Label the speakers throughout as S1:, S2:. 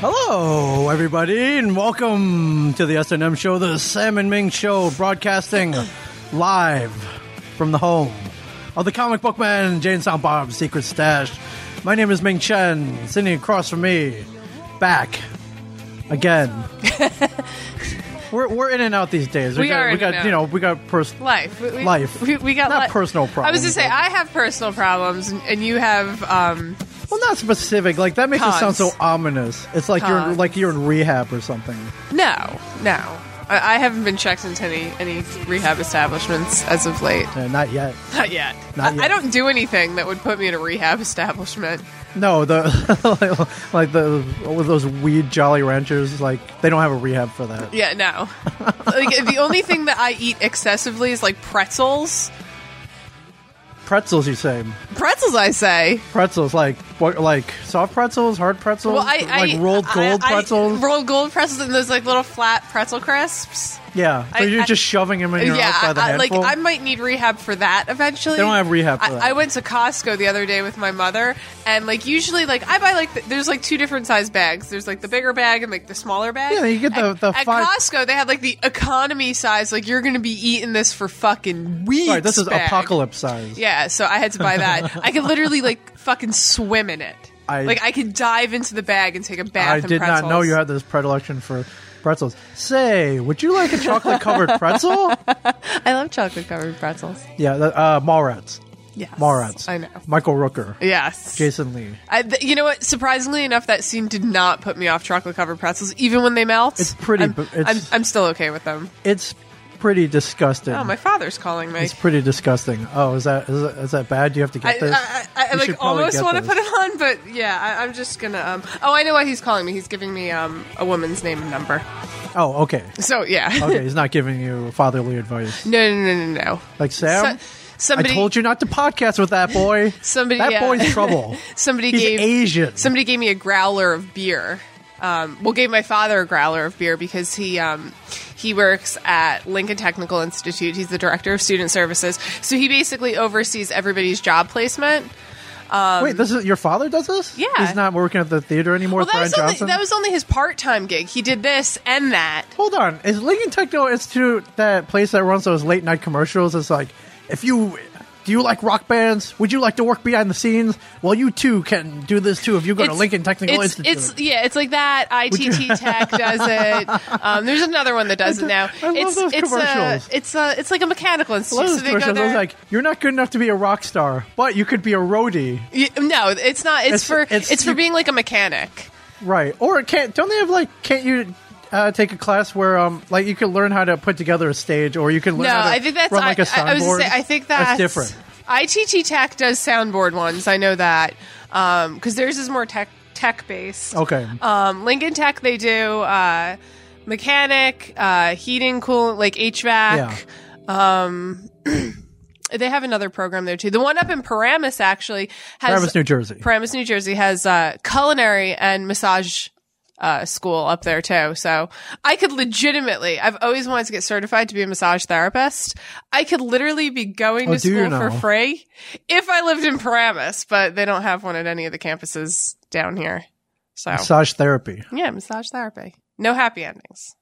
S1: Hello, everybody, and welcome to the S&M Show, the Sam and Ming Show, broadcasting live from the home of the comic book man, Jane Silent Bob's Secret Stash. My name is Ming Chen, sitting across from me, back again. we're, we're in and out these days.
S2: We
S1: got,
S2: are
S1: we
S2: in
S1: got
S2: and
S1: you know
S2: out.
S1: we got pers-
S2: life. We, we-
S1: Life.
S2: We, we got
S1: Not
S2: li-
S1: personal
S2: I was
S1: problems,
S2: just say
S1: but-
S2: I have personal problems, and, and you have. Um,
S1: well not specific like that makes it sound
S2: Cons.
S1: so ominous. It's like you're
S2: Cons.
S1: like you're in rehab or something.
S2: no, no. I, I haven't been checked into any any rehab establishments as of late.
S1: Uh, not yet.
S2: Not yet.
S1: Not
S2: I-
S1: yet.
S2: I, don't do anything that would put me in a rehab establishment.
S1: No, the like the with those weed Jolly Ranchers, like they don't have a rehab for that.
S2: Yeah, no. like the only thing that I eat excessively is like pretzels.
S1: Pretzels, you say?
S2: Pretzels, I say.
S1: Pretzels, like what? Like soft pretzels, hard pretzels,
S2: Well, I, I
S1: like rolled
S2: I-
S1: gold
S2: I-
S1: pretzels.
S2: rolled gold pretzels, and those like little flat pretzel crisps.
S1: yeah, so
S2: I-
S1: you're
S2: I-
S1: just shoving them in your
S2: yeah,
S1: mouth by the
S2: I, like
S1: handful.
S2: I might need rehab for that eventually.
S1: They don't have rehab for
S2: I,
S1: that.
S2: I went to Costco the other day with my mother, and like usually, like I buy like the, there's like two different size bags. There's like the bigger bag and like the smaller bag.
S1: Yeah, you get the-
S2: at,
S1: the
S2: at
S1: five-
S2: Costco. They had like the economy size. Like you're going to be eating this for fucking weeks.
S1: Right, this is
S2: bag.
S1: apocalypse size.
S2: Yeah, so I had to buy that. I could literally like fucking swim in it.
S1: I-
S2: like I could dive into the bag and take a bath.
S1: I
S2: in
S1: did not know
S2: pretzels.
S1: you had this predilection for pretzels. Say, would you like a chocolate covered pretzel?
S2: I love chocolate covered pretzels.
S1: yeah, that- uh, Mallrats,
S2: Yes,
S1: Mallrats.
S2: I know.
S1: Michael Rooker,
S2: Yes,
S1: Jason Lee.
S2: I, th- you know what? Surprisingly enough, that scene did not put me off chocolate covered pretzels, even when they melt.
S1: It's pretty,
S2: I'm,
S1: but it's-
S2: I'm, I'm still okay with them.
S1: It's pretty disgusting.
S2: Oh, my father's calling me.
S1: It's pretty disgusting. Oh, is that is that, is that bad? You have to
S2: I,
S1: get this.
S2: I, I, I
S1: You
S2: like
S1: should probably
S2: almost
S1: get
S2: want to
S1: this.
S2: put it on, but yeah, I, I'm just gonna. Um, oh, I know why he's calling me. He's giving me um, a woman's name and number.
S1: Oh, okay.
S2: So yeah,
S1: Okay, he's not giving you fatherly advice.
S2: no, no, no, no, no.
S1: Like Sam,
S2: So- somebody,
S1: I told you not to podcast with that boy.
S2: Somebody-
S1: that
S2: yeah.
S1: boy's trouble.
S2: somebody
S1: he's
S2: gave
S1: Asian.
S2: somebody gave me a growler of beer. Um, well, gave my father a growler of beer because he um, he works at Lincoln Technical Institute. He's the director of student services, so he basically oversees everybody's job placement.
S1: Wait, this is your father does this?
S2: um, Yeah.
S1: he's not working at the theater anymore.
S2: Well,
S1: with Brian
S2: that was, only,
S1: Johnson.
S2: that was only his part time gig. He did this and that.
S1: Hold on, is Lincoln Techno Institute that place that runs those late night commercials? It's like if you. Do you like rock bands? Would you like to work behind the scenes? Well, you too can do this too if you go to
S2: It's-
S1: Lincoln Technical
S2: it's,
S1: Institute.
S2: It's yeah, it's like that. ITT Tech does it. Um, there's another one that does it now.
S1: I love
S2: it's,
S1: those
S2: it's
S1: commercials.
S2: A, it's a it's like a mechanical institute.
S1: Lotus
S2: so they go
S1: commercials. I was
S2: there.
S1: like, you're not good enough to be a rock star, but you could be a roadie,
S2: Y- no, it's not. It's,
S1: It's-
S2: for
S1: it's-
S2: it's for
S1: you-
S2: being like a mechanic.
S1: right? Or can't? Don't they have like? Can't you uh, take a class where um like you can learn how to put together a stage, or you can learn
S2: No,
S1: how to
S2: I think that's
S1: run like
S2: I
S1: a
S2: I- I was
S1: soundboard?
S2: gonna say, I think that's,
S1: different.
S2: ITT Tech does soundboard ones. I know that because theirs is more tech tech based.
S1: Okay,
S2: Um, Lincoln Tech they do uh, mechanic, uh, heating, cool like HVAC.
S1: Yeah.
S2: Um, they have another program there too. The one up in Paramus actually has
S1: Travis, New Jersey.
S2: Paramus, New Jersey has uh, culinary and massage uh, school up there too. So I could legitimately, I've always wanted to get certified to be a massage therapist. I could literally be going
S1: Oh,
S2: to
S1: do you
S2: school for
S1: know?
S2: free if I lived in Paramus, but they don't have one at any of the campuses down here. So
S1: Massage therapy.
S2: yeah, massage therapy. No happy endings.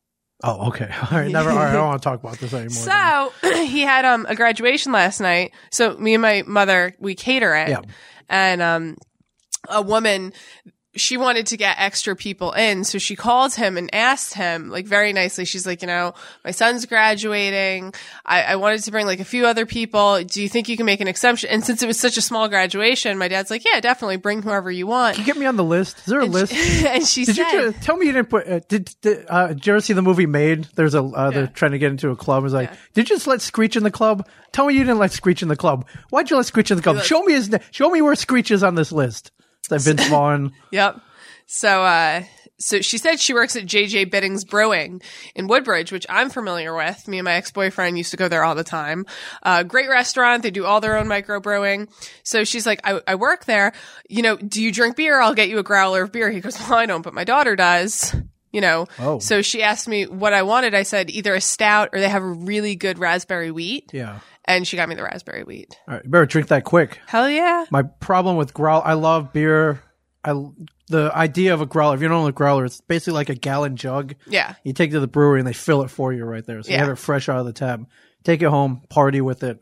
S1: Oh, okay. All right. Never. All right, I don't want to talk about this anymore.
S2: So he had um a graduation last night. So me and my mother we cater it,
S1: Yeah.
S2: and um a woman she wanted to get extra people in, so she called him and asked him like very nicely. She's like, you know, my son's graduating. I, I wanted to bring like a few other people. Do you think you can make an exception? And since it was such a small graduation, my dad's like, yeah, definitely bring whoever you want.
S1: Can you get me on the list? Is there a list?
S2: and she
S1: Did
S2: said,
S1: you tell me you didn't put? Uh, did did, uh, did you ever see the movie Made? There's a uh, they're
S2: Yeah.
S1: trying to get into a club. It's like, did you just let Screech in the club? Tell me you didn't let Screech in the club. Why'd you let Screech in the club?
S2: let-
S1: show me his. na- Show me where Screech is on this list. Is That Vince Vaughn.
S2: Yep. So, uh, so she said she works at JJ Biddings Brewing in Woodbridge, which I'm familiar with. Me and my ex boyfriend used to go there all the time. Uh, great restaurant. They do all their own micro brewing. So she's like, I, I work there. You know, do you drink beer? I'll get you a growler of beer. He goes, Well, I don't, but my daughter does. You know,
S1: Oh.
S2: so she asked me what I wanted. I said either a stout or they have a really good raspberry wheat.
S1: Yeah.
S2: And she got me the raspberry wheat.
S1: All right, you better drink that quick.
S2: Hell yeah.
S1: My problem with growl. I love beer. I I the idea of a growler. If you don't know a growler, it's basically like a gallon jug.
S2: Yeah.
S1: You take it to the brewery and they fill it for you right there. So
S2: Yeah.
S1: you have it fresh out of the tap. Take it home, party with it.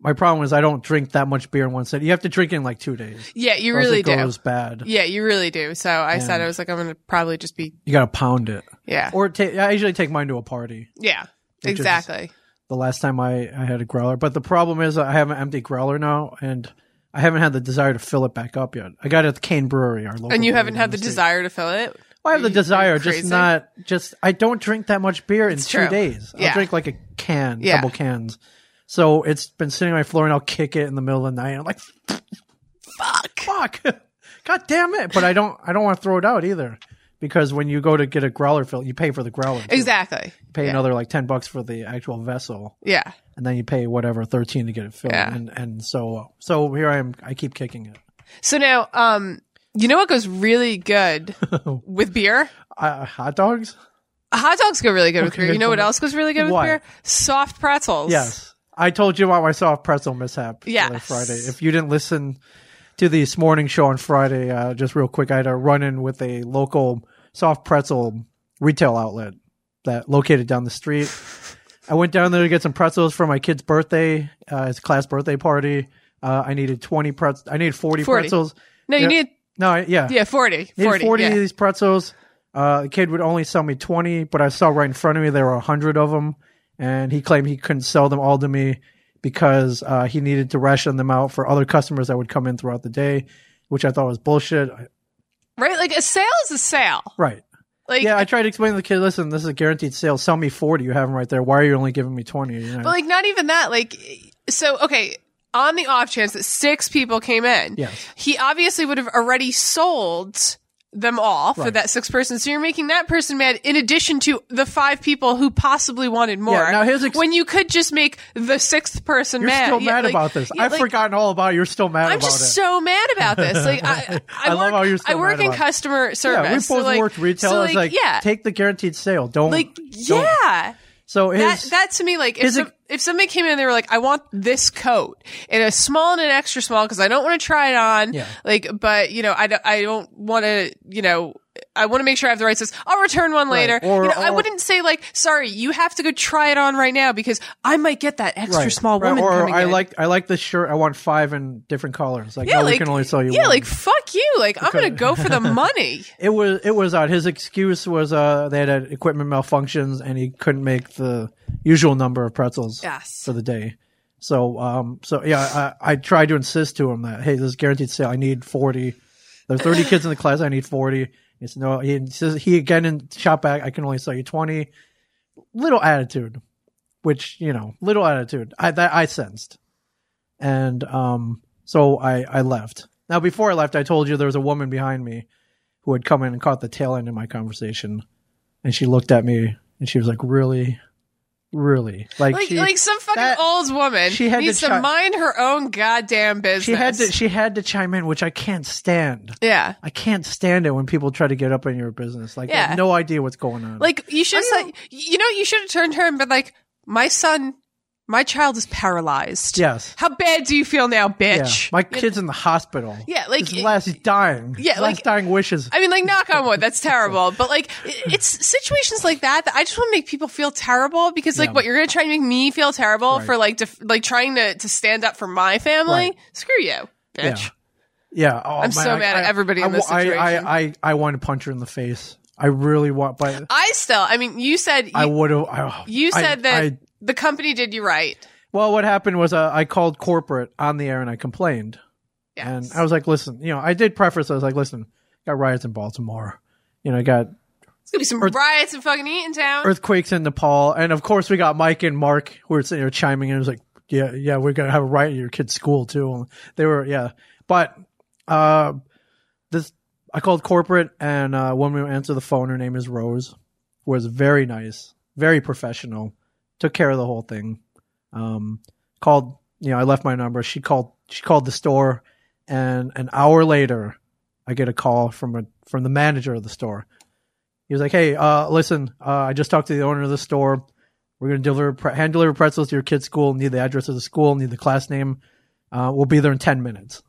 S1: My problem is I don't drink that much beer in one set. You have to drink it in like two days.
S2: Yeah, you
S1: or else
S2: really
S1: it
S2: do.
S1: goes bad.
S2: Yeah, you really do. So I said I was like, I'm gonna probably just be
S1: You got to pound it.
S2: yeah,
S1: Or ta- I usually take mine to a party.
S2: yeah,
S1: Which is-
S2: exactly.
S1: the last time I, I had a growler. But the problem is I have an empty growler now, and I haven't had the desire to fill it back up yet. I got it at the Cane Brewery, our local.
S2: and you
S1: brewery
S2: haven't
S1: down
S2: had the
S1: street.
S2: desire to fill it.
S1: Well, I have the
S2: Are you- are you
S1: desire, just
S2: crazy?
S1: not just. I don't drink that much beer in
S2: It's
S1: two
S2: true.
S1: days.
S2: Yeah.
S1: I'll drink like a can,
S2: Yeah.
S1: double cans. So it's been sitting on my floor, and I'll kick it in the middle of the night. I'm like,
S2: Fuck.
S1: fuck, god damn it! But I don't, I don't want to throw it out either, because when you go to get a growler fill, you pay for the growler. too.
S2: Exactly.
S1: You pay
S2: Yeah.
S1: another like ten bucks for the actual vessel
S2: Yeah.
S1: and then you pay whatever thirteen to get it filled.
S2: Yeah.
S1: And and so so here I am. I keep kicking it.
S2: So now, um, you know what goes really good with beer?
S1: Uh, hot dogs?
S2: Hot dogs go really good with
S1: Okay,
S2: beer. You know what
S1: come on.
S2: else goes really good with
S1: What?
S2: beer? Soft pretzels.
S1: Yes. I told you about my soft pretzel mishap the other
S2: Yes.
S1: Friday. If you didn't listen to this morning show on Friday, uh, just real quick, I had a run in with a local soft pretzel retail outlet that located down the street. I went down there to get some pretzels for my kid's birthday, uh, his class birthday party. Uh, I needed twenty pretzels. I needed 40,
S2: 40.
S1: pretzels.
S2: No, you
S1: Yeah.
S2: need
S1: No, I, yeah,
S2: yeah forty.
S1: Needed 40,
S2: Forty.
S1: of
S2: yeah.
S1: these pretzels. Uh, the kid would only sell me 20, but I saw right in front of me there were 100 of them. And he claimed he couldn't sell them all to me because uh, he needed to ration them out for other customers that would come in throughout the day, which I thought was bullshit. I-
S2: Right. Like a sale is a sale.
S1: right.
S2: Like
S1: Yeah, I tried to explain to the kid, listen, this is a guaranteed sale. Sell me 40. You have them right there. Why are you only giving me 20? You know?
S2: But like, not even that. Like, so okay, on the off chance that six people came in,
S1: Yes.
S2: he obviously would have already sold them all for
S1: Right.
S2: that six person. So you're making that person mad in addition to the five people who possibly wanted more.
S1: now here's ex-
S2: when you could just make the sixth person
S1: You're
S2: mad.
S1: still
S2: Yeah,
S1: mad
S2: like-
S1: about this.
S2: yeah,
S1: I've
S2: like,
S1: forgotten all about it. You're still mad
S2: I'm
S1: about
S2: just
S1: it.
S2: so mad about this. Like I, I,
S1: I love
S2: work,
S1: how you're still
S2: I work
S1: mad
S2: in
S1: about it.
S2: customer service.
S1: yeah, we both
S2: so like,
S1: worked retail.
S2: So
S1: it's like,
S2: yeah,
S1: take the guaranteed sale. Don't.
S2: like
S1: don't-
S2: yeah.
S1: So his,
S2: That that to me, like if
S1: Is it-
S2: some, if somebody came in and they were like, "I want this coat in a small and an extra small because I don't want to try it on,"
S1: Yeah.
S2: like, but you know, I don't, I don't want to, you know. I want to make sure I have the right size. I'll return one later.
S1: Or-
S2: you know, I
S1: or-
S2: wouldn't say like, "Sorry, you have to go try it on right now" because I might get that extra small
S1: right,
S2: woman
S1: Or
S2: coming
S1: I
S2: in.
S1: like I like this shirt. I want five in different colors. Like
S2: yeah,
S1: no,
S2: like
S1: we can only sell you.
S2: yeah,
S1: one.
S2: like fuck you. Like I'm gonna go for the money.
S1: it was it was odd. His excuse was uh they had uh, equipment malfunctions and he couldn't make the usual number of pretzels
S2: Yes.
S1: for the day. So um so yeah I, I tried to insist to him that hey this is guaranteed sale. I need forty. There's thirty kids in the class. I need forty. He said no. He says he again in shop back. I can only sell you twenty. Little attitude, which you know, little attitude. I that I sensed and um, so I, I left. Now, before I left, I told you there was a woman behind me who had come in and caught the tail end of my conversation, and she looked at me and she was like, "Really, really?" Like,
S2: Like
S1: she,
S2: like some fucking
S1: that-
S2: old woman
S1: she had to
S2: needs to,
S1: chi-
S2: mind her own goddamn business.
S1: she had to she had to chime in, which I can't stand.
S2: yeah.
S1: I can't stand it when people try to get up in your business. Like, they have
S2: Yeah.
S1: no idea what's going on.
S2: Like you should
S1: I
S2: have said, you know, you should have turned to her and been like, "My son, my child is paralyzed.
S1: yes,
S2: How bad do you feel now,
S1: yeah.
S2: bitch?
S1: My kid's in the hospital.
S2: Yeah, like-
S1: his last dying.
S2: Yeah,
S1: his last
S2: like-
S1: dying wishes.
S2: I mean, like, knock on wood. That's terrible. But like, i- it's situations like that that I just want to make people feel terrible because, like,
S1: Yeah.
S2: what you're going to try and make me feel terrible
S1: Right.
S2: for, like, def- like trying to to stand up for my family.
S1: Right.
S2: Screw you, bitch.
S1: Yeah, oh,
S2: I'm so
S1: man, I-
S2: mad at
S1: I-
S2: everybody in
S1: I,
S2: this
S1: I-
S2: situation.
S1: I, I, I want to punch her in the face. I really want, but
S2: I still, I mean, you said you,
S1: I would have. I,
S2: you
S1: I-
S2: said that
S1: I,
S2: the company did you right.
S1: well, what happened was uh, I called corporate on the air and I complained,
S2: Yes.
S1: and I was like, "Listen, you know, I did preface. I was like, listen, got riots in Baltimore, you know, I got
S2: it's gonna be some riots in fucking Eatontown.
S1: earthquakes in Nepal, and of course we got Mike and Mark who were sitting there chiming in. It was like, yeah, yeah, we're gonna have a riot at your kid's school too. And they were, yeah, but uh, this I called corporate, and uh, when we answered the phone, her name is Rose, was very nice, very professional, took care of the whole thing. Um, called, you know, I left my number. She called, she called the store, and an hour later, I get a call from a from the manager of the store. He was like, "Hey, uh, listen, uh, I just talked to the owner of the store. We're gonna deliver pre- hand deliver pretzels to your kid's school. Need the address of the school. Need the class name. Uh, we'll be there in ten minutes."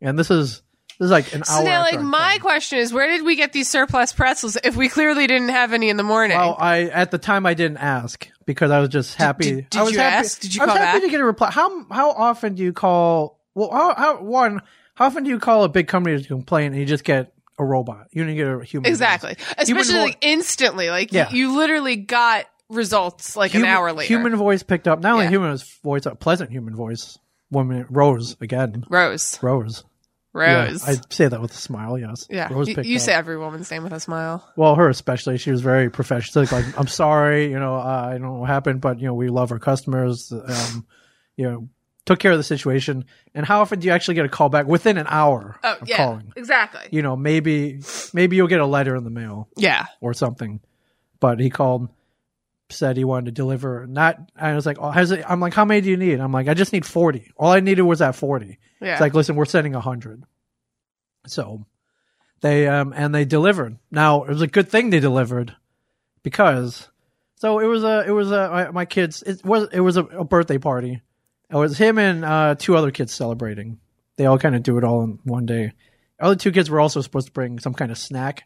S1: And this is This is like an
S2: So
S1: hour.
S2: now,
S1: after
S2: like,
S1: I
S2: my
S1: came.
S2: question is, where did we get these surplus pretzels if we clearly didn't have any in the morning?
S1: Well, I at the time I didn't ask because I was just happy.
S2: did-
S1: I
S2: did
S1: was
S2: you
S1: happy,
S2: ask? Did you
S1: I was
S2: call
S1: happy
S2: back?
S1: to get a reply. How how often do you call? Well, how, how one how often do you call a big company to complain and you just get a robot? You didn't get a human.
S2: exactly, especially
S1: voice.
S2: like instantly. Like,
S1: Yeah.
S2: you, you literally got results like
S1: Human,
S2: an hour later.
S1: Human voice picked up. Not only
S2: Yeah.
S1: human voice, a pleasant human voice. Woman Rose again.
S2: Rose,
S1: Rose. Yeah,
S2: Rose.
S1: I say that with a smile. Yes.
S2: Yeah,
S1: Rose
S2: you,
S1: picked
S2: you
S1: up.
S2: say every woman's name with a smile.
S1: Well, her especially. She was very professional. She's Like, I'm sorry, you know, uh, I don't know what happened, but you know, we love our customers. Um, you know, took care of the situation. And how often do you actually get a call back within an hour
S2: Oh
S1: of
S2: yeah,
S1: calling?
S2: exactly.
S1: You know, maybe maybe you'll get a letter in the mail
S2: yeah,
S1: or something. But he called, said he wanted to deliver. Not, I was like, oh, has it, I'm like, how many do you need? I'm like, I just need 40. All I needed was that 40.
S2: yeah.
S1: It's like, listen, we're sending a hundred. So they um and they delivered. Now it was a good thing they delivered because so it was a it was a my, my kids it was it was a, a birthday party. It was him and uh, two other kids celebrating. They all kind of do it all in one day. Other two kids were also supposed to bring some kind of snack.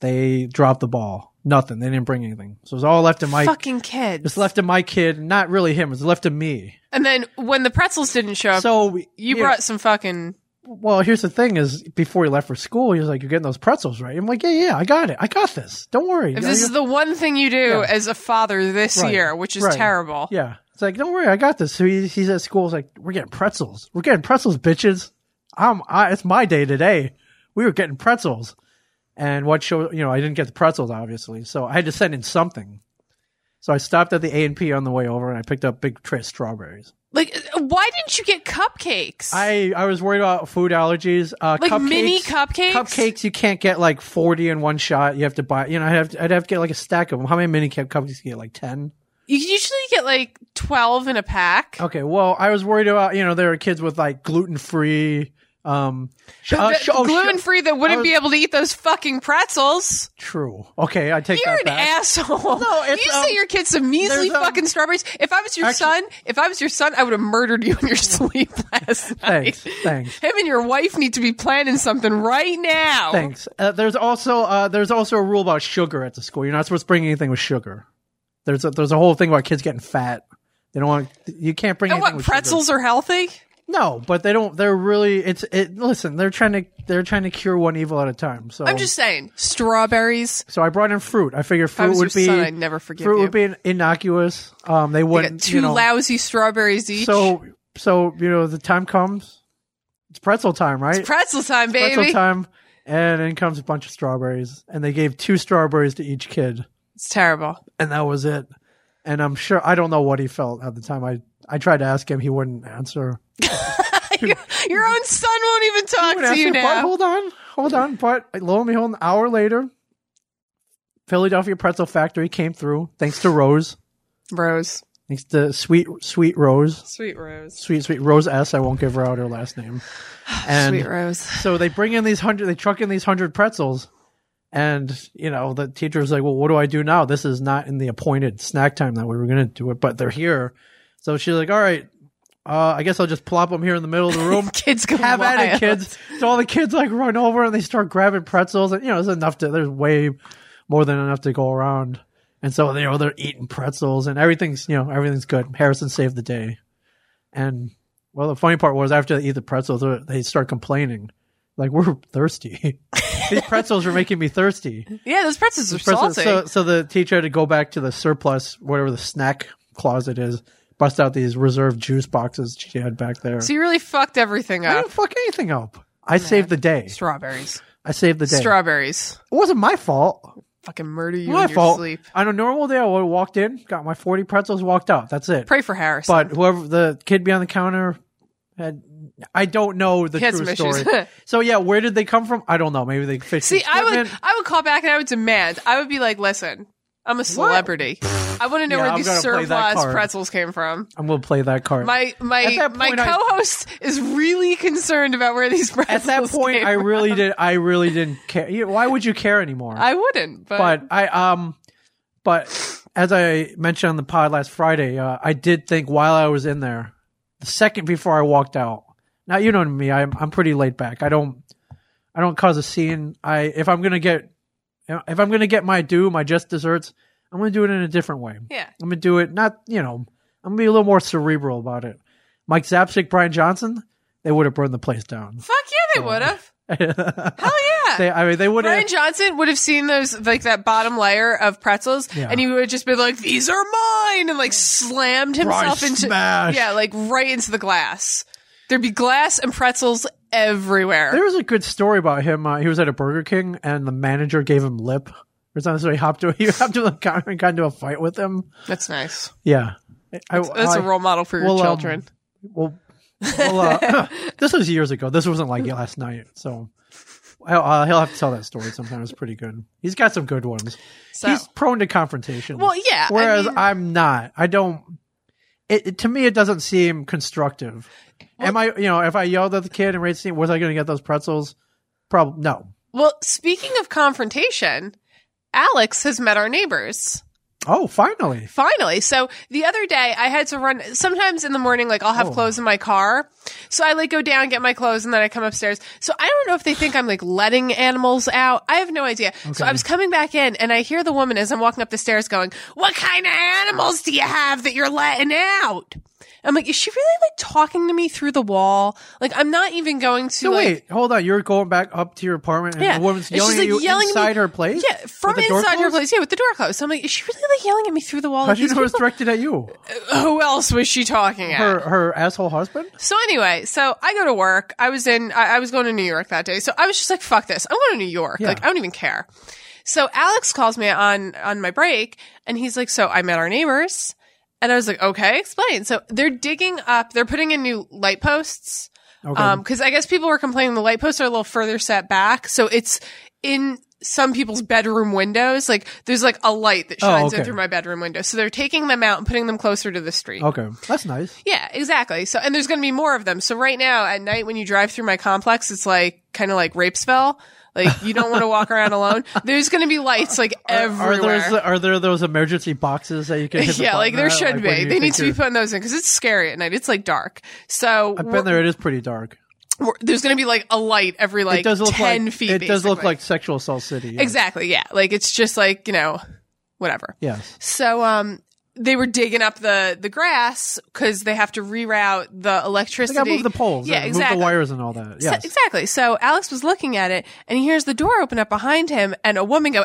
S1: They dropped the ball. Nothing. They didn't bring anything. So it was all left to my
S2: fucking kids.
S1: it's left to my kid. Not really him. It was left to me.
S2: and then when the pretzels didn't show up,
S1: So we-
S2: you
S1: yeah.
S2: brought some fucking
S1: well, here's the thing: is before he left for school, he was like, "You're getting those pretzels, right?" I'm like, "Yeah, yeah, I got it. I got this. Don't worry."
S2: If this is the one thing you do
S1: Yeah.
S2: as a father this
S1: Right.
S2: year, which is
S1: Right.
S2: terrible.
S1: yeah, it's like, "Don't worry, I got this." So he, he's at school. He's like, "We're getting pretzels. We're getting pretzels, bitches. I'm. I, it's my day today. We were getting pretzels." And what show? You know, I didn't get the pretzels, obviously, so I had to send in something. So I stopped at the A and P on the way over, and I picked up a big tray of strawberries.
S2: Like, uh, why didn't you get cupcakes?
S1: I I was worried about food allergies. Uh,
S2: like
S1: cupcakes,
S2: mini cupcakes.
S1: Cupcakes you can't get like forty in one shot. You have to buy. You know, I'd have to, I'd have to get like a stack of them. How many mini cup cupcakes do you get? Like ten.
S2: You can usually get like twelve in a pack.
S1: Okay. Well, I was worried about you know there were kids with like gluten free. Um, sh- uh, sh- oh, sh-
S2: gluten free that wouldn't be able to eat those fucking pretzels.
S1: True. Okay, I take
S2: You're
S1: that
S2: an
S1: back.
S2: asshole.
S1: No, it's,
S2: you
S1: um,
S2: say your kids some measly
S1: there's, um,
S2: fucking strawberries. If I was your
S1: Actu-
S2: son, if I was your son, I would have murdered you in your sleep last night.
S1: Thanks. Thanks.
S2: Him and your wife need to be planning something right now.
S1: Thanks. Uh, there's also uh, there's also a rule about sugar at the school. You're not supposed to bring anything with sugar. There's a, there's a whole thing about kids getting fat. They don't want you can't bring
S2: And
S1: anything
S2: what
S1: with sugar.
S2: pretzels are healthy?
S1: No, but they don't. They're really. It's it. Listen, they're trying to they're trying to cure one evil at a time. So
S2: I'm just saying, strawberries.
S1: So I brought in fruit. I figured
S2: I
S1: fruit
S2: was
S1: would
S2: your
S1: be
S2: son, I'd never forgive
S1: fruit
S2: you.
S1: would be in- innocuous. Um, they
S2: I
S1: wouldn't
S2: got two
S1: you know,
S2: lousy strawberries each.
S1: So so you know the time comes. It's pretzel time, right?
S2: pretzel time, baby.
S1: pretzel time, and in comes a bunch of strawberries, and they gave two strawberries to each kid,
S2: It's terrible.
S1: and that was it. And I'm sure I don't know what he felt at the time. I I tried to ask him, he wouldn't answer.
S2: your, your own son won't even talk
S1: Wait,
S2: to you
S1: actually, but
S2: now.
S1: hold on, hold on. But lo and behold, an hour later, Philadelphia Pretzel Factory came through thanks to Rose,
S2: Rose,
S1: thanks to sweet, sweet Rose,
S2: sweet Rose,
S1: sweet, sweet Rose S. I won't give her out her last name.
S2: sweet
S1: And
S2: Rose.
S1: so they bring in these hundred, they truck in these hundred pretzels, and you know the teacher's like, "Well, what do I do now? This is not in the appointed snack time that we were going to do it, but they're here." So she's like, "All right." Uh, I guess I'll just plop them here in the middle of the room.
S2: Kids go
S1: have
S2: wild.
S1: at it, kids. So all the kids like run over and they start grabbing pretzels, and you know, it's enough to. There's way more than enough to go around, and so you know they're eating pretzels and everything's you know everything's good. Harrison saved the day, and well, the funny part was after they eat the pretzels, they- they start complaining, like we're thirsty. These pretzels are making me thirsty.
S2: Yeah, those pretzels are
S1: Pretzels-
S2: salty.
S1: So, so the teacher had to go back to the surplus, whatever the snack closet is, bust out these reserved juice boxes she had back there.
S2: So you really fucked everything
S1: I
S2: up.
S1: didn't fuck anything up. I saved the day.
S2: Strawberries.
S1: I saved the day.
S2: Strawberries.
S1: it wasn't my fault.
S2: Fucking murder you
S1: My
S2: in your
S1: fault.
S2: sleep.
S1: On a normal day, I would have walked in, got my 40 pretzels, walked out. That's it.
S2: Pray for Harris.
S1: but whoever the kid behind the counter had, I don't know the
S2: He had
S1: true
S2: some
S1: story.
S2: issues.
S1: so yeah, where did they come from? I don't know. Maybe they fixed.
S2: See,
S1: the
S2: I would
S1: equipment.
S2: I would call back and I would demand. I would be like, listen, I'm a celebrity. I want to know
S1: Yeah,
S2: where
S1: I'm
S2: these
S1: gonna play that
S2: surplus
S1: card.
S2: pretzels came from.
S1: I'm gonna play that card.
S2: My my
S1: At that
S2: my
S1: point, I-
S2: co-host is really concerned about where these
S1: At
S2: pretzels.
S1: that point,
S2: came
S1: I
S2: from.
S1: really did. I really didn't care. You- Why would you care anymore?
S2: I wouldn't, but,
S1: but I um, but as I mentioned on the pod last Friday, uh, I did think while I was in there, the second before I walked out. Now you know me, I'm I'm pretty laid back. I don't I don't cause a scene. I if I'm gonna get if I'm gonna get my due, my just desserts, I'm gonna do it in a different way.
S2: Yeah.
S1: I'm gonna do it not you know I'm gonna be a little more cerebral about it. Mike Zapsik, Brian Johnson, they would have burned the place down.
S2: Fuck yeah, they would have. Hell yeah.
S1: They, I mean, they would
S2: Brian
S1: have.
S2: Johnson would have seen those like that bottom layer of pretzels,
S1: Yeah.
S2: and he would have just been like, "These are mine," and like slammed himself
S1: Brian
S2: into
S1: smashed.
S2: yeah, like right into the glass. There'd be glass and pretzels everywhere.
S1: There was a good story about him. Uh, he was at a Burger King, and the manager gave him lip. Or something, so he hopped to he hopped to the counter and got into a fight with him.
S2: That's nice.
S1: Yeah, I,
S2: That's
S1: a
S2: a role model for your
S1: well, um,
S2: children.
S1: Well, well uh, this was years ago. This wasn't like last night. So I'll- uh, he'll have to tell that story sometime. It's pretty good. He's got some good ones.
S2: so
S1: He's prone to confrontation.
S2: well, yeah. I
S1: whereas I
S2: mean-
S1: am not. I don't. It, it- to me, it doesn't seem constructive. Am I? You know, if I yelled at the kid and raised him, was I going to get those pretzels? Probably no.
S2: well, speaking of confrontation, Alex has met our neighbors.
S1: Oh, finally.
S2: Finally. So the other day I had to run sometimes in the morning, like I'll have
S1: Oh.
S2: clothes in my car. So I like go down, get my clothes, and then I come upstairs. So I don't know if they think I'm like letting animals out. I have no idea. So
S1: Okay.
S2: I was coming back in and I hear the woman as I'm walking up the stairs going, What kind of animals do you have that you're letting out? I'm like, is she really like talking to me through the wall? Like I'm not even going to
S1: So
S2: like
S1: wait, hold on. You're going back up to your apartment, and
S2: Yeah.
S1: the woman's
S2: And she's,
S1: yelling
S2: like,
S1: at you
S2: yelling at me-
S1: inside her place.
S2: Yeah, from
S1: With the door
S2: inside her
S1: closed?
S2: place. Yeah, with the door closed. So I'm like, is she really like yelling at me through the wall?
S1: How
S2: Like,
S1: do you
S2: these
S1: know it's
S2: people-
S1: directed at you?
S2: Who else was she talking at?
S1: Her her asshole husband.
S2: So anyway, so I go to work. I was in, I, I was going to New York that day. So I was just like, fuck this. I'm going to New York.
S1: Yeah.
S2: Like, I don't even care. So Alex calls me on, on my break and he's like, so I met our neighbors and I was like, okay, explain. So they're digging up, they're putting in new light posts.
S1: Okay.
S2: Um, cause I guess people were complaining the light posts are a little further set back. So it's in some people's bedroom windows. Like there's like a light that
S1: Oh,
S2: shines in
S1: okay.
S2: through my bedroom window. So they're taking them out and putting them closer to the street.
S1: Okay, that's nice.
S2: Yeah, exactly. So, and there's going to be more of them. So right now at night when you drive through my complex, it's like kind of like Rapesville. Like you don't want to walk around alone. There's going to be lights like
S1: Are
S2: everywhere.
S1: there are there those emergency boxes that you can hit? The
S2: yeah,
S1: button
S2: like there
S1: at?
S2: should
S1: when
S2: be.
S1: you
S2: They need
S1: think
S2: to be
S1: you're-
S2: putting those in because it's scary at night. It's like dark. So
S1: I've
S2: we're-
S1: been there. It is pretty dark.
S2: we're- there's going to be like a light every like
S1: it does look
S2: ten
S1: like
S2: feet.
S1: it does look
S2: basically.
S1: like sexual assault city. Yes.
S2: exactly. Yeah, like it's just like you know, whatever.
S1: Yes.
S2: So um they were digging up the the grass cuz they have to reroute the
S1: They
S2: electricity.
S1: gotta move the poles.
S2: Yeah,
S1: and
S2: exactly.
S1: Move the wires and all that.
S2: So-
S1: Yes.
S2: exactly. So Alex was looking at it and he hears the door open up behind him and a woman go,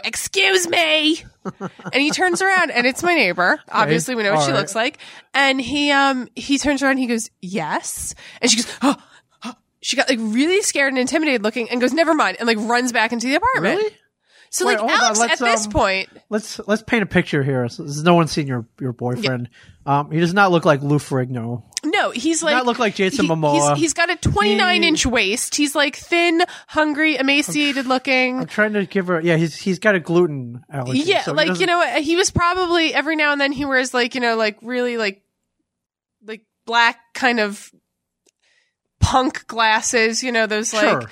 S2: "Excuse me." and he turns around and it's my neighbor. Obviously, we know what
S1: All
S2: she
S1: right.
S2: looks like. And he um he turns around and he goes, "Yes." And she goes, "Oh." oh." She got like really scared and intimidated looking and goes, "Never mind." And like runs back into the apartment.
S1: Really?
S2: So
S1: Wait,
S2: like
S1: hold on,
S2: Alex at
S1: let's,
S2: this
S1: um,
S2: point
S1: Let's let's paint a picture here. So, this is no one's seen your your boyfriend. Um, he does not look like Lou Ferrigno.
S2: No, he's like
S1: not look like Jason
S2: he-
S1: Momoa.
S2: He's, he's got a 29 inch waist. He's like thin, hungry, emaciated looking.
S1: I'm trying to give her. Yeah, he's he's got a gluten allergy.
S2: yeah,
S1: so he
S2: like
S1: doesn't-
S2: you know, he was probably every now and then he wears like you know like really like like black kind of punk glasses. You know those like
S1: Sure.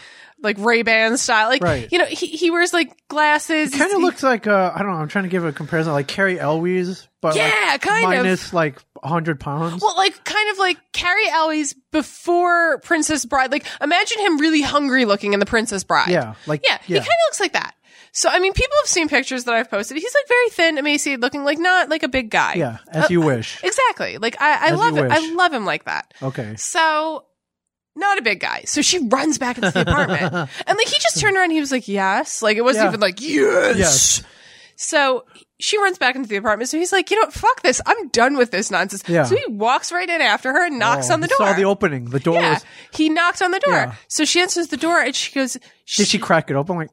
S2: like Ray Ban style. Like
S1: Right.
S2: you know he he wears like glasses.
S1: Kind of
S2: He-
S1: looks like uh, I don't know. I'm trying to give a comparison, like Carrie Elwes, but like,
S2: Yeah, kind of.
S1: minus like 100 pounds.
S2: Well, like kind of like Carrie Elwes before Princess Bride. Like imagine him really hungry looking in the Princess Bride.
S1: yeah, like
S2: Yeah, he kind of looks like that. So I mean, people have seen pictures that I've posted. He's like very thin, emaciated looking, like not like uh, a big guy.
S1: Yeah, as you wish.
S2: exactly. Like I, I
S1: As
S2: love
S1: you
S2: it. I
S1: wish.
S2: love him like that.
S1: Okay.
S2: So not a big guy. So she runs back into the apartment, and like he just turned around. and He was like, "Yes," like it wasn't
S1: Yeah.
S2: even like yes.
S1: Yes.
S2: So she runs back into the apartment. So he's like, "You know what? Fuck this. I'm done with this nonsense."
S1: Yeah.
S2: So he walks right in after her and knocks
S1: Oh,
S2: on the
S1: he
S2: door.
S1: Saw the opening. The door
S2: yeah,
S1: was.
S2: he knocks on the door.
S1: Yeah.
S2: So she answers the door, and she goes,
S1: Did she crack it open? Like,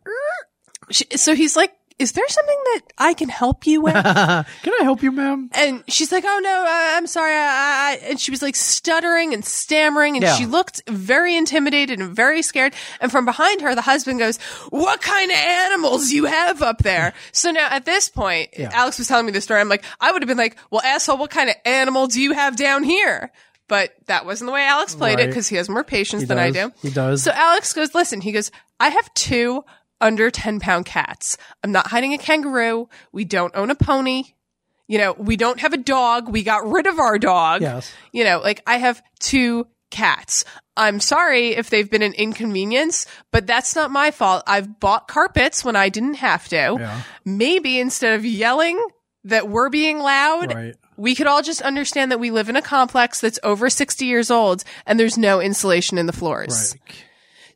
S2: she, so he's like, "Is there something that I can help you with?"
S1: can I help you, ma'am?
S2: and she's like, "Oh no, uh, I'm sorry." I, I, and she was like stuttering and stammering, and
S1: Yeah.
S2: she looked very intimidated and very scared. And from behind her, the husband goes, "What kind of animals you have up there?" So now at this point,
S1: Yeah.
S2: Alex was telling me the story. I'm like, I would have been like, "Well, asshole, what kind of animal do you have down here?" But that wasn't the way Alex played it
S1: Right.
S2: because he has more patience
S1: He
S2: than I
S1: does.
S2: do.
S1: He does.
S2: So Alex goes, listen, he goes, I have two under 10 pound cats. I'm not hiding a kangaroo. We don't own a pony. You know, we don't have a dog. We got rid of our dog.
S1: Yes.
S2: You know, like I have two cats. I'm sorry if they've been an inconvenience, but that's not my fault. I've bought carpets when I didn't have to.
S1: Yeah.
S2: Maybe instead of yelling that we're being loud,
S1: Right.
S2: we could all just understand that we live in a complex that's over 60 years old and there's no insulation in the floors.
S1: Right.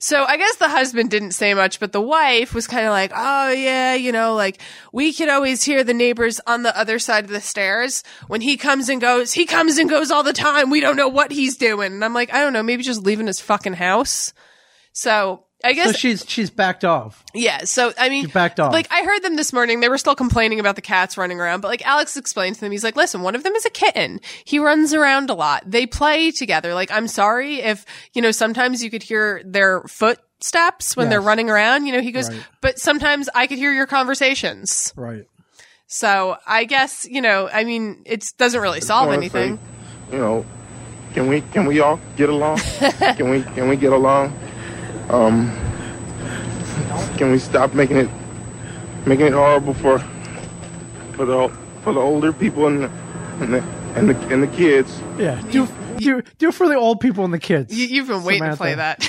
S2: So I guess the husband didn't say much, but the wife was kind of like, oh yeah, you know, like we could always hear the neighbors on the other side of the stairs when he comes and goes. He comes and goes all the time. We don't know what he's doing. And I'm like, I don't know, maybe just leaving his fucking house. So I guess,
S1: So she's she's backed off.
S2: yeah. So I mean,
S1: She backed off.
S2: like I heard them this morning. They were still complaining about the cats running around, but like Alex explained to them, he's like, "Listen, one of them is a kitten. He runs around a lot. They play together. Like I'm sorry if you know sometimes you could hear their footsteps when they're
S1: Yes.
S2: running around. You know, he goes,
S1: Right.
S2: but sometimes I could hear your conversations.
S1: right.
S2: So I guess you know, I mean, it doesn't really solve
S3: wanna
S2: anything.
S3: say, you know, can we can we all get along? can we can we get along? Um, can we stop making it making it horrible for for the for the older people and the, and the and the, and the kids?
S1: Yeah. Do do do for the old people and the kids.
S2: You, you've been waiting to play that.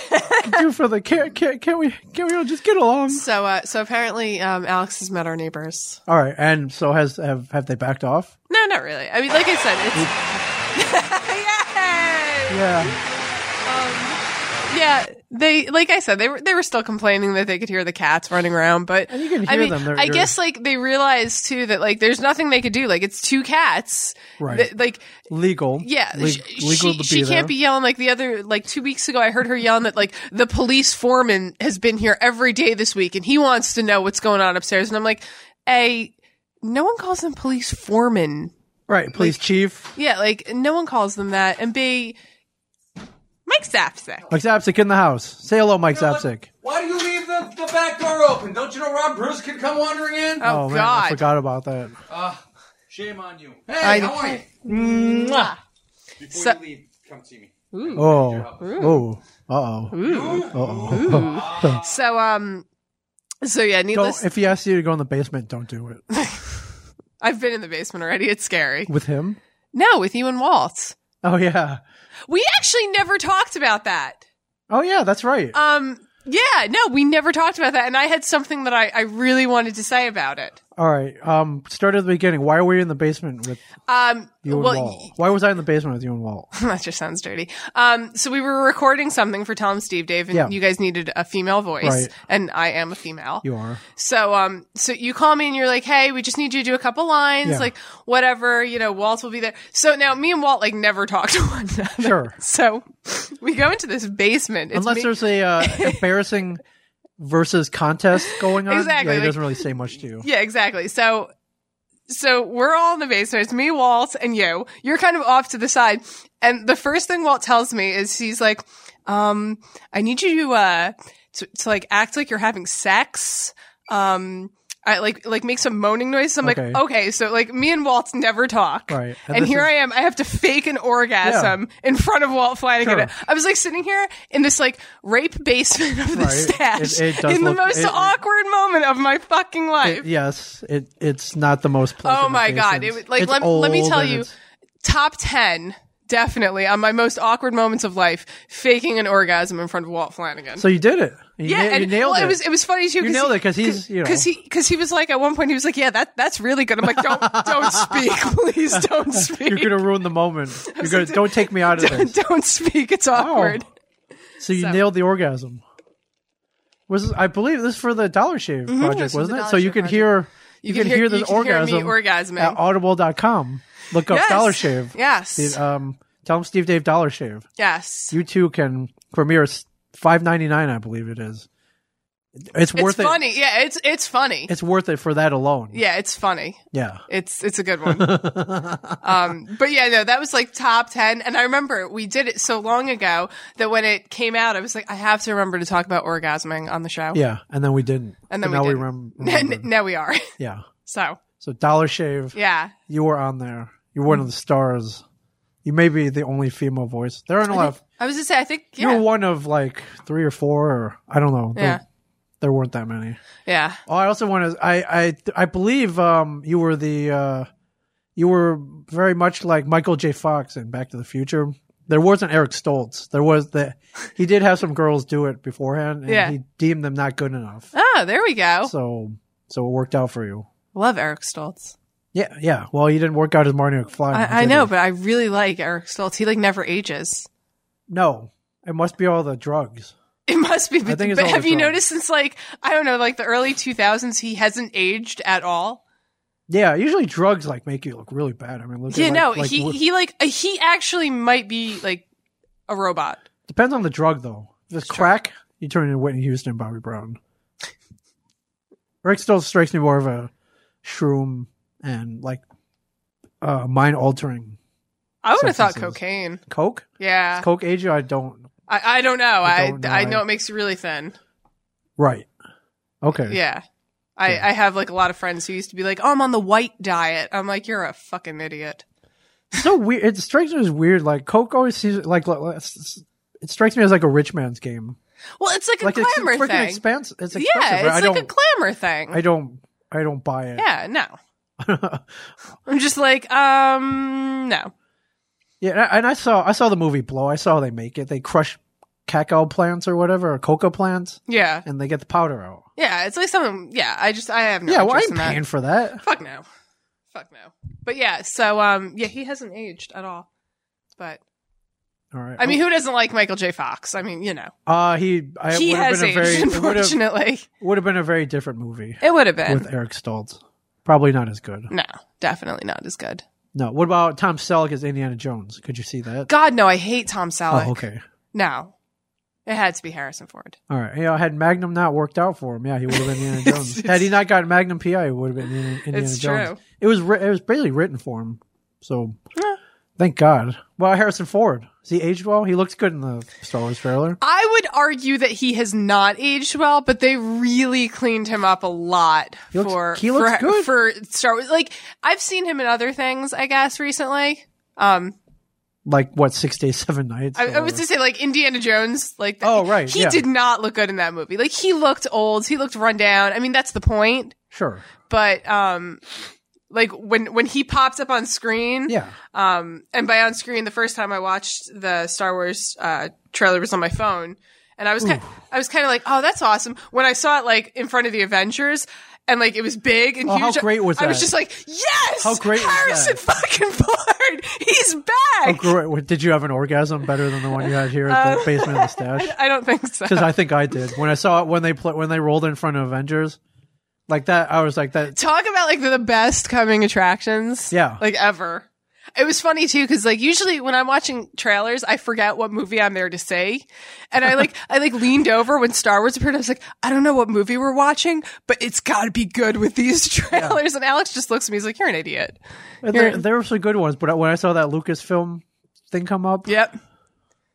S1: do for the can can can we can we all just get along?
S2: so uh, so apparently, um, Alex has met our neighbors.
S1: All right. And so has have have they backed off?
S2: No, not really. I mean, like I said, it's. Yay!
S1: Yeah.
S2: Yeah, they like I said, they were they were still complaining that they could hear the cats running around, but
S1: you can
S2: I
S1: hear
S2: mean,
S1: them, they're-
S2: I guess like they realized too that like there's nothing they could do. Like it's two cats,
S1: Right.
S2: Th- like
S1: Legal.
S2: yeah,
S1: Le-
S2: she,
S1: legal
S2: she,
S1: to be
S2: she
S1: there.
S2: can't be yelling like the other. Like two weeks ago, I heard her yelling that like the police foreman has been here every day this week and he wants to know what's going on upstairs. And I'm like, a no one calls them police foreman.
S1: right. Police chief.
S2: Yeah, like no one calls them that. And B, Mike Zapsik.
S1: Mike Zapsik in the house. Say hello, Mike Zapsik.
S4: Why do you leave the, the back door open? Don't you know Rob Bruce can come wandering in? Ah,
S2: Oh,
S1: man,
S2: God.
S1: I forgot about that.
S4: Shame on you. Hey,
S2: I-
S4: how are you? Before
S2: So-
S4: you leave, come see me.
S1: Oh, oh, uh oh.
S2: So um so yeah, needless
S1: Don't if he asks you to go in the basement, don't do it
S2: I've been in the basement already. It's scary.
S1: with him.
S2: No, with you and Walt.
S1: Oh yeah,
S2: We actually never talked about that.
S1: oh yeah, that's right.
S2: Um yeah, no, we never talked about that and I had something that I, I really wanted to say about it.
S1: All right, um, start at the beginning. Why were you in the basement with
S2: Um
S1: you and
S2: well
S1: Walt? Why was I in the basement with you and Walt?
S2: that just sounds dirty. Um so we were recording something for Tom Steve Dave and
S1: Yeah.
S2: you guys needed a female voice
S1: Right.
S2: and I am a female.
S1: You are
S2: So um so you call me and you're like, "Hey, we just need you to do a couple lines,
S1: Yeah.
S2: like whatever, you know, Walt will be there." So now me and Walt like never talk to one another.
S1: sure,
S2: So we go into this basement. It's
S1: unless
S2: me-
S1: there's a uh, embarrassing versus contest going on.
S2: Exactly,
S1: yeah, he
S2: like-
S1: doesn't really say much to you.
S2: yeah, exactly. So so we're all in the basement. It's me, Walt, and you. You're kind of off to the side. And the first thing Walt tells me is he's like, um, I need you to uh to, to like act like you're having sex. Um I like like make some moaning noise. So I'm
S1: Okay.
S2: like, okay, so like me and Walt never talk.
S1: Right. And
S2: And,
S1: this
S2: here
S1: is-
S2: I am. I have to fake an orgasm in front of Walt Flanagan.
S1: Sure.
S2: I was like sitting here in this like rape basement of the
S1: Right.
S2: stash
S1: It- it does
S2: in the
S1: look-
S2: most
S1: it- it-
S2: awkward moment of my fucking life.
S1: It- yes, it it's not the most. pleasant
S2: Oh
S1: of
S2: my God,
S1: basements.
S2: it was- like,
S1: It's
S2: lem- let me
S1: old
S2: tell
S1: and
S2: you,
S1: it's-
S2: top 10 definitely on my most awkward moments of life faking an orgasm in front of walt flanagan
S1: So you did it. You
S2: yeah,
S1: na- you
S2: and
S1: nailed
S2: well,
S1: it.
S2: it was it was funny too.
S1: You nailed it 'cause he's, you know.
S2: because he because he was like at one point he was like yeah that that's really good. I'm like don't don't speak please don't speak
S1: You're gonna ruin the moment. You're gonna
S2: like,
S1: don't take me out of this.
S2: don't speak it's awkward.
S1: So you
S2: So-
S1: nailed the orgasm. Was this- I believe this is for the Dollar Shave project,
S2: it's
S1: wasn't
S2: for Mm-hmm, the
S1: it?
S2: Dollar
S1: So you
S2: Shave
S1: can
S2: project.
S1: hear you, can hear,
S2: you
S1: this
S2: can hear me
S1: orgasm
S2: orgasming.
S1: at audible.com. Look up
S2: Yes.
S1: Dollar Shave.
S2: Yes.
S1: The, um, tell them Steve Dave Dollar Shave.
S2: yes.
S1: You too can for mere five ninety nine, I believe it is. It's
S2: it's
S1: worth it.
S2: funny. Yeah, it's it's funny.
S1: It's worth it for that alone.
S2: yeah, it's funny.
S1: Yeah.
S2: It's it's a good one. um, but yeah, no, that was like top ten, and I remember we did it so long ago that when it came out, I was like, I have to remember to talk about orgasming on the show.
S1: Yeah. And then we didn't.
S2: And then
S1: But
S2: we
S1: now
S2: didn't.
S1: we rem- remembered.
S2: now we are.
S1: yeah.
S2: So
S1: So Dollar Shave.
S2: yeah,
S1: You were on there. You're one of the stars. You may be the only female voice. There aren't a lot of.
S2: I was gonna say, I think
S1: You
S2: yeah,
S1: were one of like three or four, or I don't know. There,
S2: Yeah.
S1: there weren't that many.
S2: yeah,
S1: Oh, I also want to. I I I believe um you were the uh you were very much like Michael J. Fox in Back to the Future. There wasn't Eric Stoltz. There was the he did have some girls do it beforehand, and
S2: Yeah.
S1: he deemed them not good enough.
S2: Ah, there we go.
S1: So so it worked out for you.
S2: Love Eric Stoltz.
S1: Yeah, yeah. Well, he didn't work out as Marty McFly.
S2: I, I
S1: did
S2: know,
S1: he?
S2: but I really like Eric Stoltz. He like never ages.
S1: No, it must be all the drugs.
S2: It must be. But,
S1: think it's
S2: but
S1: all
S2: have
S1: the
S2: you
S1: drugs.
S2: noticed since like I don't know, like the early two thousands, he hasn't aged at all.
S1: Yeah, usually drugs like make you look really bad. I mean, look at,
S2: Yeah,
S1: like-
S2: no,
S1: like,
S2: he
S1: look-
S2: he like uh, he actually might be like a robot.
S1: depends on the drug though. If it's crack, you turn into Whitney Houston, Bobby Brown. Rick still strikes me more of a shroom and like uh, mind altering
S2: I would have thought
S1: Substances.
S2: cocaine.
S1: coke.
S2: Yeah,
S1: Coke age, I don't.
S2: I, I don't know. I
S1: don't know.
S2: I know
S1: I-
S2: it makes you really thin.
S1: Right. Okay.
S2: Yeah. I, I have like a lot of friends who used to be like, "Oh, I'm on the white diet." I'm like, "You're a fucking idiot."
S1: so weird. It strikes me as weird. Like Coke always seems like, like- like, it's- it's- it strikes me as like a rich man's game.
S2: Well, it's like a
S1: Like it's
S2: glamour
S1: freaking
S2: thing.
S1: expensive. It's expensive.
S2: yeah,
S1: but I
S2: it's
S1: don't.
S2: like a glamour thing.
S1: I don't. I don't buy it.
S2: yeah, no. I'm just like, um, no.
S1: Yeah, and I- and I saw I saw the movie Blow. I saw they make it. They crush cacao plants or whatever, or coca plants,
S2: Yeah,
S1: and they get the powder out.
S2: yeah. It's like something. Yeah, I just I have no.
S1: yeah, well, I
S2: interest
S1: ain't
S2: in that.
S1: paying for that.
S2: Fuck no. Fuck no. But yeah, so um yeah, he hasn't aged at all. But
S1: All right.
S2: I mean, who doesn't like Michael J. Fox? I mean, you know.
S1: uh, he I,
S2: he
S1: would have
S2: has
S1: been a very
S2: aged,
S1: would have,
S2: unfortunately.
S1: would have been a very different movie
S2: It would have been.
S1: with Eric Stoltz. Probably not as good.
S2: no, definitely not as good.
S1: No. What about Tom Selleck as Indiana Jones? Could you see that?
S2: God no, I hate Tom Selleck.
S1: Oh, okay.
S2: No. It had to be Harrison Ford.
S1: All right. Yeah, had Magnum not worked out for him, yeah, he would have been Indiana Jones. Had he not gotten Magnum PI, he would have been Indiana, Indiana
S2: It's
S1: Jones.
S2: true.
S1: It was ri- it was basically written for him. So
S2: Yeah.
S1: thank God. Well, Harrison Ford. Is he aged well? He looks good in the Star Wars trailer.
S2: I would argue that he has not aged well, but they really cleaned him up a lot
S1: He looks-
S2: for
S1: he looks
S2: for,
S1: good.
S2: for Star Wars. Like I've seen him in other things, I guess, recently. Um,
S1: Like what, six days, seven nights?
S2: I, I
S1: or-
S2: was to say like Indiana Jones, like
S1: Oh, right,
S2: he
S1: yeah.
S2: did not look good in that movie. Like he looked old, he looked run down. I mean, that's the point.
S1: sure.
S2: But um, like when when he pops up on screen,
S1: Yeah.
S2: Um, and by on screen, the first time I watched the Star Wars uh, trailer was on my phone, and I was kind I was kind of like, oh, that's awesome. When I saw it like in front of the Avengers. And like it was big and
S1: Oh, how
S2: huge.
S1: great was
S2: I was
S1: that?
S2: just like, yes,
S1: How great was that?
S2: Harrison fucking Ford, he's back.
S1: Oh, great. Did you have an orgasm better than the one you had here at the basement of the stash?
S2: Uh, I don't think so.
S1: Because I think I did when I saw it when they pla when they rolled in front of Avengers, like that. I was like that.
S2: talk about like the best coming attractions
S1: Yeah.
S2: like ever it was funny too because like usually when i'm watching trailers i forget what movie i'm there to see and i like i like leaned over when star wars appeared i was like i don't know what movie we're watching but it's gotta be good with these trailers and alex just looks at me he's like you're an idiot
S1: There, there were some good ones, but when I saw that Lucasfilm thing come up,
S2: yep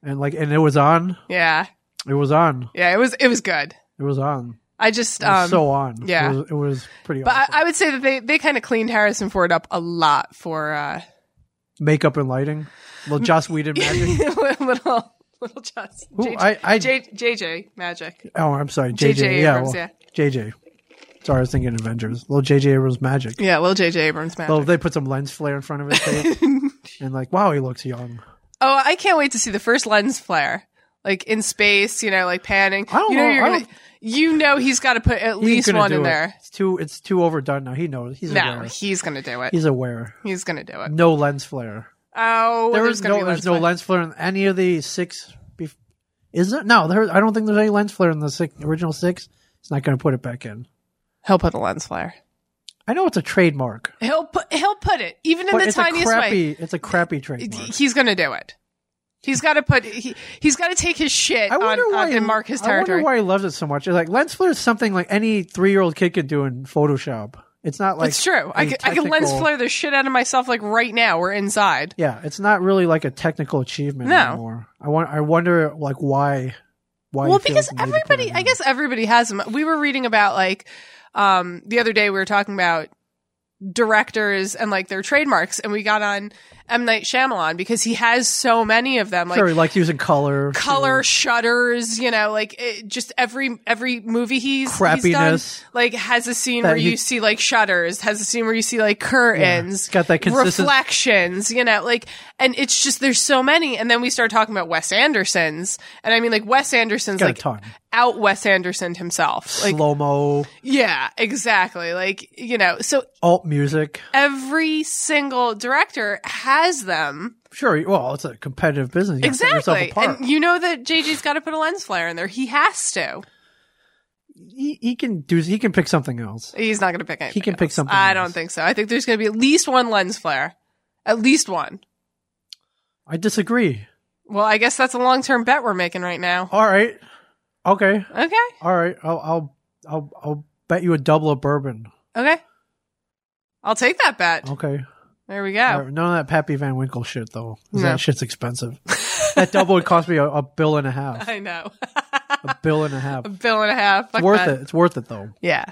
S1: and like and it was on
S2: yeah
S1: it was on
S2: yeah it was it was good
S1: it was on
S2: i just
S1: it was
S2: um
S1: so on
S2: yeah.
S1: it was, it was pretty
S2: but I,
S1: awesome.
S2: I would say that they, they kind of cleaned Harrison Ford up a lot for uh,
S1: makeup and lighting little
S2: Mm.
S1: joss whedon magic
S2: little little Johnson.
S1: Ooh, I- I-
S2: J- JJ magic.
S1: oh i'm sorry jj,
S2: J.J.
S1: yeah,
S2: Abrams,
S1: well,
S2: yeah.
S1: jj sorry i was thinking avengers little jj abrams magic
S2: Yeah, little JJ Abrams magic.
S1: Oh, they put some lens flare in front of his face, and like, wow, he looks young.
S2: Oh, I can't wait to see the first lens flare, like in space. You know, like panning.
S1: I don't
S2: you know,
S1: know,
S2: You're
S1: I
S2: gonna,
S1: don't-
S2: you know, he's got to put at
S1: He's
S2: least
S1: gonna
S2: one
S1: do
S2: in
S1: it.
S2: there.
S1: It's too, it's too overdone now. He knows. He's
S2: No,
S1: aware.
S2: he's gonna do it. He's,
S1: He's aware.
S2: gonna do it.
S1: No lens flare.
S2: Oh,
S1: There
S2: there's
S1: was
S2: gonna
S1: no,
S2: be
S1: there's no
S2: flare.
S1: lens flare in any of the six. Bef- is there? No, there. I don't think there's any lens flare in the six, original six. He's not going to put it back in.
S2: He'll put a lens flare.
S1: I know it's a trademark,
S2: He'll put. He'll put it even in
S1: but
S2: the
S1: it's a
S2: tiniest way.
S1: crappy. It's a crappy
S2: It-
S1: trademark.
S2: He's gonna do it. He's got to put. He, he's got to take his shit
S1: I
S2: on,
S1: wonder
S2: on-
S1: why
S2: and mark his
S1: I
S2: territory.
S1: wonder why he loves it so much. It's like lens flare is something like any three year old kid could do in Photoshop. It's not like
S2: It's true. I
S1: a
S2: could, I could lens
S1: technical-
S2: flare the shit out of myself like right now. We're inside.
S1: Yeah, it's not really like a technical achievement
S2: No.
S1: anymore. I want. I wonder like why. Why?
S2: well,
S1: he feels
S2: because
S1: the need to put
S2: everybody,
S1: it in.
S2: I guess everybody has them. We were reading about like um, the other day. We were talking about directors and like their trademarks, and we got on M Night Shyamalan because he has so many of them. Like
S1: sure, he liked using color. too.
S2: color shutters, you know, like it, just every every movie he's he's done,
S1: Crappiness.
S2: like has a scene
S1: That
S2: where
S1: he-
S2: you see like shutters, has a scene where you see like curtains,
S1: It's got that consistent-
S2: reflections, you know, like and it's just there's so many, and then we start talking about Wes Anderson's, and I mean like Wes Anderson's
S1: Got a
S2: like
S1: ton.
S2: out Wes Anderson himself, like
S1: Slow mo,
S2: yeah, exactly, like you know, so
S1: alt music.
S2: every single director has them.
S1: Sure. Well, it's a competitive business. You gotta set yourself
S2: Exactly.
S1: apart.
S2: And you know that JJ's got to put a lens flare in there. He has to.
S1: he, he can do. He can pick something else.
S2: He's not going to pick anything.
S1: can pick
S2: else.
S1: something
S2: I
S1: else.
S2: don't think so. I think there's going to be at least one lens flare. At least one.
S1: I disagree.
S2: Well, I guess that's a long term bet we're making right now.
S1: All right. Okay.
S2: Okay.
S1: All right. I'll I'll I'll, I'll bet you a double of bourbon.
S2: Okay. I'll take that bet.
S1: Okay.
S2: There we go.
S1: Oh. All right, None of that Pappy Van Winkle shit though. 'cause
S2: No.
S1: That shit's expensive. that double would cost me a, a bill and a half.
S2: I know.
S1: A bill and a half.
S2: a bill and a half. Fuck
S1: It's worth
S2: that.
S1: it. It's worth it though.
S2: Yeah.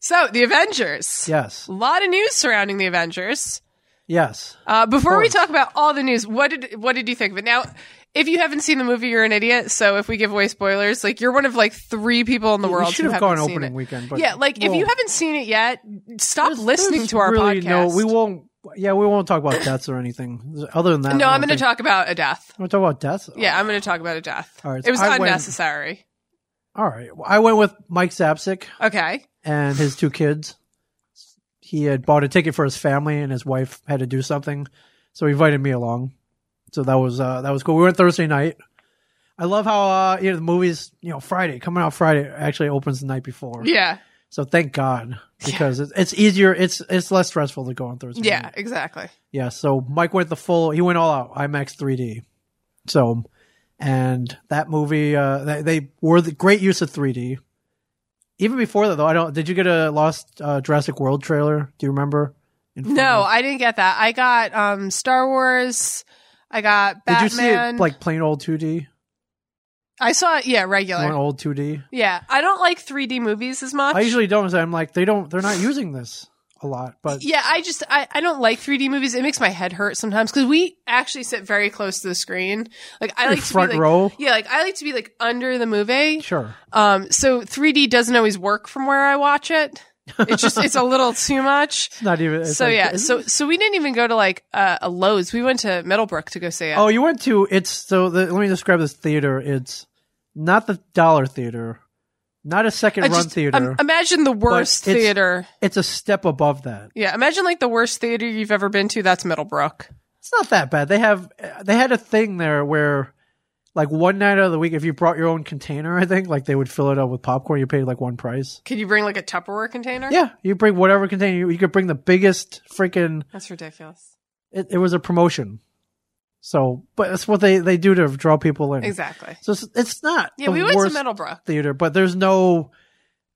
S2: So, the Avengers.
S1: Yes.
S2: A lot of news surrounding the Avengers.
S1: Yes.
S2: Uh, before we
S1: course.
S2: talk about all the news, what did what did you think of it? Now, if you haven't seen the movie, you're an idiot. So if we give away spoilers, like you're one of like three people in the world
S1: we should
S2: who
S1: have
S2: haven't
S1: gone
S2: seen
S1: opening
S2: it.
S1: weekend. But
S2: yeah, like if
S1: well,
S2: you haven't seen it yet, stop
S1: there's-
S2: listening
S1: there's
S2: to our
S1: really
S2: podcast.
S1: No, we won't. Yeah, we won't talk about deaths or anything. Other than that,
S2: No, I'm going to
S1: to
S2: talk about a death.
S1: I'm going to talk about deaths.
S2: Yeah, I'm going to talk about a death.
S1: Oh. All right,
S2: it was
S1: I went-
S2: unnecessary.
S1: All right. Well, I went with Mike Zapsik
S2: Okay.
S1: and his two kids. He had bought a ticket for his family, and his wife had to do something, so he invited me along. So that was uh, that was cool. We went Thursday night. I love how uh, you know the movies. You know, Friday coming out Friday actually opens the night before.
S2: Yeah.
S1: So thank God because it's it's easier. It's it's less stressful to go on Thursday.
S2: Yeah.
S1: night.
S2: Exactly.
S1: yeah. So Mike went the full. He went all out IMAX 3D. So, and that movie, uh, they, they were the great use of 3D. Even before that, though, I don't. Did you get a Lost uh, Jurassic World trailer? Do you remember? In front
S2: No,
S1: of-
S2: I didn't get that. I got um Star Wars. I got
S1: Did
S2: Batman.
S1: you see it like plain old 2D?
S2: I saw it. Yeah, regular.
S1: Plain old 2D.
S2: Yeah, I don't like 3D movies as much.
S1: I usually don't. 'cause I'm like they don't. They're not using this a lot, but
S2: yeah, I just I, I don't like 3D movies. It makes my head hurt sometimes because we actually sit very close to the screen. Like I like to
S1: front
S2: be like,
S1: row.
S2: Yeah, like I like to be like under the movie.
S1: Sure.
S2: Um, so 3D doesn't always work from where I watch it. It's just it's a little too much.
S1: It's not even. it's
S2: So
S1: like-
S2: yeah,
S1: isn't
S2: so so we didn't even go to like uh, a Lowe's. We went to Middlebrook to go see it.
S1: Oh, you went to it's so the, let me describe this theater. It's not the dollar theater, not a second
S2: I
S1: run
S2: just-
S1: theater.
S2: um, imagine the worst
S1: it's-
S2: theater.
S1: it's a step above that.
S2: Yeah, imagine like the worst theater you've ever been to. That's Middlebrook.
S1: It's not that bad. They have they had a thing there where like one night out of the week, if you brought your own container, I think like they would fill it up with popcorn. You paid like one price.
S2: Could you bring like a Tupperware container?
S1: Yeah, you bring whatever container you, you could bring the biggest freaking.
S2: that's ridiculous.
S1: It, it was a promotion, so but that's what they they do to draw people in.
S2: Exactly.
S1: So it's, it's not.
S2: Yeah,
S1: the
S2: we went
S1: worst
S2: to Middlebrook.
S1: theater, but there's no.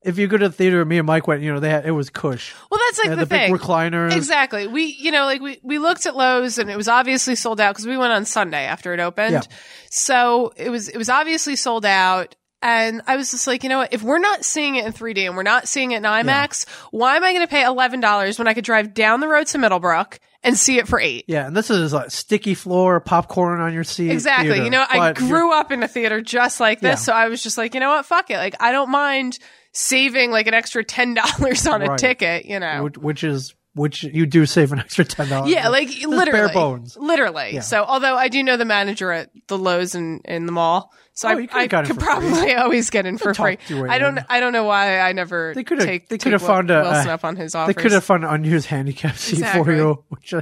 S1: If you go to the theater, me and Mike went. You know, they had it was cush.
S2: Well, that's like
S1: They had
S2: the, thing.
S1: big recliners.
S2: Exactly. We, you know, like we, we looked at Lowe's and it was obviously sold out because we went on Sunday after it opened.
S1: Yeah.
S2: So it was, it was obviously sold out. And I was just like, you know what? If we're not seeing it in 3D and we're not seeing it in IMAX, why am I going to pay $11 when I could drive down the road to Middlebrook and see it for eight?
S1: Yeah, and this is like sticky floor, popcorn on your seat.
S2: Exactly.
S1: theater.
S2: You know, I
S1: But you're-
S2: grew up in a theater just like this,
S1: Yeah.
S2: so I was just like, you know what? Fuck it. Like, I don't mind saving like an extra ten dollars on a
S1: Right.
S2: ticket. You know,
S1: which, which is which you do save an extra ten dollars.
S2: Yeah, like
S1: This is
S2: literally,
S1: bare bones.
S2: Literally.
S1: Yeah.
S2: So, although I do know the manager at the Lowe's in, in the mall, so
S1: Oh,
S2: I,
S1: you could've
S2: I
S1: gotten
S2: could
S1: it for free.
S2: probably always get in for free.
S1: talked your way
S2: I don't.
S1: in.
S2: I don't know why I never.
S1: They coulda-
S2: take-
S1: they
S2: take
S1: coulda
S2: Wil-
S1: found a-
S2: Wilson
S1: a-
S2: up on his
S1: They
S2: offers.
S1: could have found an unused handicap seat for
S2: Exactly.
S1: you, which I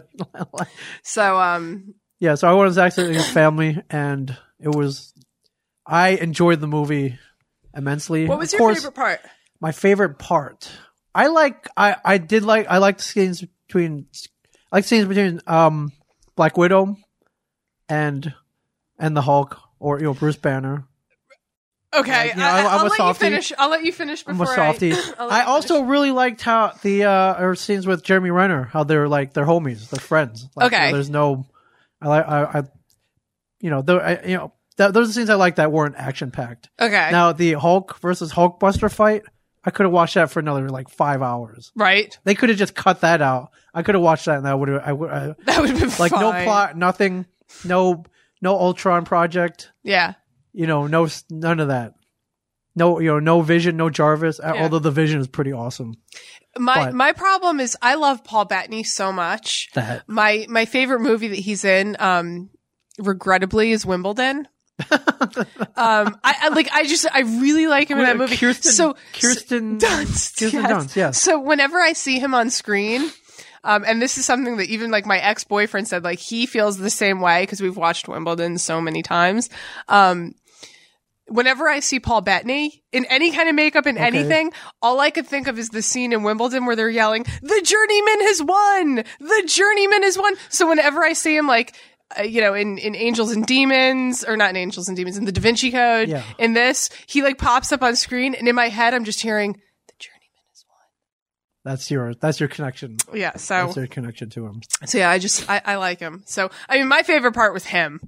S1: like.
S2: So, um,
S1: Yeah, so I went with Zach and his family, and it was. I enjoyed the movie immensely.
S2: what was
S1: Of
S2: your
S1: course,
S2: favorite part?
S1: my favorite part. I like I I did like I liked scenes between I like scenes between um Black Widow and and the Hulk or you know Bruce Banner.
S2: Okay,
S1: Like, you know, I'm-
S2: I,
S1: I'm a
S2: will let
S1: softie.
S2: you finish. I'll let you finish
S1: I'm
S2: before
S1: a softie.
S2: I, I'll let
S1: I
S2: you
S1: also
S2: finish.
S1: really liked how the uh her scenes with Jeremy Renner, how they're like they're homies, they're friends. Like, you know,
S2: Okay.
S1: there's no I like I, I you know, though I, you know that, those are the scenes I like that weren't action packed.
S2: okay.
S1: Now the Hulk versus Hulkbuster fight, I could have watched that for another like five hours.
S2: right?
S1: They could have just cut that out. I could have watched that and that would have I would I-
S2: That would have been
S1: like no
S2: fine.
S1: plot, nothing, no no Ultron project.
S2: Yeah,
S1: You know, no s- none of that. No, you know, no Vision, no Jarvis. uh,
S2: Yeah.
S1: Although the Vision is pretty awesome.
S2: my
S1: But-
S2: my problem is I love Paul Bettany so much.
S1: That
S2: My my favorite movie that he's in, um, regrettably, is Wimbledon. um, I, I like I just I really like him in that movie.
S1: Kirsten,
S2: so
S1: Kirsten
S2: Dunst,
S1: Kirsten
S2: yes.
S1: Dunst, yes.
S2: So whenever I see him on screen, um, and this is something that even like my ex boyfriend said, like he feels the same way because we've watched Wimbledon so many times. Um, whenever I see Paul Bettany in any kind of makeup and anything, all I could think of is the scene in Wimbledon where they're yelling, "The journeyman has won! The journeyman has won!" So whenever I see him, like. Uh, you know, in, in Angels and Demons, or not in Angels and Demons, in The Da Vinci Code,
S1: Yeah.
S2: in this, he like pops up on screen, and in my head, I'm just hearing, The journeyman has
S1: that's your that's your connection.
S2: won. Yeah, so
S1: That's your connection to him.
S2: so yeah, I just I, I like him. So I mean, my favorite part was him,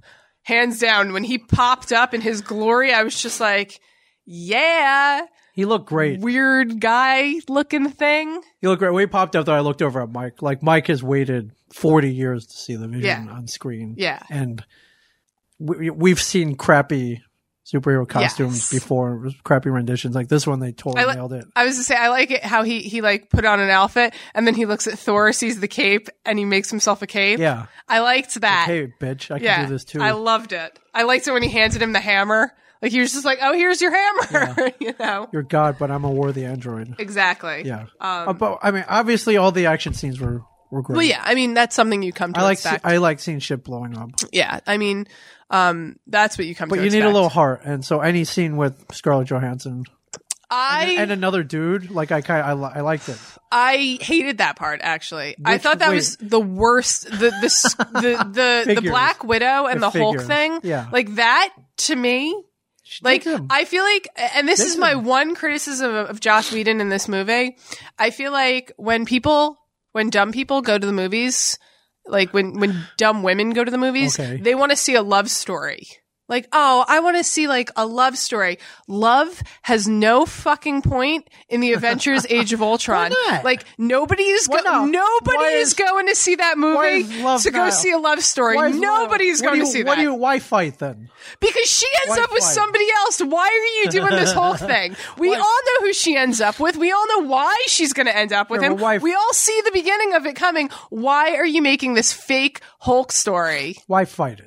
S2: hands down. When he popped up in his glory, I was just like, yeah,
S1: He looked great.
S2: weird guy looking thing.
S1: He looked great. When he popped up there, I looked over at Mike. Like Mike has waited forty years to see the Vision
S2: Yeah.
S1: on screen.
S2: Yeah.
S1: and we, we've seen crappy superhero costumes
S2: Yes.
S1: before, crappy renditions. Like this one, they totally
S2: I li-
S1: nailed it.
S2: I was to say I like it how he he like put on an outfit and then he looks at Thor, sees the cape, and he makes himself a cape.
S1: Yeah.
S2: I liked that.
S1: Hey, bitch, I can
S2: yeah,
S1: do this too.
S2: I loved it. I liked it when he handed him the hammer. Like he was just like, oh, here's your hammer. you know,
S1: You're God, but I'm a worthy android.
S2: exactly.
S1: Yeah.
S2: Um,
S1: Uh, but I mean, obviously, all the action scenes were were great.
S2: well, yeah. I mean, that's something you come to
S1: I like see,
S2: expect.
S1: I like seeing shit blowing up,
S2: Yeah, I mean, um, that's what you come.
S1: but
S2: to
S1: you need a
S2: expect.
S1: little heart, and so any scene with Scarlett Johansson
S2: I
S1: and another dude, like I kind I, li- I liked it.
S2: I hated that part actually. I
S1: Which-
S2: thought that
S1: wait.
S2: was the worst. The the s- the the, the
S1: Figures.
S2: Black Widow and
S1: The
S2: the, Hulk
S1: figures.
S2: thing.
S1: Yeah.
S2: like that to me.
S1: She
S2: Like
S1: did him.
S2: I feel like, and this is my one criticism of, of Josh Whedon in this movie. I feel like when people, when dumb people go to the movies, like when when dumb women go to the movies,
S1: Okay.
S2: they want to see a love story. Like, oh, I want to see like a love story. Love has no fucking point in the Avengers: Age of Ultron.
S1: not?
S2: Like nobody is go-
S1: Why not?
S2: nobody
S1: Why
S2: is,
S1: is-
S2: going to see that
S1: why
S2: movie
S1: is love
S2: to go
S1: not-
S2: see a love story.
S1: Why is love-
S2: Nobody is
S1: what
S2: going
S1: do
S2: to
S1: you-
S2: see
S1: What do
S2: that
S1: you? Why fight then?
S2: because she ends
S1: Why
S2: up with
S1: fight?
S2: somebody else. Why are you doing this whole thing? We all know who she ends up with. We all know why she's going to end up with
S1: Yeah,
S2: him.
S1: well, why-
S2: We all see the beginning of it coming. Why are you making this fake Hulk story?
S1: Why fight it?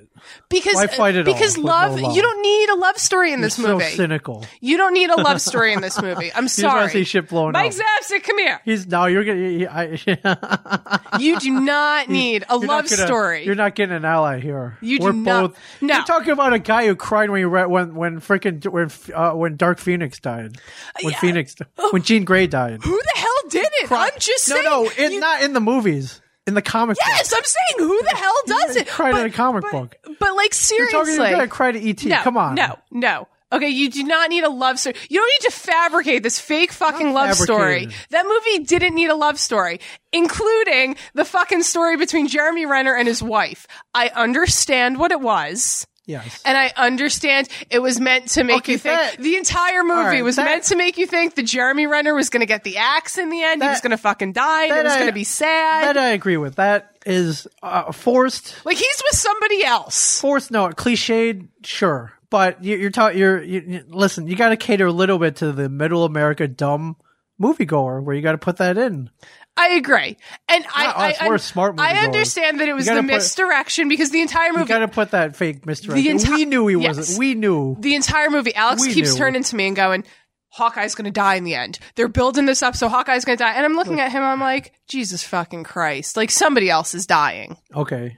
S2: Because
S1: Why fight it all
S2: because
S1: with no
S2: love,
S1: love?
S2: you don't need a love story in
S1: You're
S2: this
S1: so
S2: movie.
S1: cynical.
S2: You don't need a love story in this movie. I'm
S1: You just want to see
S2: sorry.
S1: shit blowing
S2: Mike
S1: up.
S2: Zapsik, come here.
S1: He's no, you're gonna. he- I, you're
S2: You do not need a
S1: not
S2: love
S1: gonna-
S2: story.
S1: You're not getting an ally here.
S2: You do
S1: We're
S2: not-
S1: both.
S2: no.
S1: You're talking about a guy who cried when he read when when freaking when uh, when Dark Phoenix died, when
S2: Yeah. Oh.
S1: Phoenix when Jean Grey died.
S2: who the hell did it? I'm just
S1: no,
S2: saying.
S1: no, in,
S2: you-
S1: not in the movies, in the comic book.
S2: Yes, I'm saying who the hell does it?
S1: cried in a comic
S2: but-
S1: book.
S2: But like
S1: You're talking
S2: seriously,
S1: about a guy who cried at ET.
S2: no,
S1: Come on,
S2: no, no. Okay, you do not need a love story. You don't need to fabricate this fake fucking love story.
S1: fabricated.
S2: That movie didn't need a love story, including the fucking story between Jeremy Renner and his wife. I understand what it was.
S1: Yes,
S2: And I understand it was meant to make
S1: Okay,
S2: you think
S1: that-
S2: the entire movie
S1: right,
S2: was
S1: that-
S2: meant to make you think that Jeremy Renner was going to get the axe in the end. he
S1: That-
S2: was going to fucking die. and
S1: that
S2: it was
S1: I-
S2: going to be sad.
S1: that I agree with. That is uh, forced.
S2: Like he's with somebody else.
S1: forced no cliched sure but you, you're talking you're you, you- listen you got to cater a little bit to the middle america dumb moviegoer where you got to put that in
S2: I agree, and
S1: Not
S2: I,
S1: us,
S2: I
S1: we're smart moviegoers.
S2: I understand that it was
S1: You
S2: the
S1: gotta put-
S2: misdirection because the entire
S1: you
S2: movie,
S1: got to put that fake misdirection
S2: enti-
S1: we knew he
S2: yes.
S1: wasn't we knew
S2: the entire movie, Alex
S1: We
S2: keeps
S1: knew.
S2: turning to me and going, "Hawkeye's going to die in the end. They're building this up so Hawkeye's going to die." And I'm looking at him, I'm like, "Jesus fucking Christ! Like somebody else is dying."
S1: okay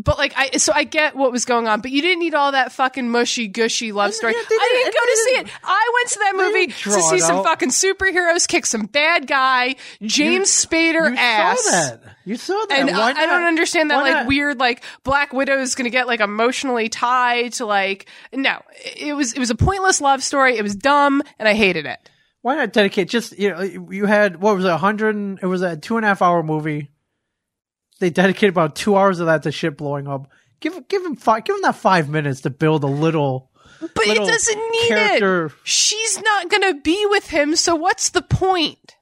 S2: But like I, so I get what was going on, but you didn't need all that fucking mushy gushy love story.
S1: yeah, they
S2: I
S1: didn't-
S2: didn't go
S1: they
S2: to see
S1: didn't-
S2: it. I went to that movie
S1: didn't
S2: to
S1: draw
S2: see
S1: it
S2: some
S1: out.
S2: fucking superheroes kick some bad guy James Spader
S1: you
S2: ass.
S1: saw that you saw that
S2: And
S1: Why
S2: I, I don't
S1: not?
S2: understand that
S1: Why
S2: like
S1: not?
S2: weird like Black Widow is going to get like emotionally tied to like no it was it was a pointless love story it was dumb and I hated it
S1: why not dedicate just you know you had what was it 100 it was a two and a half hour movie they dedicated about two hours of that to shit blowing up give give him five give him that five minutes to build a little
S2: But it
S1: little
S2: doesn't need it.
S1: character-
S2: She's not going to be with him, so what's the point?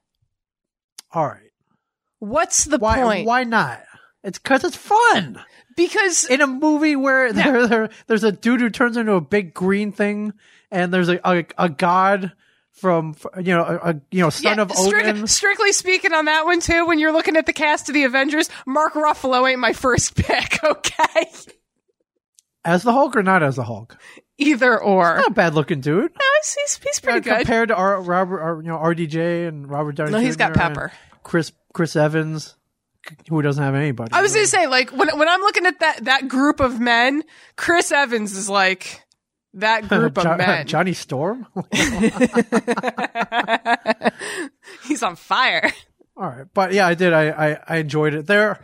S1: All right.
S2: What's the
S1: Why?
S2: point?
S1: Why not? It's because it's fun
S2: Because
S1: in a movie where there, there, there's a dude who turns into a big green thing, and there's a a, a god from you know a, a you know son
S2: yeah,
S1: of
S2: strict-
S1: Odin.
S2: strictly speaking on that one too, when you're looking at the cast of the Avengers, Mark Ruffalo ain't my first pick, okay?
S1: as the Hulk or not as the Hulk?
S2: Either or.
S1: Not a bad looking dude.
S2: No, he's, he's, he's pretty
S1: Uh,
S2: good.
S1: compared to our Robert, our, you know RDJ and Robert Downey.
S2: No, he's got
S1: Jr. and
S2: pepper.
S1: Chris Chris Evans, who doesn't have anybody.
S2: I was going to say, like, when, when I'm looking at that, that group of men, Chris Evans is like that group
S1: Jo-
S2: of men.
S1: Johnny Storm. All
S2: He's on fire.
S1: right, but yeah, I did. I I, I enjoyed it there.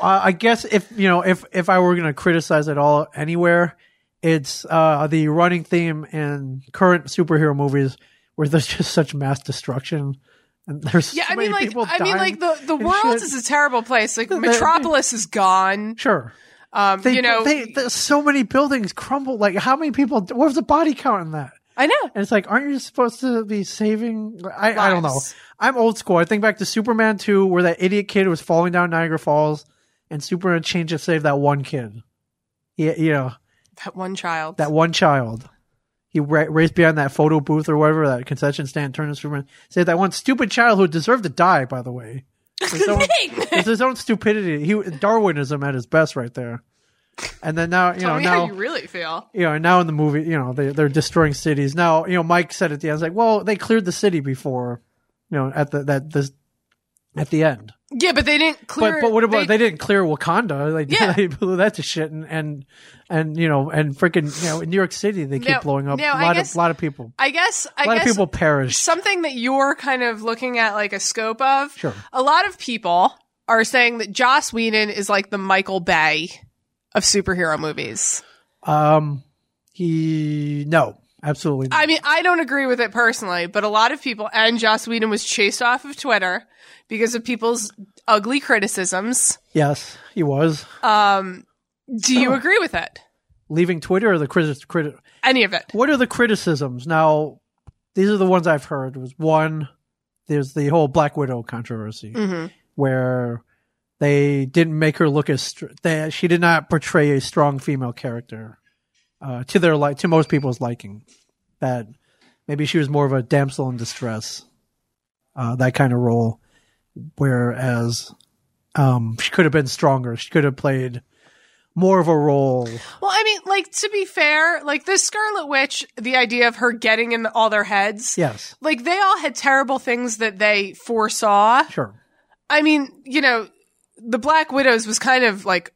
S1: Uh, I guess if you know if if I were going to criticize it all anywhere, it's uh, the running theme in current superhero movies where there's just such mass destruction and there's
S2: Yeah,
S1: so
S2: I mean,
S1: many
S2: like,
S1: people
S2: I mean,
S1: dying
S2: like the the
S1: and
S2: world
S1: shit.
S2: is a terrible place. Like, Metropolis is gone.
S1: sure.
S2: Um,
S1: They,
S2: you know,
S1: they, there's so many buildings crumble. Like, how many people? What was the body count in that?
S2: I know.
S1: And it's like, aren't you supposed to be saving? I, I don't know.
S2: Lives.
S1: I'm old school. I think back to Superman 2, where that idiot kid was falling down Niagara Falls, and Superman changed to save that one kid. Yeah, you know,
S2: That one child.
S1: that one child. He ra- raced behind that photo booth or whatever, that concession stand, turned to Superman, saved that one stupid child who deserved to die, by the way. His own, it's his own stupidity. He Darwinism at his best, right there. And then now, you
S2: Tell
S1: know,
S2: me
S1: now
S2: how you really feel.
S1: you know, now in the movie, you know, they, they're destroying cities. Now, you know, Mike said at the end, it's like, well, they cleared the city before, you know, at the, that, this, at the end.
S2: Yeah, but they didn't clear.
S1: But, but what about, they, didn't clear Wakanda. Like,
S2: Yeah.
S1: they blew that to shit and, and, and, you know, and freaking, you know, in New York City, they keep
S2: Now-
S1: blowing up.
S2: now,
S5: I
S1: a lot
S2: guess-
S1: of, lot of people,
S2: I guess. I
S1: a lot
S2: guess
S1: of people perish.
S2: something that you're kind of looking at like a scope of.
S1: Sure.
S2: A lot of people are saying that Joss Whedon is like the Michael Bay of superhero movies.
S1: Um, he, no, absolutely not.
S2: I mean, I don't agree with it personally, but a lot of people and Joss Whedon was chased off of Twitter because of people's ugly criticisms.
S1: yes, he was.
S2: Um, do you agree with it?
S1: Leaving Twitter or the critics, criti-
S2: Any of it?
S1: what are the criticisms now these are the ones i've heard was one there's the whole black widow controversy where they didn't make her look as str- they, she did not portray a strong female character uh, to their like to most people's liking that maybe she was more of a damsel in distress uh, that kind of role whereas um, she could have been stronger she could have played more of a role
S2: Well, I mean, like to be fair, like this Scarlet Witch, the idea of her getting in all their heads.
S1: yes
S2: Like they all had terrible things that they foresaw.
S1: sure
S2: I mean, you know, the Black Widows was kind of like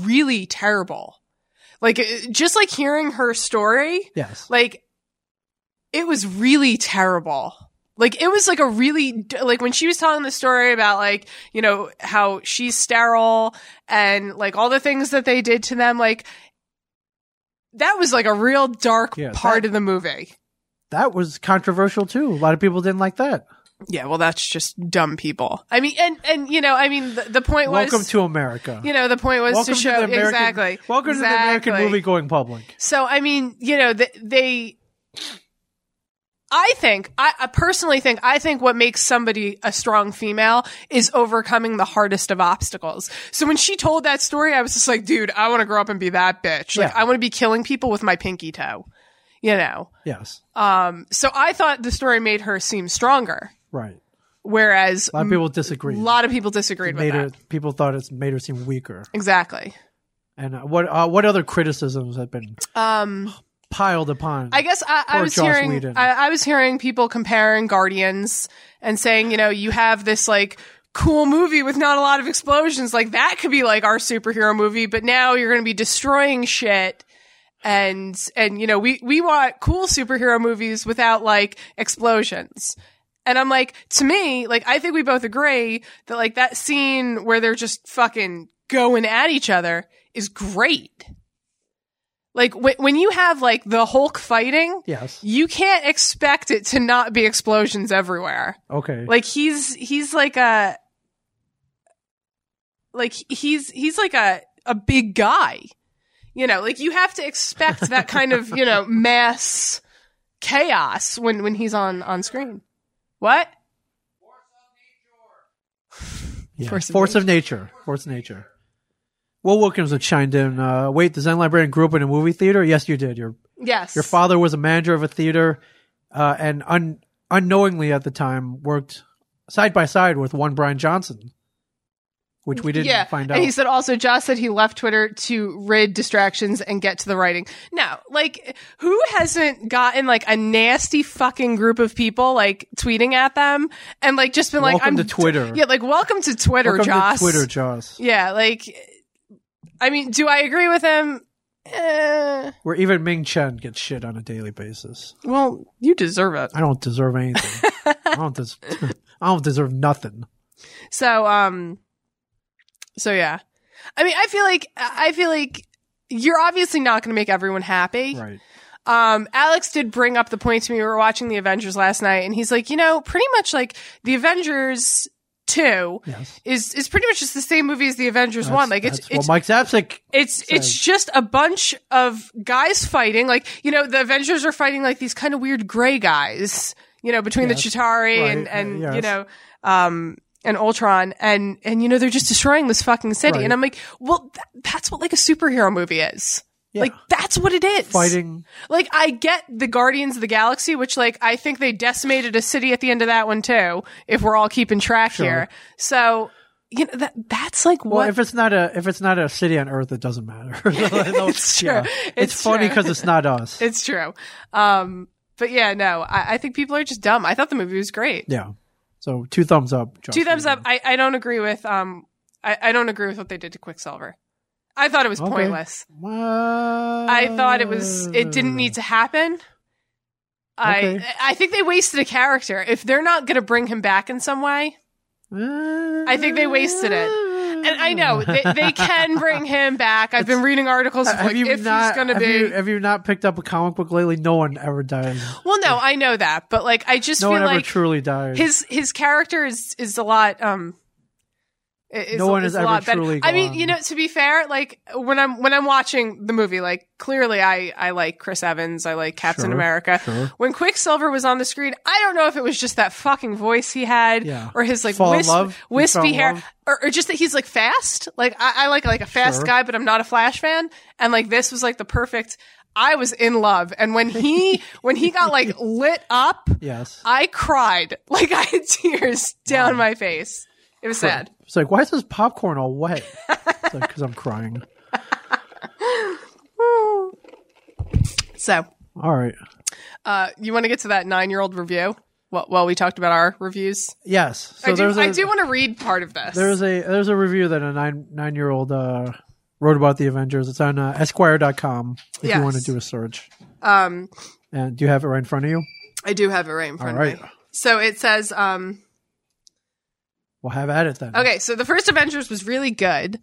S2: really terrible. Like it- just like hearing her story,
S1: yes
S2: like it was really terrible. Like it was like a really like when she was telling the story about like, you know, how she's sterile and like all the things that they did to them like that was like a real dark
S1: Yeah,
S2: part
S1: that-
S2: of the movie.
S1: that was controversial too. A lot of people didn't like that.
S2: Yeah, well, that's just dumb people. I mean, and and you know, I mean, the, the point was
S1: Welcome to America.
S2: you know the point was
S1: welcome
S2: to show
S1: the American,
S2: exactly
S1: Welcome to the
S2: Exactly.
S1: American movie going public.
S2: So I mean, you know, th they. I think I, I personally think I think what makes somebody a strong female is overcoming the hardest of obstacles. So when she told that story, I was just like, dude, I want to grow up and be that bitch.
S1: Yeah.
S2: Like I want to be killing people with my pinky toe. You know.
S1: Yes,
S2: Um so I thought the story made her seem stronger
S1: right.
S2: whereas
S1: A lot of people disagreed.
S2: A lot of people disagreed with
S1: made
S2: Mm, that.
S1: her, people thought it's made her seem weaker.
S2: Exactly.
S1: And uh, what uh, what other criticisms have been
S2: Um,
S1: piled upon?
S2: I guess I, I
S1: Poor
S2: was
S1: Joss
S2: hearing
S1: Whedon.
S2: I, I was hearing people comparing Guardians and saying, you know, you have this like cool movie with not a lot of explosions, like that could be like our superhero movie, but now you're going to be destroying shit. And and you know we we want cool superhero movies without like explosions. And I'm like, to me, like I think we both agree that like that scene where they're just fucking going at each other is great. Like when when you have like the Hulk fighting,
S1: yes.
S2: you can't expect it to not be explosions everywhere.
S1: Okay.
S2: Like he's he's like a like he's he's like a a big guy. You know, like you have to expect that kind of, you know, mass chaos when when he's on on screen. What?
S1: Yeah.
S2: Force of
S1: nature. Force of nature. Will Wilkinson chimed in. Uh, Wait, the Zen librarian grew up in a movie theater? Yes, you did. Your
S2: Yes.
S1: your father was a manager of a theater, uh, and un- unknowingly at the time worked side by side with one Brian Johnson, which we didn't
S2: yeah.
S1: find out.
S2: and he said also Josh said he left Twitter to rid distractions and get to the writing. No, like who hasn't gotten like a nasty fucking group of people like tweeting at them and like just been like
S1: Welcome to
S2: I'm
S1: Twitter.
S2: Yeah, like welcome to Twitter,
S1: Welcome
S2: Josh.
S1: to Twitter, Joss.
S2: Yeah, like I mean, do I agree with him? Eh,
S1: Where even Ming Chen gets shit on a daily basis.
S2: well, you deserve it.
S1: I don't deserve anything. I don't des- I don't deserve nothing.
S2: So um so yeah. I mean, I feel like I feel like you're obviously not going to make everyone happy.
S1: Right.
S2: Um, Alex did bring up the point to me. We were watching the Avengers last night, and he's like, you know, pretty much like the Avengers two
S1: Yes.
S2: is is pretty much just the same movie as the Avengers one. Like it's
S1: that's
S2: it's
S1: what Mike Zapsik
S2: it's it's just a bunch of guys fighting. Like you know, the Avengers are fighting like these kind of weird gray guys. You know, between
S1: Yes.
S2: the Chitari and
S1: Right,
S2: and
S1: yes.
S2: you know, um, and Ultron, and and you know, they're just destroying this fucking city.
S1: Right.
S2: And I'm like, well, th- that's what like a superhero movie is.
S1: Yeah.
S2: Like that's what it is.
S1: fighting.
S2: Like I get the Guardians of the Galaxy, which like I think they decimated a city at the end of that one too. If we're all keeping track
S1: Sure.
S2: here, so you know that that's like
S1: Well,
S2: what
S1: if it's not a if it's not a city on Earth, it doesn't matter. it's
S2: true.
S1: It's,
S2: It's
S1: funny
S2: true.
S1: because it's not us.
S2: it's true. Um, but yeah, no, I, I think people are just dumb. I thought the movie was great.
S1: yeah. So two thumbs up. Josh
S2: Two thumbs up.
S1: Whedon.
S2: I, I don't agree with um I, I don't agree with what they did to Quicksilver. I thought it was
S1: Okay.
S2: pointless.
S1: What?
S2: I thought it was it didn't need to happen.
S1: Oh. Okay.
S2: I I think they wasted a character. If they're not going to bring him back in some way, I think they wasted it. and I know they, they can bring him back. I've been reading articles of
S1: Have
S2: like,
S1: you
S2: if
S1: not?
S2: he's going to
S1: have
S2: be.
S1: you, have you not picked up a comic book lately? No one ever dies.
S2: well, no, I know that, but like I just
S1: No
S2: feel
S1: one ever
S2: like
S1: truly dies.
S2: his his character is is a lot um i- is,
S1: No one
S2: is
S1: has
S2: a
S1: ever
S2: lot better.
S1: truly
S2: I mean,
S1: gone.
S2: you know, to be fair, like when I'm when I'm watching the movie, like clearly I I like Chris Evans, I like Captain
S1: Sure,
S2: America.
S1: sure.
S2: When Quicksilver was on the screen, I don't know if it was just that fucking voice he had
S1: Yeah.
S2: or his like
S1: Fall in
S2: wisp,
S1: love? You fell
S2: wispy
S1: in
S2: hair
S1: love?
S2: or, or just that he's like fast. Like I, I like like a fast
S1: Sure.
S2: guy, but I'm not a Flash fan. And like this was like the perfect I was in love. And when he when he got like lit up,
S1: yes.
S2: I cried. Like I had tears down my face. It was sad.
S1: It's like, why is this popcorn all wet? It's like, because I'm crying.
S2: So,
S1: All right.
S2: uh, you want to get to that nine-year-old review? Well, while we talked about our reviews,
S1: Yes. So
S2: I do.
S1: there's a
S2: I do want to read part of this.
S1: there's a there's a review that a nine nine year old uh, wrote about the Avengers. It's on uh, Esquire.com if
S2: Yes.
S1: you want to do a search.
S2: um,
S1: And do you have it right in front of you?
S2: I do have it right in front
S1: All
S2: of me.
S1: right.
S2: So it says, um,
S1: Well, have at it then.
S2: okay. So the first Avengers was really good.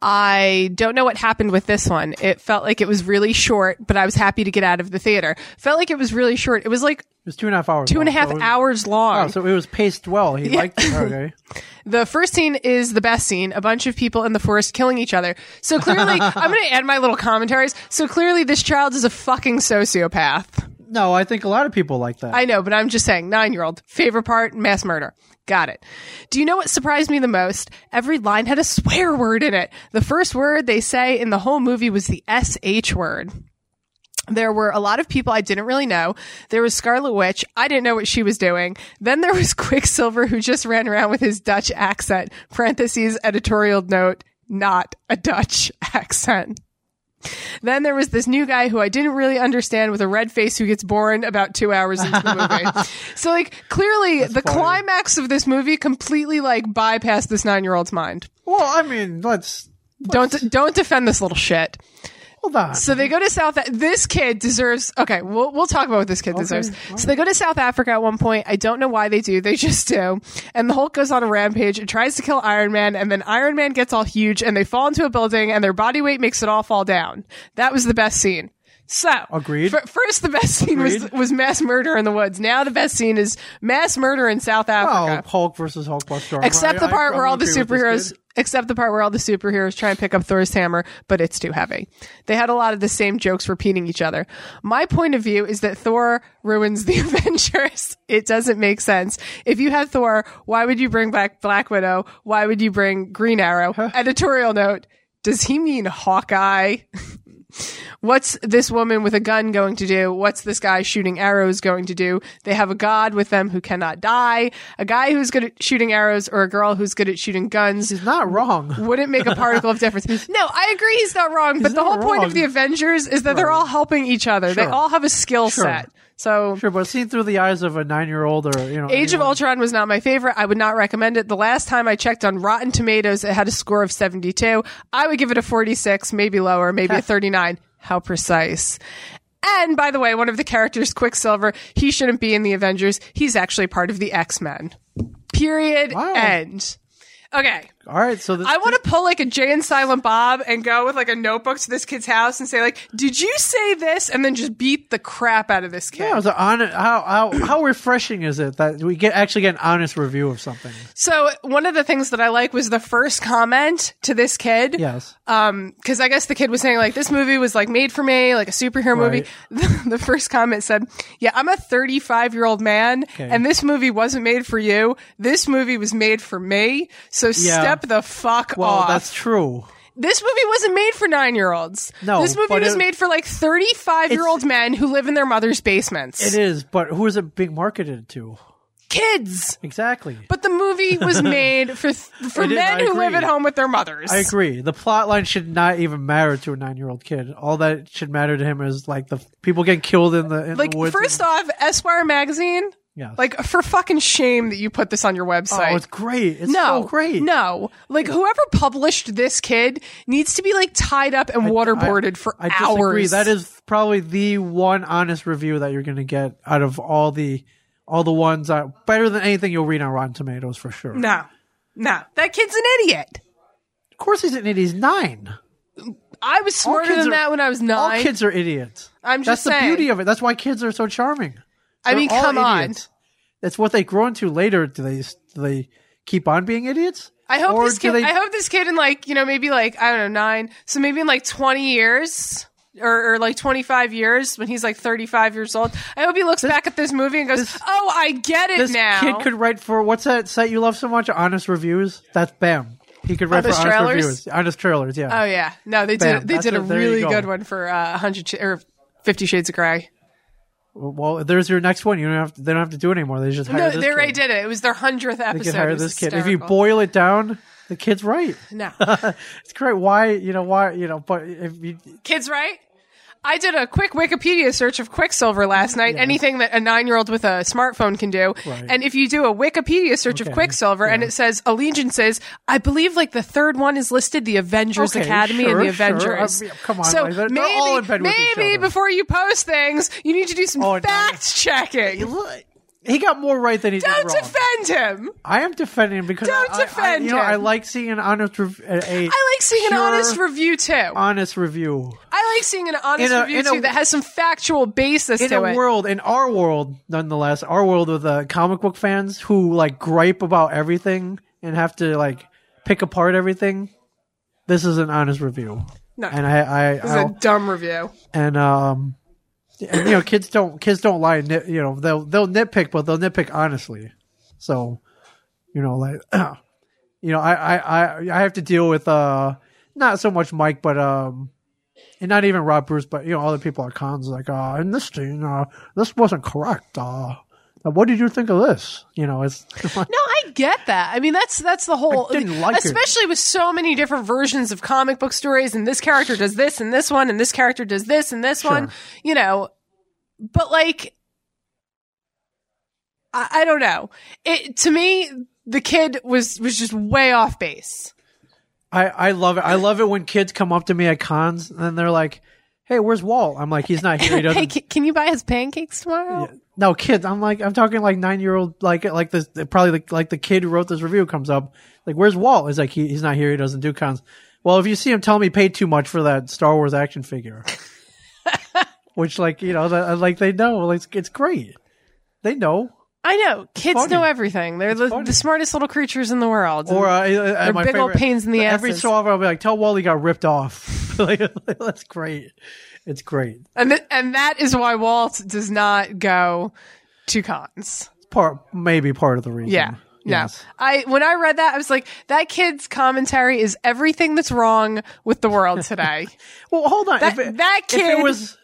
S2: I don't know what happened with this one. It felt like it was really short, but I was happy to get out of the theater. Felt like it was really short. It was like
S1: It was two and a half hours.
S2: two and a
S1: long,
S2: half
S1: so it was-
S2: hours long.
S1: Oh, so it was paced well. He liked it. Okay.
S2: The first scene is the best scene. A bunch of people in the forest killing each other. So clearly, I'm going to add my little commentaries. So clearly, this child is a fucking sociopath.
S1: No, I think a lot of people like that.
S2: I know, but I'm just saying, nine year old, favorite part, mass murder. Got it. Do you know what surprised me the most? Every line had a swear word in it. The first word they say in the whole movie was the SH word. There were a lot of people I didn't really know. There was Scarlet Witch. I didn't know what she was doing. Then there was Quicksilver, who just ran around with his Dutch accent. Parentheses, editorial note, not a Dutch accent. Then there was this new guy who I didn't really understand with a red face who gets born about two hours into the movie. so, like, clearly the
S1: funny.
S2: climax of this movie completely, like, bypassed this nine year old's mind.
S1: well, I mean, let's
S2: Don't, don't defend this little shit.
S1: hold on.
S2: So they go to South. This kid deserves. Okay, we'll we'll talk about what this kid deserves. So they go to South Africa at one point. I don't know why they do. They just do. And the Hulk goes on a rampage and tries to kill Iron Man. And then Iron Man gets all huge and they fall into a building and their body weight makes it all fall down. That was the best scene. So
S1: Agreed.
S2: fir- first, the best scene was
S1: Agreed.
S2: was mass murder in the woods. Now the best scene is mass murder in South Africa.
S1: Oh, Hulk versus Hulkbuster. I'm-
S2: Except
S1: I-
S2: the part
S1: I-
S2: where
S1: I'm
S2: all the
S1: agree with this
S2: superheroes,
S1: kid.
S2: except the part where all the superheroes try and pick up Thor's hammer, but it's too heavy. They had a lot of the same jokes repeating each other. My point of view is that Thor ruins the Avengers. It doesn't make sense. If you had Thor, why would you bring back Black Widow? Why would you bring Green Arrow? Editorial note: Does he mean Hawkeye? What's this woman with a gun going to do? What's this guy shooting arrows going to do? They have a god with them who cannot die. A guy who's good at shooting arrows or a girl who's good at shooting guns
S1: He's not wrong.
S2: wouldn't make a particle of difference. No, I agree he's not wrong, but the
S1: not
S2: whole point of
S1: wrong.
S2: the Avengers is that they're all helping each other. They
S1: Sure.
S2: all have a skill
S1: Sure.
S2: set. So
S1: Sure, but seen through the eyes of a nine-year-old or you know,
S2: Age of
S1: anyone-
S2: Ultron was not my favorite. I would not recommend it. The last time I checked on Rotten Tomatoes, it had a score of 72. I would give it a 46, maybe lower, maybe a 39. How precise. And by the way, one of the characters, Quicksilver, he shouldn't be in the Avengers. He's actually part of the X Men. Period.
S1: Wow.
S2: End. Okay.
S1: All right, so this
S2: I want to pull like a Jay and Silent Bob and go with like a notebook to this kid's house and say like, "Did you say this?" and then just beat the crap out of this kid.
S1: Yeah, so on, how how how refreshing is it that we get actually get an honest review of something?
S2: So one of the things that I like was the first comment to this kid.
S1: Yes.
S2: Because I guess the kid was saying like this movie was like made for me, like a
S1: Right.
S2: superhero movie. The, the first comment said, "Yeah, I'm a 35 year old man, and this movie wasn't made for you. This movie was made for me. So step the fuck
S1: well,
S2: off."
S1: that's true.
S2: this movie wasn't made for nine year olds.
S1: No,
S2: this movie
S1: but
S2: was
S1: it-
S2: made for like 35 year old
S1: It's-
S2: men who live in their mother's basements.
S1: It is, but who is it being marketed to?
S2: Kids.
S1: Exactly.
S2: But the movie was made for for
S1: It is,
S2: men
S1: I
S2: who live
S1: agree.
S2: at home with their mothers.
S1: I agree. The plot line should not even matter to a nine-year-old kid. All that should matter to him is like the people getting killed in the in
S2: Like
S1: the woods.
S2: first off, Esquire magazine.
S1: Yes.
S2: Like for fucking shame that you put this on your website.
S1: oh, it's great. It's
S2: no,
S1: so great.
S2: no. Like whoever published this kid needs to be like tied up and waterboarded for
S1: I
S2: hours.
S1: disagree. That is probably the one honest review that you're going to get out of all the all the ones that better than anything you'll read on Rotten Tomatoes for sure.
S2: no, no. That kid's an idiot.
S1: Of course, he's an idiot. He's nine.
S2: I was smarter
S1: kids
S2: than
S1: are-
S2: that when I was
S1: All
S2: nine.
S1: kids are idiots.
S2: I'm
S1: That's
S2: just
S1: the
S2: saying.
S1: beauty of it. That's why kids are so charming.
S2: I mean,
S1: They're all
S2: come on.
S1: idiots. That's what they grow into later. Do they do they keep on being idiots?
S2: I hope
S1: Or
S2: this
S1: do
S2: kid.
S1: they-
S2: I hope this kid in like you know maybe like I don't know nine. So maybe in like twenty years or, or like twenty five years when he's like thirty five years old. I hope he looks back at this movie and goes, "Oh, I get it
S1: this
S2: now."
S1: kid could write for what's that site you love so much? Honest reviews. That's bam. He could write
S2: Honest
S1: for honest
S2: Trailers?
S1: reviews. Honest trailers. Yeah.
S2: oh yeah, no, they
S1: Bam,
S2: did. They
S1: that's
S2: did a
S1: it, there you
S2: really
S1: go.
S2: good one for uh, hundred sh- or Fifty Shades of Grey.
S1: Well, there's your next one. You don't have to, they don't have to do it anymore. They just hire
S2: No,
S1: this
S2: they
S1: kid.
S2: already did it. It was their hundredth
S1: They
S2: episode.
S1: could hire
S2: It was
S1: this kid. If you
S2: hysterical.
S1: boil it down, the kid's right.
S2: no
S1: it's great. Why you know why you know? But if you,
S2: kids, right? I did a quick Wikipedia search of Quicksilver last night. Anything that a nine-year-old with a smartphone can do.
S1: Right.
S2: And if you do a Wikipedia search
S1: Okay,
S2: of Quicksilver and it says allegiances, I believe like the third one is listed: the Avengers
S1: Okay,
S2: Academy
S1: sure,
S2: and the
S1: sure.
S2: Avengers.
S1: I mean, come on,
S2: so
S1: like, they're-
S2: maybe,
S1: they're all in bed with each
S2: maybe
S1: other.
S2: before you post things, you need to do some
S1: Oh, no.
S2: fact checking.
S1: he got more right than he did
S2: Don't
S1: wrong.
S2: defend him.
S1: I am defending him because
S2: Don't
S1: I, I- I-
S2: defend
S1: you know, I
S2: him.
S1: like seeing an honest rev- a, a
S2: I like seeing an
S1: pure,
S2: honest review too.
S1: honest review
S2: I like seeing an honest
S1: Uh, In a-
S2: review
S1: in a-
S2: too that has some factual basis
S1: in
S2: to
S1: a
S2: it.
S1: world in our world nonetheless our world with uh, comic book fans who like gripe about everything and have to like pick apart everything. This is an honest review,
S2: no,
S1: and I I,
S2: this is
S1: I'll-
S2: a dumb review.
S1: and um and, you know kids don't kids don't lie and nit, you know they'll they'll nitpick but they'll nitpick honestly so you know like you know I, I i i have to deal with uh not so much mike but um and not even rob bruce but you know other people at cons like uh in this scene uh this wasn't correct uh what did you think of this you know it's
S2: No, I get that. I mean, that's that's the whole.
S1: I didn't like it.
S2: especially with so many different versions of comic book stories, and this character does this, and this one, and this character does this, and this one. You know, but like, I, I don't know. It to me, the kid was was just way off base.
S1: I, I love it. I love it when kids come up to me at cons and they're like, "Hey, where's Walt?" I'm like, "He's not here. He doesn't
S2: Hey, can, can you buy his pancakes tomorrow?
S1: No, kids. I'm like, I'm talking like nine year old, like like this, probably like, like the kid who wrote this review comes up, like, where's Walt? He's like, he, he's not here. He doesn't do cons. Well, if you see him, tell him he paid too much for that Star Wars action figure. which like you know, the, like they know, like, it's great. They know.
S2: I know kids
S1: funny.
S2: know everything. They're the,
S1: funny.
S2: the smartest little creatures in the world.
S1: Or uh, they're my
S2: big old
S1: favorite-
S2: pains in the
S1: Every
S2: asses.
S1: so often, I'll be like, "Tell Wally got ripped off." like, that's great. It's great.
S2: and th- and that is why Walt does not go to cons.
S1: It's part maybe part of the reason.
S2: Yeah. No.
S1: Yes.
S2: I when I read that I was like that kid's commentary is everything that's wrong with the world today.
S1: Well, hold on.
S2: That-
S1: if it,
S2: that
S1: if
S2: kid-
S1: it was,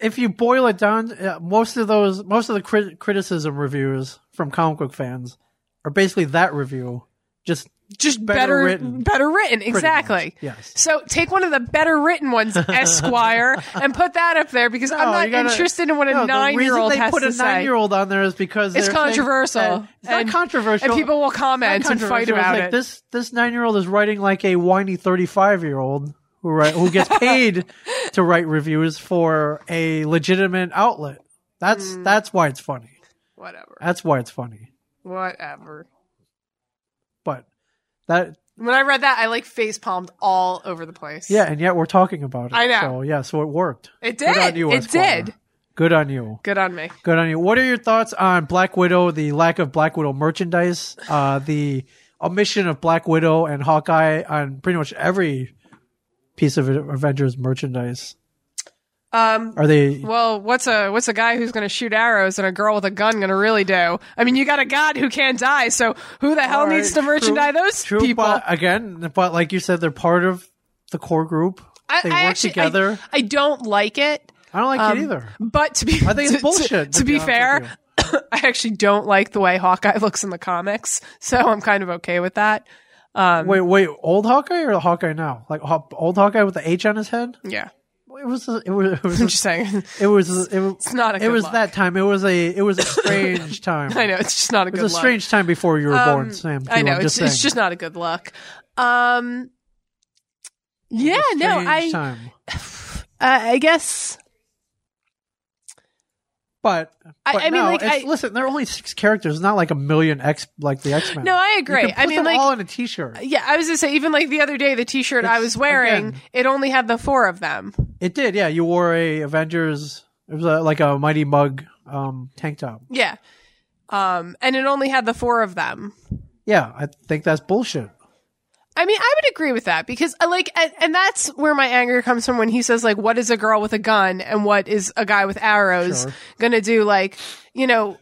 S1: if you boil it down, uh, most of those, most of the crit- criticism reviews from comic book fans are basically that review, just
S2: Just
S1: Better
S2: better better
S1: written.
S2: written, exactly.
S1: much, yes.
S2: So take one of the better written ones, Esquire, and put that up there because
S1: No,
S2: I'm
S1: oh, you
S2: not
S1: gotta-
S2: interested in what a
S1: no,
S2: nine year old
S1: The reason they
S2: has
S1: put
S2: to
S1: a
S2: say.
S1: nine-year-old on there is because
S2: It's
S1: they're saying
S2: controversial.
S1: that- It's not
S2: And-
S1: controversial,
S2: and people will
S1: It's not
S2: comment and
S1: controversial.
S2: fight
S1: It's
S2: about
S1: like,
S2: it.
S1: This this nine-year-old is writing like a whiny thirty-five-year-old who write, who gets paid to write reviews for a legitimate outlet. That's
S2: Mm.
S1: that's why it's funny.
S2: Whatever.
S1: That's why it's funny.
S2: Whatever.
S1: But that
S2: When I read that, I like face palmed all over the place.
S1: yeah, and yet we're talking about it.
S2: I know.
S1: So yeah, so it worked.
S2: It
S1: Good on
S2: did.
S1: you,
S2: It
S1: Esquire.
S2: did.
S1: Good on you.
S2: Good on me.
S1: Good on you. What are your thoughts on Black Widow, the lack of Black Widow merchandise, uh, the omission of Black Widow and Hawkeye on pretty much every piece of Avengers merchandise?
S2: Um,
S1: Are they
S2: Well, what's a what's a guy who's going to shoot arrows and a girl with a gun going to really do? I mean, you got a god who can't die, so who the hell
S1: All
S2: needs to
S1: right,
S2: merchandise
S1: true-
S2: those
S1: true,
S2: people?
S1: But again, but like you said, they're part of the core group.
S2: I,
S1: they
S2: I
S1: work
S2: actually- I-
S1: together.
S2: I, don't like it,
S1: I, don't like
S2: um,
S1: it either.
S2: but to be
S1: I think it's
S2: to- to-
S1: bullshit,
S2: To,
S1: to
S2: be,
S1: be honest with
S2: fair, I actually don't like the way Hawkeye looks in the comics, so I'm kind of okay with that. um,
S1: Wait, wait, old Hawkeye or the Hawkeye now? Like Haw- old Hawkeye with the H on his head?
S2: Yeah,
S1: It was. a- It was. It was.
S2: I'm just saying
S1: it was. It was.
S2: it's not a.
S1: it
S2: good
S1: was
S2: look.
S1: that time. It was a. It was a strange time.
S2: I know it's just not a
S1: It
S2: good.
S1: was a
S2: look.
S1: strange time before you were
S2: Um,
S1: born, Sam. too,
S2: I know
S1: I'm
S2: it's
S1: just
S2: it's
S1: saying.
S2: just not a good look. Um, yeah,
S1: A
S2: no,
S1: strange
S2: I
S1: time.
S2: uh, I guess
S1: But,
S2: I-
S1: but
S2: I mean,
S1: no,
S2: like,
S1: it's-
S2: I-
S1: listen, there are only six characters, it's not like a million X like the X Men.
S2: no, I
S1: you can
S2: agree.
S1: put
S2: I mean,
S1: them
S2: like
S1: all in a T-shirt.
S2: yeah, I was gonna say even like the other day, the T-shirt I
S1: It's-
S2: was wearing,
S1: again-
S2: it only had the four of them.
S1: It did, yeah. You wore a Avengers. It was a, like a Mighty Mug um, tank top.
S2: Yeah, um, and it only had the four of them.
S1: Yeah, I think that's bullshit.
S2: I mean, I would agree with that because I like, and, and that's where my anger comes from when he says like, "What is a girl with a gun and what is a guy with arrows
S1: Sure.
S2: gonna do?" Like, you know,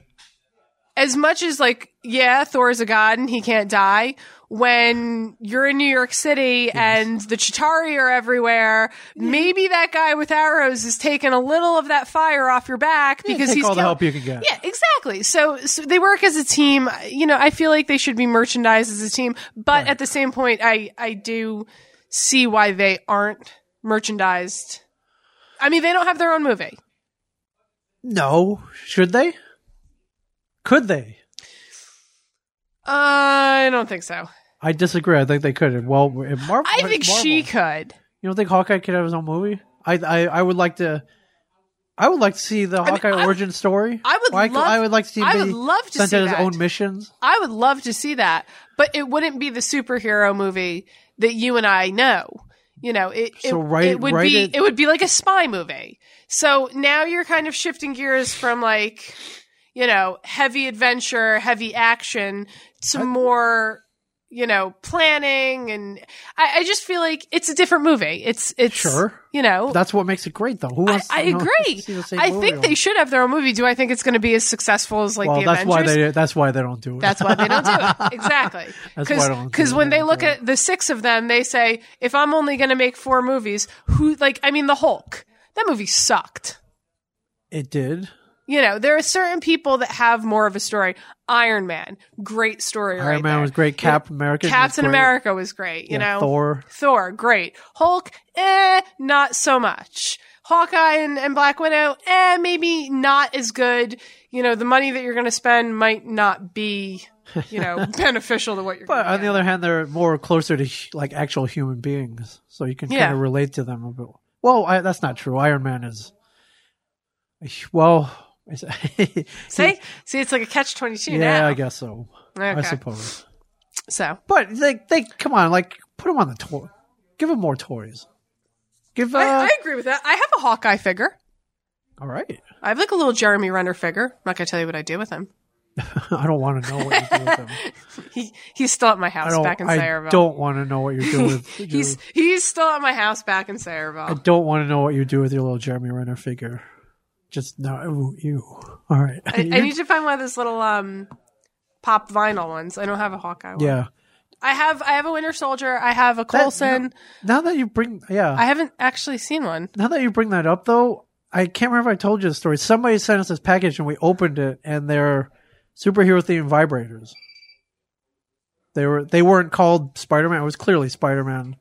S2: as much as like, yeah, Thor's a god and he can't die. When you're in New York City and the Chitari are everywhere, maybe that guy with arrows is taking a little of that fire off your back because
S1: Take
S2: he's
S1: all the
S2: kill-
S1: help you can get.
S2: yeah, exactly. So, so they work as a team. You know, I feel like they should be merchandised as a team, but at the same point, I I do see why they aren't merchandised. I mean, they don't have their own movie.
S1: No, should they? Could they?
S2: Uh, I don't think so.
S1: I disagree. I think they could. And Well, if Marvel,
S2: I think
S1: Marvel-
S2: she could.
S1: You don't think Hawkeye could have his own movie? I, I, I would like to. I would like to see the Hawkeye
S2: I-
S1: origin story.
S2: I would
S1: Or I, c-
S2: love-
S1: I would like to see.
S2: I would
S1: be
S2: love to
S1: sent
S2: see
S1: on his
S2: that.
S1: own missions.
S2: I would love to see that, but it wouldn't be the superhero movie that you and I know. You know, it it,
S1: So write-
S2: it would
S1: write
S2: be
S1: it-
S2: it would be like a spy movie. So now you're kind of shifting gears from like, you know, heavy adventure, heavy action to more, you know, planning and I, I just feel like it's a different movie. It's it's
S1: Sure.
S2: you know
S1: That's what makes it great, though. Who
S2: I,
S1: wants?
S2: I
S1: you know,
S2: agree.
S1: see the same
S2: I
S1: movie
S2: think
S1: all-
S2: they should have their own movie. Do I think it's going to be as successful as like
S1: Well,
S2: the
S1: that's
S2: Avengers?
S1: why they. That's why they don't do it.
S2: That's why they don't do it. Exactly.
S1: That's why I don't
S2: Because
S1: do
S2: when
S1: it.
S2: they look at the six of them, they say, if I'm only going to make four movies, who, like, I mean, the Hulk, that movie sucked.
S1: it did.
S2: You know, there are certain people that have more of a story. Iron Man, great story.
S1: Iron
S2: right
S1: Man
S2: there.
S1: was great.
S2: You know,
S1: Cap America. was
S2: Captain
S1: great.
S2: America was great. You
S1: Yeah,
S2: know,
S1: Thor.
S2: Thor, great. Hulk, eh, not so much. Hawkeye and, and Black Widow, eh, maybe not as good. You know, the money that you're going to spend might not be, you know, beneficial to what you're.
S1: But
S2: gonna
S1: on the
S2: get.
S1: other hand, they're more closer to hu- like actual human beings, so you can
S2: Yeah.
S1: kind of relate to them a bit. Well, I, that's not true. Iron Man is well. is-
S2: see, see, it's like a catch twenty two.
S1: yeah,
S2: now.
S1: I guess so. I
S2: Okay.
S1: suppose.
S2: so.
S1: But they, they come on, like put them on the toy. Give them more toys. Give uh,
S2: I, I agree with that. I have a Hawkeye figure.
S1: All right.
S2: I have like a little Jeremy Renner figure. I'm not gonna tell you what I do with him.
S1: I don't want to know what you do with him.
S2: He he's still at my
S1: I
S2: house
S1: don't.
S2: back in
S1: I
S2: Sayreville.
S1: don't want to know what you do with.
S2: he's he's still at my house back in Sayreville.
S1: I don't want to know what you do with your little Jeremy Renner figure. Just no, ooh, ew. All right.
S2: I, I need to find one of those little um pop vinyl ones. I don't have a Hawkeye one.
S1: yeah.
S2: I have I have a Winter Soldier. I have a Colson.
S1: Now that you bring, yeah.
S2: I haven't actually seen one.
S1: now that you bring that up, though, I can't remember if I told you the story. Somebody sent us this package, and we opened it, and they're superhero themed vibrators. They were they weren't called Spider Man. It was clearly Spider Man.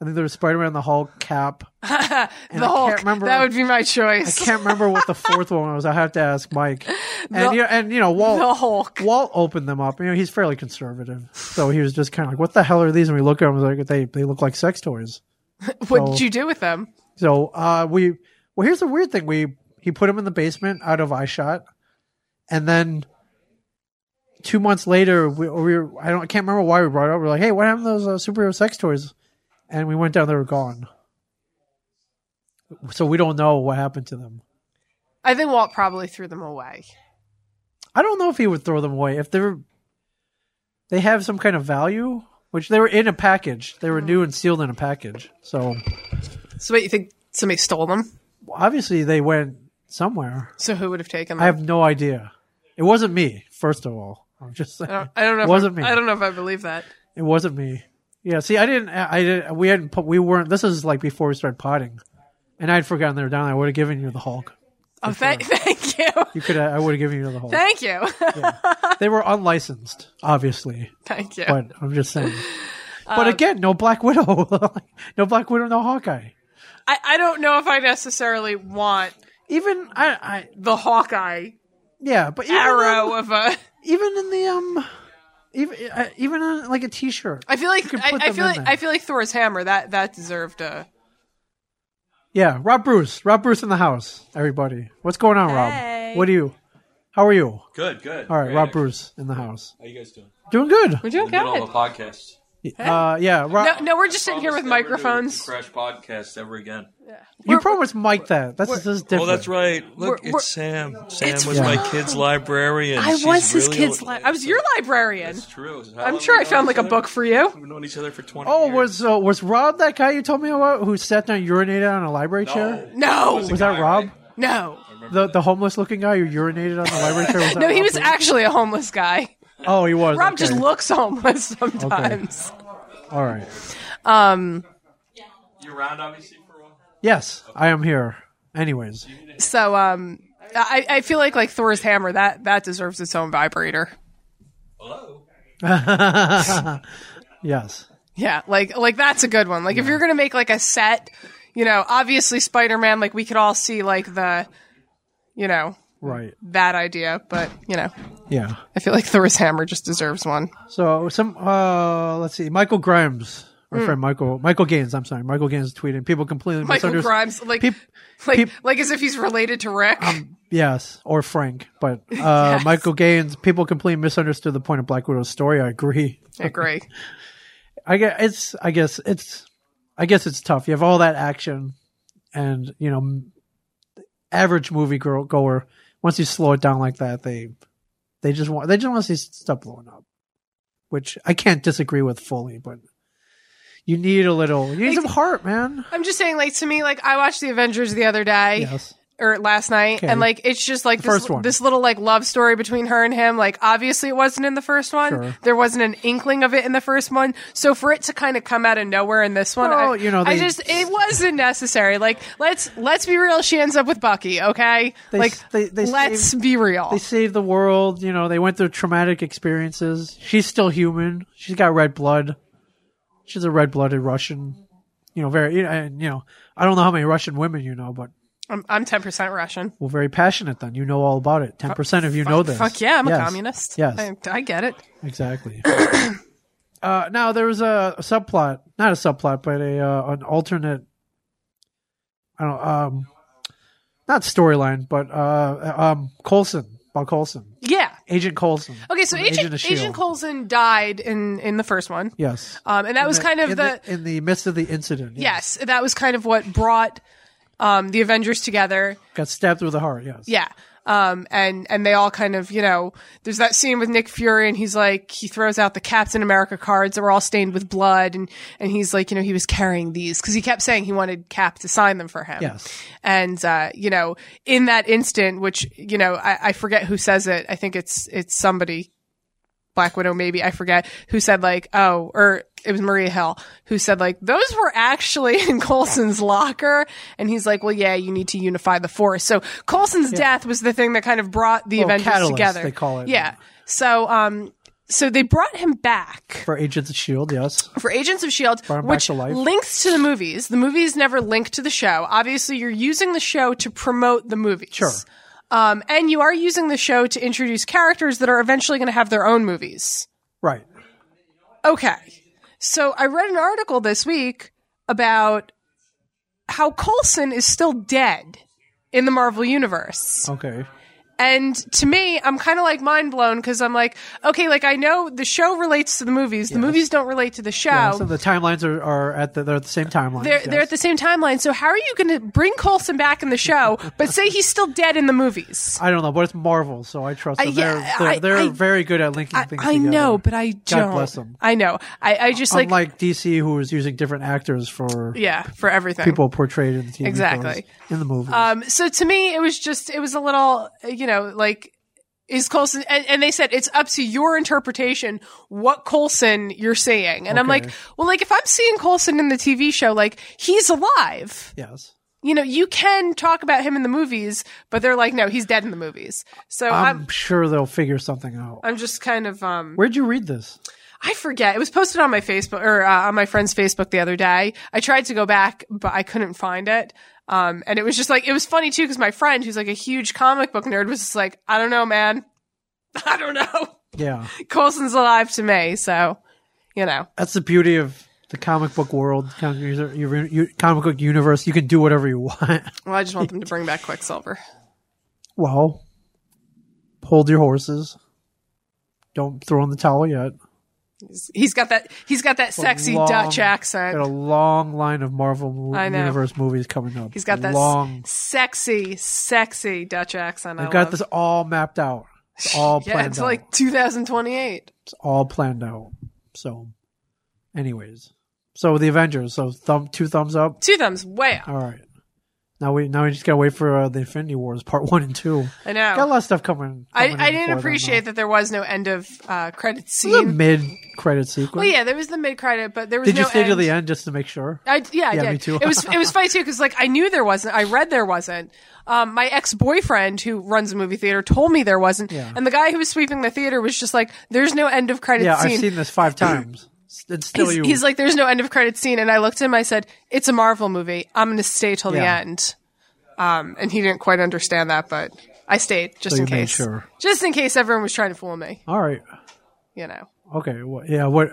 S1: I think there was Spider Man, the Hulk, Cap.
S2: the
S1: I can't
S2: Hulk.
S1: remember-
S2: that would be my
S1: I
S2: choice.
S1: can't remember what the fourth one was. I have to ask Mike. And
S2: The-
S1: you know, and you know Walt.
S2: the Hulk.
S1: Walt opened them up. You know, he's fairly conservative, so he was just kind of like, "What the hell are these?" And we look at them like they they look like sex toys.
S2: What did you do with them?
S1: So uh, we well, here's the weird thing: we he put him in the basement out of eye shot, and then two months later, we, we were, I don't I can't remember why we brought it up. We're like, "Hey, what happened to those uh, superhero sex toys?" And we went down; they were gone. So we don't know what happened to them.
S2: I think Walt probably threw them away.
S1: I don't know if he would throw them away if they're they have some kind of value, which they were in a package. They were new and sealed in a package. So
S2: So what you think somebody stole them?
S1: obviously they went somewhere.
S2: So who would have taken them?
S1: I have no idea. It wasn't me, first of all. I'm just saying.
S2: I don't, I don't know.
S1: It
S2: If
S1: wasn't
S2: I,
S1: me.
S2: I don't know if I believe that.
S1: It wasn't me. Yeah, see I didn't I I didn't we hadn't put we weren't this is like before we started potting. And I'd forgotten they were down. I would have given you the Hulk.
S2: Oh, thank, thank you,
S1: You could I would have given you the Hulk.
S2: thank you,
S1: they were unlicensed, obviously.
S2: thank you.
S1: but I'm just saying.
S2: Um,
S1: But again, no Black Widow, no Black Widow, no Hawkeye.
S2: I, I don't know if I necessarily want
S1: Even I, I
S2: the Hawkeye
S1: yeah, but even
S2: arrow
S1: in,
S2: of a.
S1: even in the um, even uh, even on like a T-shirt.
S2: I feel like
S1: could
S2: I,
S1: put
S2: I
S1: them
S2: feel
S1: in
S2: like
S1: there.
S2: I feel like Thor's hammer that that deserved a.
S1: Yeah, Rob Bruce, Rob Bruce in the house. Everybody, what's going on,
S2: Hey.
S1: Rob? What do you? How are you?
S4: Good, good.
S1: All right,
S4: Great.
S1: Rob Bruce in the house.
S4: How you guys doing?
S1: Doing good.
S2: Would you
S4: In the middle of
S2: okay?
S4: a podcast.
S1: Uh, yeah, Rob.
S2: No, no, we're just sitting here with
S4: Promise never to
S2: microphones.
S4: Crash podcasts ever again.
S1: you promised Mike that. That's this is
S4: Oh,
S1: different.
S4: that's right. Look,
S2: We're- we're-
S4: it's Sam. Sam
S2: It's-
S4: was my kid's librarian.
S2: I
S4: She's
S2: was his
S4: really
S2: kid's.
S4: old-
S2: Li- I was your librarian.
S4: It's true. How
S2: I'm
S4: long
S2: sure
S4: we
S2: I found
S4: known
S2: like
S4: each
S2: a
S4: other?
S2: book for you.
S4: We've known each other for 20
S1: Oh,
S4: years.
S1: was uh, was Rob that guy you told me about who sat down and urinated on a library
S4: No.
S1: chair?
S2: No,
S1: Was that
S4: guy,
S1: Rob?
S2: no,
S1: The the homeless looking guy who urinated on the library chair? Was that
S2: no. He
S1: Rob
S2: was
S1: Bruce?
S2: actually a homeless guy.
S1: Oh, he was.
S2: Rob
S1: okay.
S2: just looks homeless sometimes.
S1: All right.
S2: Um.
S4: You're around, obviously, for a while.
S1: Yes, I am here. Anyways,
S2: So um, I I feel like like Thor's hammer that that deserves its own vibrator.
S4: Hello.
S1: yes.
S2: Yeah, like like that's a good one. Like if you're gonna make like a set, you know, obviously Spider Man, like we could all see like the, you know,
S1: Right.
S2: that idea, but you know,
S1: Yeah.
S2: I feel like Thor's hammer just deserves one.
S1: So some uh let's see. Michael Grimes, our
S2: Hmm.
S1: friend Michael Michael Gaines, I'm sorry. Michael Gaines tweeted people completely
S2: Michael
S1: misunderstood.
S2: Grimes, like
S1: peop-
S2: like
S1: peop- Um,
S2: like as if he's related to Rick.
S1: Yes, or Frank, but uh
S2: Yes.
S1: Michael Gaines, people completely misunderstood the point of Black Widow's story. I agree.
S2: I agree.
S1: I guess it's I guess it's I guess it's tough. You have all that action and, you know, m- average movie girl goer once you slow it down like that, they they just want they just want to see stuff blowing up, which I can't disagree with fully, but you need a little you need some heart, man.
S2: I'm just saying, like to me, like I watched the Avengers the other day
S1: Yes.
S2: or last night,
S1: Okay.
S2: and like it's just like this,
S1: first one.
S2: this little like love story between her and him. Like obviously it wasn't in the first one.
S1: Sure.
S2: There wasn't an inkling of it in the first one. So for it to kind of come out of nowhere in this one,
S1: Well,
S2: I,
S1: you know,
S2: I
S1: they-
S2: just it wasn't necessary. Like let's let's be real. She ends up with Bucky. Okay,
S1: They-
S2: like
S1: they- they
S2: let's
S1: saved-
S2: be real.
S1: They saved the world, you know, they went through traumatic experiences. She's still human. She's got red blood. She's a red blooded Russian. You know, very you know, and, you know, I don't know how many Russian women you know, but
S2: I'm I'm ten percent Russian.
S1: well very passionate then. You know all about it. Ten percent of you know this.
S2: Fuck yeah, I'm a
S1: Yes.
S2: communist.
S1: Yes.
S2: I, I get it.
S1: Exactly. uh, now there was a subplot, not a subplot, but a uh, an alternate. I don't um, not storyline, but uh, um, Colson, Bob Colson,
S2: Yeah.
S1: Agent Colson.
S2: Okay, so
S1: from
S2: Agent
S1: of
S2: Agent,
S1: S.H.I.E.L.D..
S2: Coulson died in in the first one,
S1: E Yes,
S2: um, and that was kind of
S1: in
S2: the
S1: in the midst of the incident.
S2: yes, that was kind of what brought um, the Avengers together.
S1: Got stabbed through the heart. Yes.
S2: Yeah. Um, and, and they all kind of, you know, there's that scene with Nick Fury and he's like, he throws out the Captain America cards that were all stained with blood. And, and he's like, you know, he was carrying these because he kept saying he wanted Cap to sign them for him.
S1: Yes.
S2: And, uh, you know, in that instant, which, you know, I, I forget who says it. I think it's, it's somebody Black Widow, maybe I forget who said like, oh, or it was Maria Hill who said like those were actually in Colson's locker, and he's like, well, yeah, you need to unify the force. So Colson's death was the thing that kind of brought the
S1: Well,
S2: Avengers
S1: catalyst,
S2: together.
S1: they call it.
S2: yeah. So um, so they brought him back
S1: For Agents of Shield. E Yes.
S2: for Agents of Shield,
S1: Brought him back
S2: E which
S1: to life.
S2: links to the movies. The movies never link to the show. Obviously, you're using the show to promote the movies.
S1: Sure.
S2: Um, and you are using the show to introduce characters that are eventually going to have their own movies.
S1: Right.
S2: Okay. So I read an article this week about how Coulson is still dead in the Marvel Universe.
S1: Okay.
S2: And to me, I'm kind of like mind blown because I'm like, okay, like I know the show relates to the movies, the movies don't relate to the show.
S1: Yeah, so the timelines are, are at the they're at the same timeline.
S2: they're, they're at the same timeline. So how are you going to bring Coulson back in the show, but say he's still dead in the movies?
S1: I don't know, but it's Marvel, so I trust them.
S2: I- yeah,
S1: they're they're,
S2: I-
S1: they're
S2: I-
S1: very good at linking
S2: I,
S1: things
S2: I
S1: together.
S2: know, but I don't.
S1: bless them.
S2: I know. I, I just like,
S1: unlike DC, who is using different actors for
S2: yeah, for everything.
S1: people portrayed in the TV
S2: Exactly.
S1: shows, in the movies.
S2: Um, so to me, it was just, it was a little, you know, like, is Colson, and, and they said it's up to your interpretation what Colson you're seeing. And I'm
S1: Okay.
S2: like, well, like, if I'm seeing Colson in the TV show, like, he's alive.
S1: yes,
S2: You know, you can talk about him in the movies, but they're like, no, he's dead in the movies. So
S1: I'm,
S2: I'm,
S1: sure they'll figure something out.
S2: I'm just kind of, um,
S1: Where'd you read this?
S2: I forget. It was posted on my Facebook or uh, on my friend's Facebook the other day. I tried to go back, but I couldn't find it. Um, and it was just like it was funny too because my friend, who's like a huge comic book nerd, was just like, "I don't know, man. I don't know.
S1: Yeah,
S2: Colson's alive to me, so you know,
S1: that's the beauty of the comic book world, comic, user- you- you- comic book universe. You can do whatever you want.
S2: well, I just want them to bring back Quicksilver.
S1: well, hold your horses. Don't throw in the towel yet.
S2: He's- he's got that. He's got that sexy
S1: long-
S2: Dutch
S1: Got a
S2: accent.
S1: long line of Marvel mo-
S2: I know.
S1: universe movies coming up.
S2: He's got that s-
S1: long.
S2: sexy, sexy Dutch accent. I
S1: They've got
S2: love.
S1: this all mapped out. It's all planned
S2: Yeah, it's
S1: out.
S2: like 2028.
S1: it's all planned out. So, anyways, so the Avengers. So thumb two thumbs up.
S2: Two thumbs way up.
S1: All right. Now we now we just gotta wait for uh, the Infinity Wars part one and two.
S2: I know.
S1: Got a lot of stuff coming.
S2: Oh. I,
S1: coming
S2: I
S1: in
S2: didn't
S1: before
S2: appreciate
S1: Then,
S2: that there was no end of uh, credit
S1: though. It was a
S2: scene.
S1: mid credit sequence.
S2: Well, yeah, there was the mid credit, but there was
S1: Did
S2: no
S1: you stay
S2: end.
S1: to the end just to make sure?
S2: I, yeah, I
S1: Yeah,
S2: did.
S1: me too.
S2: it was it was funny too because like I knew there wasn't. I read there wasn't. Um, my ex boyfriend who runs a movie theater told me there wasn't,
S1: Yeah.
S2: and the guy who was sweeping the theater was just like, "There's no end of credit
S1: Yeah,
S2: scene."
S1: I've seen this five times. And still,
S2: he's,
S1: you.
S2: he's like, "There's no end of credit scene," and I looked at him. I said, "It's a Marvel movie. I'm going to stay till the
S1: Yeah.
S2: end." Um, and he didn't quite understand that, but I stayed just
S1: So
S2: in
S1: you made
S2: case,
S1: sure.
S2: just in case everyone was trying to fool me.
S1: all right.
S2: You know.
S1: Okay. Well, yeah. What?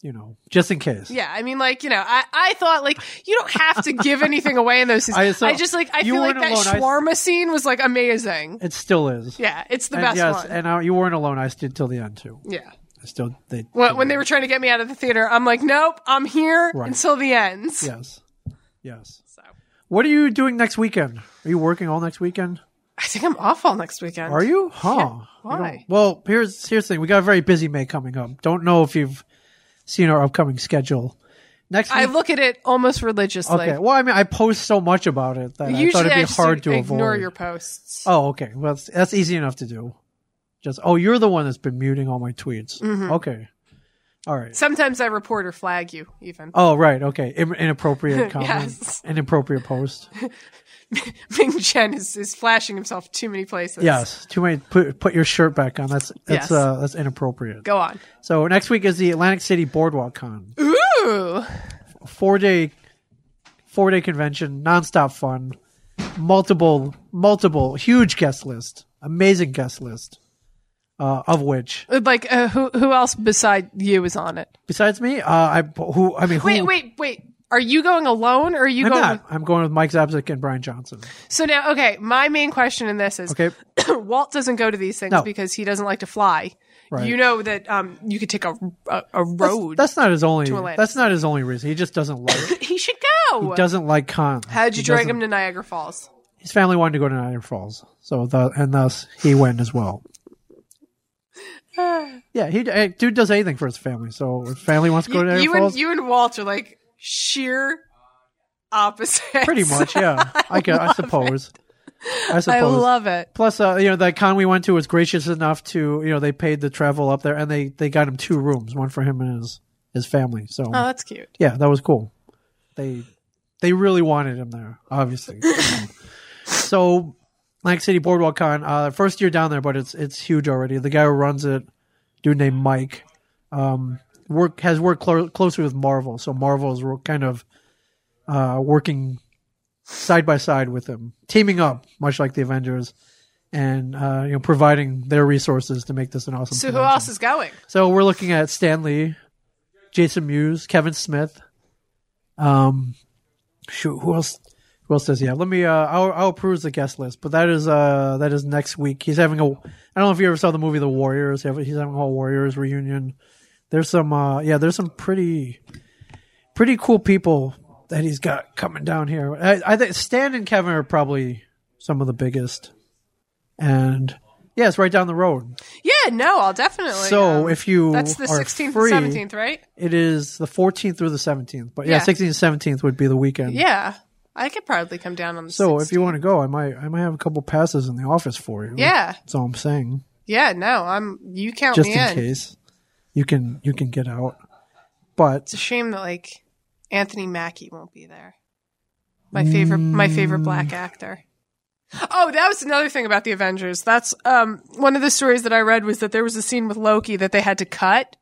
S1: You know, just in case.
S2: Yeah, I mean, like you know, I, I thought like you don't have to give anything away in those scenes. I,
S1: I- so
S2: just like I
S1: you
S2: feel like that
S1: weren't alone. I-
S2: shawarma scene was like amazing.
S1: It still is.
S2: Yeah, it's the
S1: And
S2: best
S1: yes,
S2: one.
S1: and I, you weren't alone. I stayed till the end too.
S2: yeah.
S1: I still they.
S2: When, when they were trying to get me out of the theater, I'm like, nope, I'm here
S1: Right.
S2: until the end.
S1: Yes. Yes.
S2: So
S1: What are you doing next weekend? Are you working all next weekend?
S2: I think I'm off all next weekend.
S1: Are you? Huh.
S2: why?
S1: You don't- Well, here's here's the thing. We got a very busy May coming up. Don't know if you've seen our upcoming schedule. Next week.
S2: I look at it almost religiously.
S1: okay. Well, I mean, I post so much about it that I
S2: Usually,
S1: thought it'd be
S2: just
S1: hard to
S2: ignore
S1: avoid.
S2: your posts.
S1: Oh, okay. Well, that's, that's easy enough to do. Just oh, you're the one that's been muting all my tweets.
S2: Mm-hmm.
S1: Okay. All right.
S2: Sometimes I report or flag you, even.
S1: Oh, right. Okay. In- inappropriate comment.
S2: Yes.
S1: Inappropriate post.
S2: Ming Chen is, is flashing himself too many places.
S1: Yes. Too many. Put put your shirt back on. That's that's
S2: Yes.
S1: uh that's inappropriate.
S2: Go on.
S1: So next week is the Atlantic City Boardwalk Con,
S2: Ooh.
S1: four day, four day convention, nonstop fun, multiple multiple huge guest list, amazing guest list, uh, of which
S2: Like uh, who who else beside you is on it?
S1: besides me, uh, I who I mean who
S2: Wait, wait, wait. Are you going alone or are you
S1: I'm
S2: going
S1: not. I'm going with Mike Zabzik and Brian Johnson.
S2: So now okay, my main question in this is
S1: Okay,
S2: Walt doesn't go to these things
S1: No.
S2: because he doesn't like to fly.
S1: Right.
S2: You know that um, you could take a a, a
S1: That's-
S2: road.
S1: That's, not his only.
S2: to Atlantis.
S1: That's not his only reason. He just doesn't like.
S2: he should go.
S1: he doesn't like Con.
S2: How'd you drag
S1: doesn't-
S2: him to Niagara Falls?
S1: His family wanted to go to Niagara Falls, so the, and thus he went as well. yeah, he eh, dude does anything for his family. So if family wants to go
S2: You,
S1: to Niagara
S2: you and
S1: Falls,
S2: you and Walt are like sheer opposites.
S1: pretty much. Yeah, I, ca- I suppose. I suppose.
S2: I love it.
S1: Plus, uh, you know, the con we went to was gracious enough to, you know, they paid the travel up there, and they they got him two rooms, one for him and his his family. So
S2: Oh, that's cute.
S1: yeah, that was cool. They they really wanted him there, obviously. so Atlantic City Boardwalk Con, uh, first year down there, but it's it's huge already. The guy who runs it, dude named Mike, um, work has worked clo- closely with Marvel, so Marvel's wor- kind of uh, working side by side with him, teaming up, much like the Avengers, and uh, you know providing their resources to make this an awesome.
S2: So who
S1: convention.
S2: else is going?
S1: So we're looking at Stan Lee, Jason Mewes, Kevin Smith. Um, shoot, who else? Who else does he have? Let me. Uh, I'll, I'll peruse the guest list. But that is uh that is next week. He's having a. I don't know if you ever saw the movie The Warriors. He have- He's having a whole Warriors reunion. There's some. Uh, yeah, there's some pretty, pretty cool people that he's got coming down here. I, I think Stan and Kevin are probably some of the biggest. And yeah, it's right down the road.
S2: Yeah, no, I'll definitely.
S1: So
S2: um,
S1: if you
S2: that's the
S1: are
S2: 16th
S1: free,
S2: and 17th, right?
S1: it is the 14th through the 17th. But yeah,
S2: Yeah.
S1: 16th and 17th would be the weekend.
S2: Yeah, I could probably come down on the.
S1: So
S2: 16th.
S1: if you want to go, I might I might have a couple passes in the office for you.
S2: yeah, Oh,
S1: That's all I'm saying.
S2: yeah, no, I'm. You count
S1: Just
S2: me
S1: in
S2: in.
S1: case you can you can get out. But
S2: It's a shame that like Anthony Mackie won't be there. My favorite, my favorite black
S1: Mm.
S2: actor. Oh, that was another thing about the Avengers. That's um, one of the stories that I read was that there was a scene with Loki that they had to cut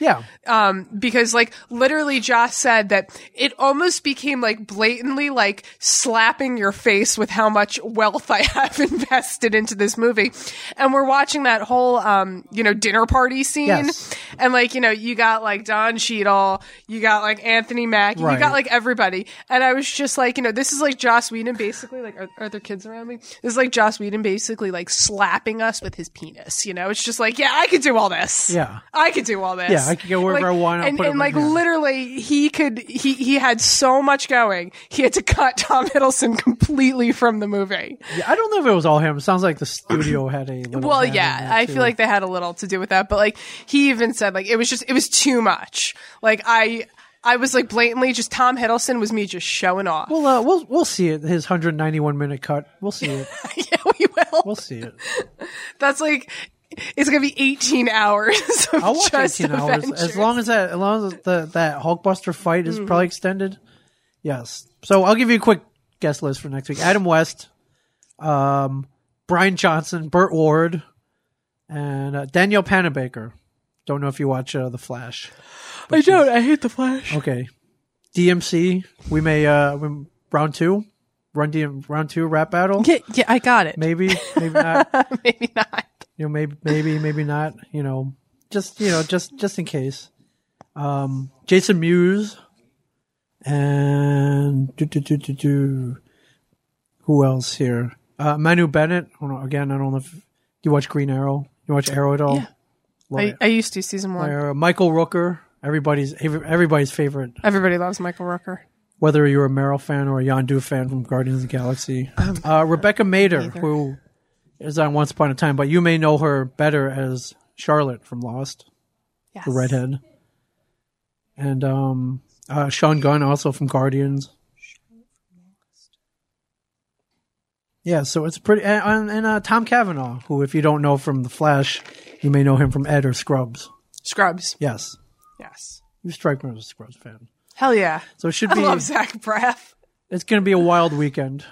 S1: yeah,
S2: um, because like literally Josh said that it almost became like blatantly like slapping your face with how much wealth I have invested into this movie. And we're watching that whole, um, you know, dinner party scene.
S1: Yes.
S2: And like, you know, you got like Don Cheadle, you got like Anthony Mackie, you
S1: Right.
S2: got like everybody. And I was just like, you know, this is like Joss Whedon basically, like, are, are there kids around me? This is like Joss Whedon basically like slapping us with his penis, you know? It's just like, yeah, I could do all this.
S1: Yeah.
S2: I could do all this.
S1: Yeah, I could go wherever
S2: Like,
S1: I want, I'll
S2: And,
S1: put it
S2: and
S1: right
S2: like
S1: here.
S2: literally, he could. He he had so much going. He had to cut Tom Hiddleston completely from the movie.
S1: yeah. I don't know if it was all him. It sounds like the studio had a. Little
S2: Well,
S1: hand in
S2: yeah,
S1: that,
S2: I
S1: too.
S2: feel like they had a little to do with that. But like he even said, like it was just it was too much. Like I I was like blatantly just Tom Hiddleston was me just showing off.
S1: Well, uh, we'll we'll see it. His 191 minute cut. We'll see it.
S2: yeah, we will.
S1: We'll see it.
S2: That's like. It's gonna be eighteen hours. Of
S1: I'll watch
S2: just
S1: 18 hours as
S2: Avengers. Mm-hmm.
S1: long as that as long as the, that Hulkbuster fight is probably extended. Yes. So I'll give you a quick guest list for next week. Adam West, um, Brian Johnson, Burt Ward, and uh, Daniel Panabaker. Don't know if you watch uh, The Flash.
S2: I don't. I hate the Flash.
S1: Okay. DMC. We may uh we, round two, run DM, round two rap battle.
S2: Yeah, yeah, I got it.
S1: Maybe, maybe not.
S2: Maybe not.
S1: you know maybe maybe maybe not you know just you know just just in case um jason mewes and do, do, do, do, do. who else here uh manu bennett I don't know, again i don't know if you watch green arrow you watch arrow at all
S2: Yeah.
S1: Love
S2: I,
S1: it.
S2: I used to season one.
S1: Uh, michael rooker everybody's every- everybody's favorite
S2: Everybody loves Michael Rooker.
S1: whether you're a Meryl fan or a Yondu fan from Guardians of the Galaxy. uh, Rebecca Mader, who is on Once Upon a Time, but you may know her better as Charlotte from Lost,
S2: Yes.
S1: the redhead. And um, uh, Sean Gunn, also from Guardians. Yeah, so it's pretty. And, and uh, Tom Cavanaugh, who, if you don't know from The Flash, you may know him from Ed or Scrubs.
S2: Scrubs.
S1: Yes,
S2: Yes.
S1: you strike me as a Scrubs fan.
S2: Hell yeah.
S1: So it should
S2: I
S1: be.
S2: love Zach Braff.
S1: It's going to be a wild weekend.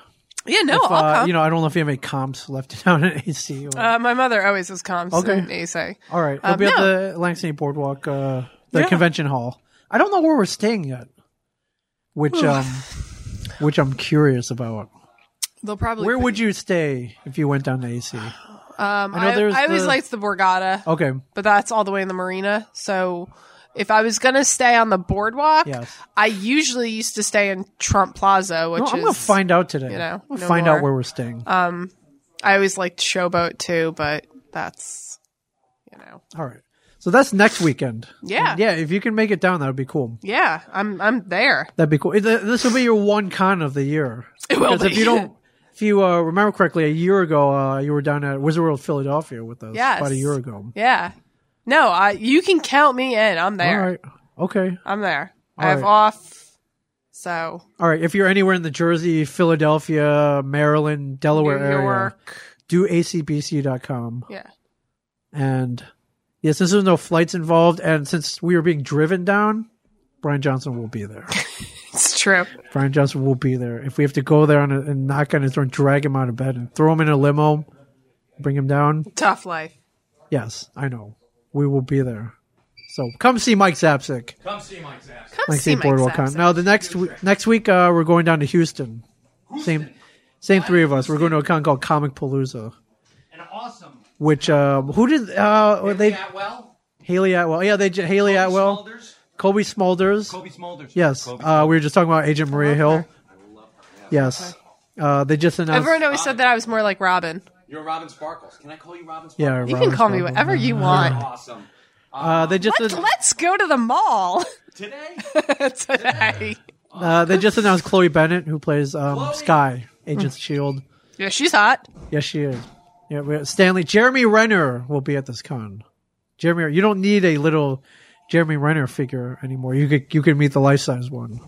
S2: Yeah, no,
S1: if,
S2: I'll
S1: uh,
S2: come.
S1: you know, I don't know if you have any comps left down at AC. Or,
S2: uh, my mother always was comms
S1: Okay.
S2: okay. in ASA.
S1: All right, we'll
S2: um,
S1: be at
S2: no.
S1: the Atlantic City Boardwalk, uh, the
S2: Yeah.
S1: convention hall. I don't know where we're staying yet, which um, which I'm curious about.
S2: They'll probably.
S1: Where would you stay if you went down to AC?
S2: Um,
S1: I know
S2: I,
S1: there's
S2: I always
S1: the- Oh.
S2: liked the Borgata,
S1: Okay,
S2: but that's all the way in the marina. So if I was going to stay on the boardwalk,
S1: Yes.
S2: I usually used to stay in Trump Plaza, which
S1: no, I'm
S2: is.
S1: gonna find out today.
S2: you know,
S1: I'm gonna
S2: no
S1: find out
S2: more. Uh,
S1: where we're staying.
S2: I always liked Showboat too, but that's, you know.
S1: All right. So that's next weekend.
S2: Yeah.
S1: And yeah. If you can make it down, that would be cool.
S2: Yeah, I'm I'm there.
S1: That'd be cool. It- This will be your one con of the year.
S2: It will
S1: 'Cause if
S2: be.
S1: you don't, if you uh, remember correctly, a year ago uh, you were down at Wizard World Philadelphia with us.
S2: Yes.
S1: About a year ago.
S2: Yeah. No, I you can count me in. I'm there.
S1: All right. Okay.
S2: I'm there.
S1: All
S2: I have
S1: right.
S2: off. So
S1: All right. If you're anywhere in the Jersey, Philadelphia, Maryland, Delaware
S2: New
S1: area,
S2: York.
S1: do acbc.com.
S2: Yeah.
S1: And yeah, since there's no flights involved, and since we were being driven down, Brian Johnson will be there.
S2: It's true.
S1: Brian Johnson will be there. If we have to go there on a, and knock on his door, and drag him out of bed, and throw him in a limo, bring him down.
S2: Tough life.
S1: Yes, I know. We will be there. So come see Mike Zapsik.
S4: Come see Mike Zaps.
S2: Come
S1: Mike
S2: see
S1: St. Boardwalk
S2: Mike
S1: Con.
S2: Zapsik.
S1: Now the next w- next week uh, we're going down to Houston. Same same three of us. We're going to a con called Comic Palooza.
S4: An awesome.
S1: Which um, who did uh were they
S4: Atwell.
S1: Haley Atwell? Yeah, they j- Haley Atwell,
S4: Smulders.
S1: Kobe Smulders.
S4: Kobe Smulders.
S1: Yes,
S4: Kobe
S1: uh, we were just talking about Agent Maria Hill. Yes, uh, they just announced.
S2: Everyone always said that I was more like Robin.
S4: You're Robin Sparkles. Can I call you Robin Sparkles?
S1: yeah,
S2: You
S1: Robin
S2: can call me
S1: Smulders.
S2: whatever you want.
S4: Awesome.
S1: Uh, they just
S2: Let's,
S1: an-
S2: let's go to the mall
S4: Today,
S2: today.
S1: uh, they just announced Chloe Bennett, who plays um,
S4: Chloe.
S1: Sky,
S2: Mm.
S1: Agent Shield.
S2: Yeah, she's hot.
S1: E Yes, she is. Yeah, we Stanley Jeremy Renner will be at this con. Jeremy, you don't need a little Jeremy Renner figure anymore. You could you could meet the life size one.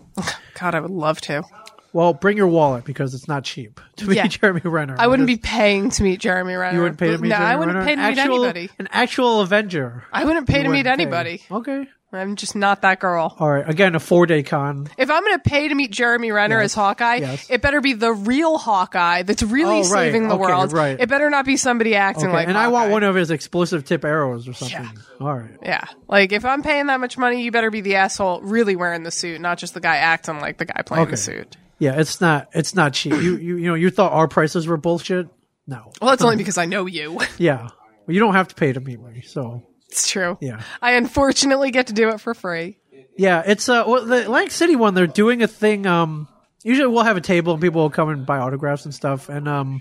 S2: God, I would love to.
S1: Well, bring your wallet because it's not cheap to meet
S2: Yeah.
S1: Jeremy Renner.
S2: I wouldn't be paying to meet Jeremy Renner.
S1: You wouldn't pay to meet
S2: No,
S1: Jeremy
S2: I wouldn't
S1: Renner?
S2: pay to
S1: An
S2: meet
S1: actual-
S2: anybody.
S1: An actual Avenger.
S2: I wouldn't pay to
S1: You
S2: meet
S1: wouldn't pay.
S2: anybody.
S1: Okay.
S2: I'm just not that girl.
S1: All right. Again, a four day con.
S2: If I'm going to pay to meet Jeremy Renner
S1: Yes.
S2: as Hawkeye,
S1: Yes.
S2: it better be the real Hawkeye that's really
S1: Oh, right.
S2: saving the
S1: Okay,
S2: world.
S1: right.
S2: It better not be somebody acting
S1: Okay.
S2: like.
S1: and I want
S2: Hawkeye.
S1: one of his explosive tip arrows or something. All right.
S2: Yeah, like if I'm paying that much money, you better be the asshole really wearing the suit, not just the guy acting like the guy playing
S1: Okay.
S2: the suit.
S1: Yeah, it's not it's not cheap. You you you know you thought our prices were bullshit. No.
S2: Well, that's only because I know you.
S1: Yeah. Well, you don't have to pay to meet me. So
S2: it's true.
S1: Yeah.
S2: I unfortunately get to do it for free.
S1: yeah, it's uh well, the Atlantic City one. They're doing a thing. Um, usually we'll have a table and people will come and buy autographs and stuff, and um,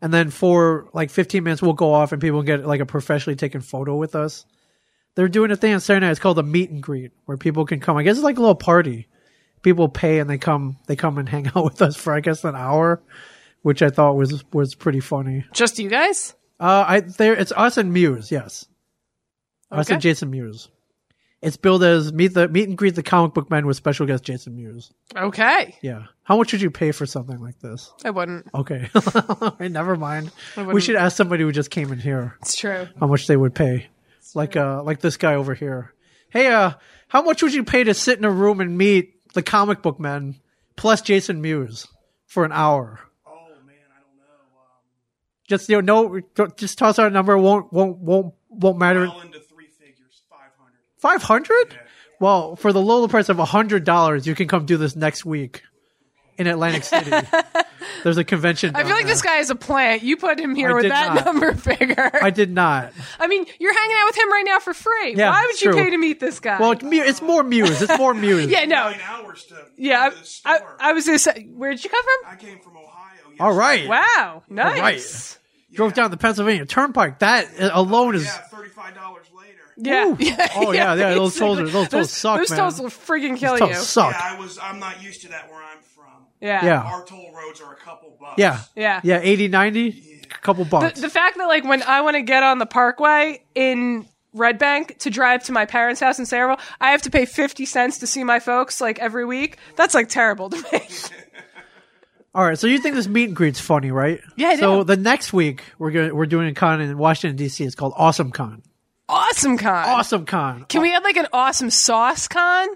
S1: and then for like 15 minutes we'll go off and people get like a professionally taken photo with us. They're doing a thing on Saturday night. It's called a meet and greet where people can come. I guess it's like a little party. People pay and they come. They come and hang out with us for I guess an hour, which I thought was was pretty funny.
S2: Just you guys?
S1: Uh, I there it's us and Muse, yes. Us
S2: Okay.
S1: and Jason Muse. It's billed as meet the meet and greet the comic book man with special guest Jason Muse.
S2: Okay.
S1: Yeah. How much would you pay for something like this?
S2: I wouldn't.
S1: Okay, All right, never mind. We
S2: wouldn't-
S1: should ask somebody who just came in here
S2: It's true.
S1: how much they would pay. Like uh, like this guy over here. Hey, uh, how much would you pay to sit in a room and meet the comic book man plus Jason Muse for an hour? Just you know, no, just toss out a number. Won't won't won't won't matter.
S5: well into three figures, 500.
S1: Five hundred? Well, for the low price of hundred dollars, you can come do this next week in Atlantic City. There's a convention.
S2: I feel like this guy is a plant. You put him here
S1: I
S2: with
S1: did
S2: that
S1: not.
S2: number figure.
S1: I
S2: I,
S1: did not.
S2: mean, you're hanging out with him right now for free.
S1: Yeah,
S2: Why would
S1: it's
S2: you
S1: true.
S2: pay to meet this guy?
S1: Well, it's, mu- it's more Muse. It's more Muse.
S2: yeah, no.
S5: Nine hours to
S2: Yeah,
S5: to the
S2: I, I,
S5: store.
S2: I was going to say, where'd you come from?
S5: I came from Ohio. Yesterday.
S1: All right.
S2: Wow. Nice.
S1: Drove down the Pennsylvania Turnpike. That alone is.
S5: Yeah, thirty-five dollars later.
S2: Yeah.
S1: Ooh. Oh, yeah, yeah, those
S2: basically.
S1: tolls are- those tolls suck,
S2: Those
S1: man.
S2: tolls will freaking kill
S1: Those
S2: you.
S1: suck.
S5: Yeah, I was. I'm not used to that where I'm from.
S2: Yeah.
S1: Yeah.
S5: Our toll roads are a couple bucks.
S1: Yeah.
S2: Yeah.
S1: Yeah. 80, 90, a couple
S2: The,
S1: bucks.
S2: the fact that, like, when I want to get on the parkway in Red Bank to drive to my parents' house in Sayreville, I have to pay 50 cents to see my folks, like, every week. That's, like, terrible to me.
S1: All right. So you think this meet and greet's funny, right?
S2: Yeah, I
S1: so
S2: do.
S1: the next week we're gonna, we're doing a con in Washington D.C. It's called Awesome Con.
S2: awesome con.
S1: Awesome Con.
S2: Can we have, like, an awesome sauce con?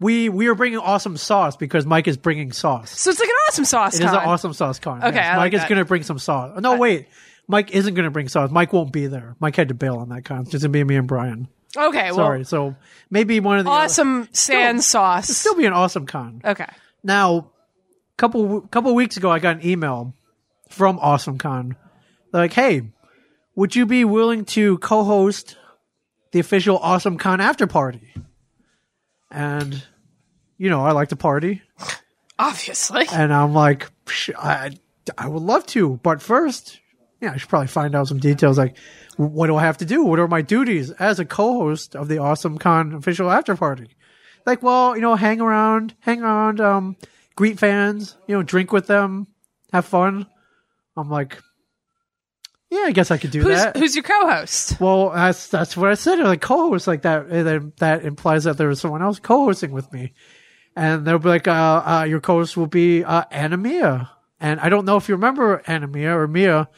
S1: We we are bringing awesome sauce because Mike is bringing sauce.
S2: So it's, like, an awesome sauce
S1: It
S2: con.
S1: is an awesome sauce con.
S2: Okay,
S1: yes.
S2: I
S1: Mike
S2: like
S1: is
S2: that.
S1: going to bring some sauce. No, wait. Mike isn't going to bring sauce. Mike won't be there. Mike had to bail on that con. It's just going to be me and Brian.
S2: Okay, well,
S1: Sorry. So maybe one of the
S2: awesome sand sauce.
S1: It'll be an awesome con.
S2: okay.
S1: Now, couple couple weeks ago, I got an email from Awesome Con. They're like, "Hey, would you be willing to co-host the official Awesome Con after party?" And you know, I like to party.
S2: Obviously.
S1: And I'm like, "Psh, I, I would love to, but first, yeah, I should probably find out some details. Like, what do I have to do? What are my duties as a co-host of the Awesome Con official after party? Like, well, you know, hang around, hang around, um, greet fans, you know, drink with them, have fun. I'm like, yeah, I guess I could do
S2: Who's
S1: that.
S2: who's your co-host?
S1: Well, that's that's what I said. Like co-host, like that, eh, that that implies that there was someone else co-hosting with me, and they'll be like, uh, uh, "Your co-host will be uh, Anna Mia." And I don't know if you remember Anna Mia or Mia.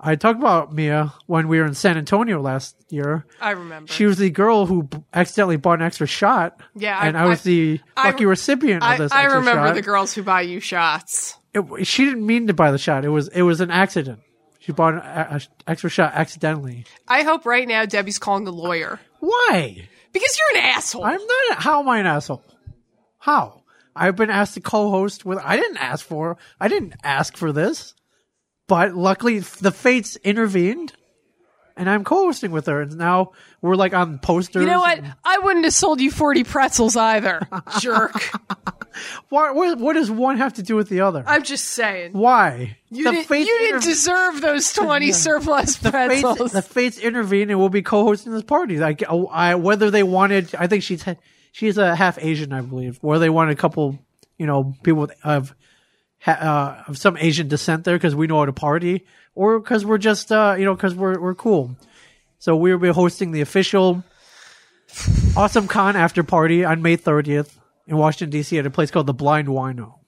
S1: I talked about Mia when we were in San Antonio last year.
S2: I remember.
S1: She was the girl who b- accidentally bought an extra shot.
S2: Yeah, I-
S1: and I, was
S2: I-
S1: the
S2: I-
S1: lucky recipient of
S2: I,
S1: this.
S2: I
S1: extra
S2: remember
S1: shot.
S2: the girls who buy you shots.
S1: It, she didn't mean to buy the shot. It was it was an accident. She bought an a- a- extra shot accidentally.
S2: I hope right now Debbie's calling the lawyer
S1: Why?
S2: because you're an asshole.
S1: I'm not. How am I an asshole? How? I've been asked to co-host with. I didn't ask for. I didn't ask for this, but luckily the fates intervened, and I'm co-hosting with her. And now we're like on posters.
S2: you know what?
S1: and-
S2: I wouldn't have sold you 40 pretzels either, jerk.
S1: Why- what, what does one have to do with the other?
S2: I'm just saying.
S1: Why?
S2: You, didn't, you didn't
S1: interve-
S2: deserve those 20 surplus pretzels.
S1: fates, the fates intervened, and we'll be co-hosting this party. Like, uh, I, whether they wanted, I think she's she's a half Asian, I believe. Where they wanted a couple, you know, people with, of ha- uh, of some Asian descent there because we know how to party, or because we're just, uh, you know, because we're we're cool. So we'll be hosting the official Awesome Con after party on May 30th in Washington D.C. at a place called the Blind Wino.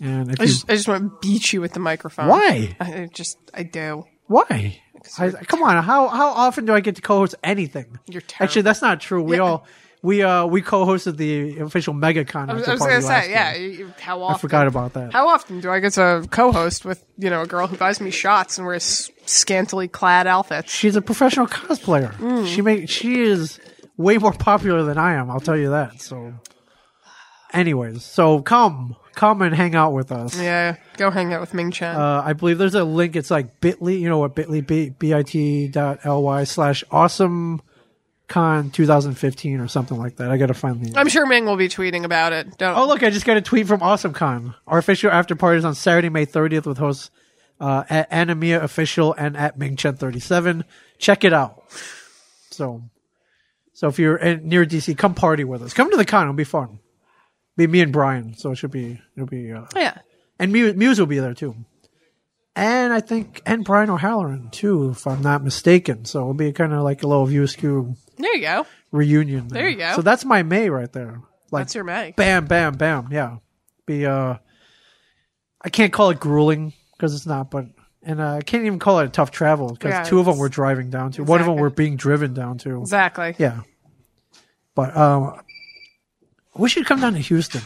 S1: And if
S2: I
S1: you,
S2: just, I just want to beat you with the microphone.
S1: Why?
S2: I just, I do.
S1: Why? I, come on, how how often do I get to co-host anything?
S2: You're terrible.
S1: Actually, that's not true. We
S2: Yeah.
S1: all we uh we co-hosted the official MegaCon.
S2: I was,
S1: after
S2: I was
S1: party
S2: going to
S1: last
S2: say,
S1: year.
S2: yeah. you- How often?
S1: I forgot about that.
S2: How often do I get to co-host with you know a girl who buys me shots and wears scantily clad outfits?
S1: She's a professional cosplayer.
S2: Mm.
S1: She make she is way more popular than I am. I'll tell you that. So, anyways, so come come and hang out with us.
S2: Yeah, go hang out with Ming Chen.
S1: Uh, I believe there's a link. It's like Bitly. You know what Bitly b bit dot ly slash awesome con 2015 or something like that. I gotta find the.
S2: I'm sure Ming will be tweeting about it. Don't.
S1: Oh, look, I just got a tweet from AwesomeCon. Our official after party is on Saturday, May 30th with hosts uh, at Anamia Official and at MingChen37. Check it out. So, so if you're in, near DC, come party with us. Come to the con. It'll be fun. Be me and Brian. So it should be, it'll be, uh,
S2: Oh, yeah.
S1: and Muse, Muse will be there too. And I think, and Brian O'Halloran too, if I'm not mistaken. So it'll be kind of like a little View Askew
S2: There you go.
S1: reunion. There.
S2: you go.
S1: So that's my May right there. Like,
S2: That's your May.
S1: bam bam bam yeah be uh i can't call it grueling because it's not but and uh, i can't even call it a tough travel because
S2: Yeah,
S1: two of them
S2: it's-
S1: were driving down to one of them
S2: Exactly.
S1: were being driven down to
S2: Exactly.
S1: yeah but um we should come down to houston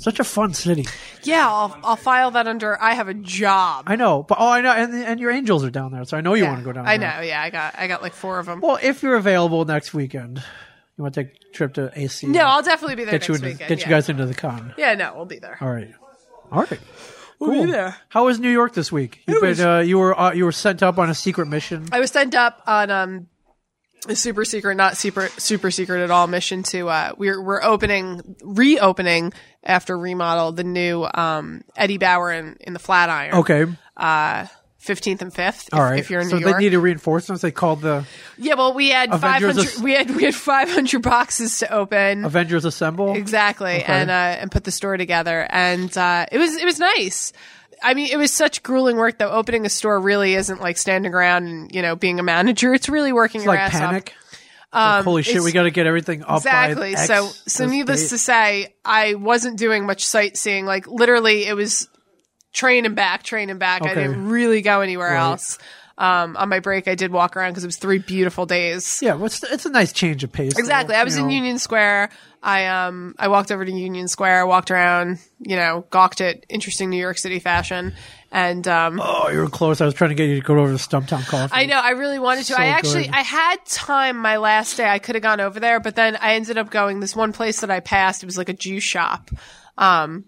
S1: such a fun city
S2: Yeah, I'll, I'll file that under. I have a job.
S1: i know but oh i know and, and your angels are down there so i know you
S2: Yeah,
S1: want to go down
S2: I
S1: there.
S2: know. Yeah, I got I got like four of them.
S1: well if you're available next weekend you want to take a trip to ac
S2: no, I'll definitely be there
S1: get
S2: next
S1: you into,
S2: weekend.
S1: get
S2: yeah.
S1: you guys into the con
S2: Yeah, no, we'll be there.
S1: all right all right
S2: We'll
S1: Cool.
S2: be there.
S1: How was New York this week? You've been,
S2: was-
S1: uh, you were uh, you were sent up on a secret mission.
S2: I was sent up on um a super secret, not super super secret at all mission to uh we're we're opening reopening after remodel the new um Eddie Bauer in, in the Flatiron.
S1: Okay,
S2: Fifteenth and fifth.
S1: all right.
S2: If you're in
S1: so
S2: New
S1: they
S2: York.
S1: needed reinforcements. They called the
S2: yeah, well we had five
S1: Avengers
S2: hundred
S1: As-
S2: we had we had five hundred boxes to open.
S1: Avengers Assemble.
S2: Exactly, and uh, and put the store together, and uh, it was it was nice. I mean, it was such grueling work though. Opening a store really isn't like standing around and you know being a manager. It's really working
S1: It's
S2: your
S1: like
S2: ass off. Um,
S1: panic. Like, holy shit!
S2: it's-
S1: We got to get everything up.
S2: Exactly.
S1: By X
S2: so, so
S1: this
S2: needless
S1: date.
S2: to say, I wasn't doing much sightseeing. Like literally, it was train and back, train and back. I
S1: Okay.
S2: didn't really go anywhere
S1: Right.
S2: else. Um, on my break, I did walk around because it was three beautiful days.
S1: yeah, well, it's, it's a nice change of pace. though,
S2: Exactly. I was
S1: you
S2: in
S1: know.
S2: Union Square. I um I walked over to Union Square. I walked around. You know, gawked at interesting New York City fashion, and um,
S1: Oh, you were close. I was trying to get you to go over to Stumptown Coffee.
S2: I know. I really wanted to.
S1: So
S2: I actually
S1: good.
S2: I had time my last day. I could have gone over there, but then I ended up going this one place that I passed. It was like a Jew shop, um,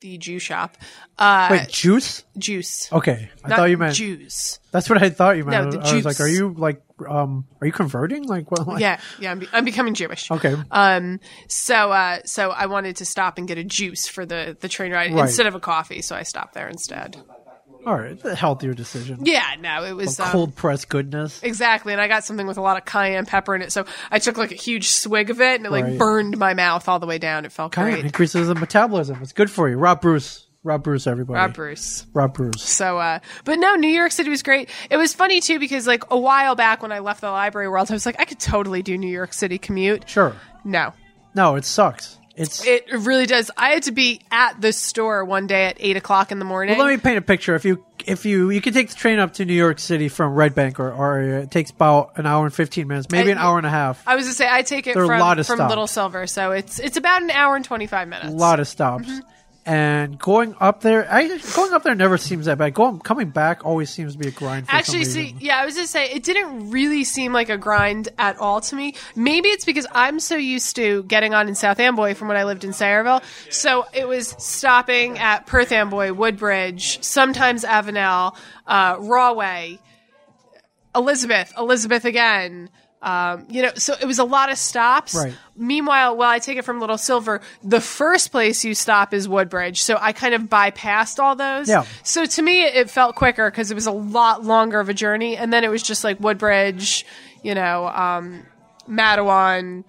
S2: the Jew shop, uh,
S1: Wait, juice?
S2: juice.
S1: Okay, Oh, I
S2: Not
S1: thought you meant.
S2: Jews.
S1: That's what I thought you meant.
S2: No, the
S1: I was like,
S2: juice.
S1: are you like, um, are you converting? Like, what? like-
S2: Yeah, yeah. I'm, be- I'm becoming Jewish.
S1: Okay.
S2: Um. So, uh, so I wanted to stop and get a juice for the the train ride
S1: Right.
S2: instead of a coffee. So I stopped there instead.
S1: All right, the healthier decision.
S2: Yeah, no, it was um,
S1: Cold pressed goodness.
S2: Exactly, and I got something with a lot of cayenne pepper in it, so I took like a huge swig of it, and it like
S1: Right.
S2: burned my mouth all the way down. It felt
S1: Kind of
S2: great.
S1: increases the metabolism. It's good for you. Rob Bruce. Rob Bruce, everybody.
S2: Rob Uh, Bruce.
S1: Rob Bruce.
S2: So, uh, but no, New York City was great. It was funny too because like a while back when I left the library world, I was like, I could totally do New York City commute.
S1: Sure.
S2: No,
S1: No, it sucks. It's.
S2: it really does. I had to be at the store one day at eight o'clock in the morning.
S1: Well, let me paint a picture. If you if you you can take the train up to New York City from Red Bank or, or uh, it takes about an hour and fifteen minutes, maybe
S2: I-
S1: an hour and a half.
S2: I was to say I take it
S1: There are a
S2: from,
S1: lot of
S2: from
S1: stops.
S2: Little Silver, so it's it's about an hour and twenty five minutes.
S1: a lot of stops.
S2: Mm-hmm.
S1: And going up there, I going up there never seems that bad. Going coming back always seems to be a grind. For
S2: Actually,
S1: some
S2: see,
S1: reason.
S2: yeah, I was just say it didn't really seem like a grind at all to me. Maybe it's because I'm so used to getting on in South Amboy from when I lived in Sayreville. So it was stopping at Perth Amboy, Woodbridge, sometimes Avenel, uh, Rawway, Elizabeth, Elizabeth again. Um, you know, so it was a lot of stops.
S1: Right.
S2: Meanwhile, while I take it from Little Silver, the first place you stop is Woodbridge. So I kind of bypassed all those.
S1: Yeah.
S2: So to me, it felt quicker because it was a lot longer of a journey. And then it was just like Woodbridge, you know, um, Mattawan,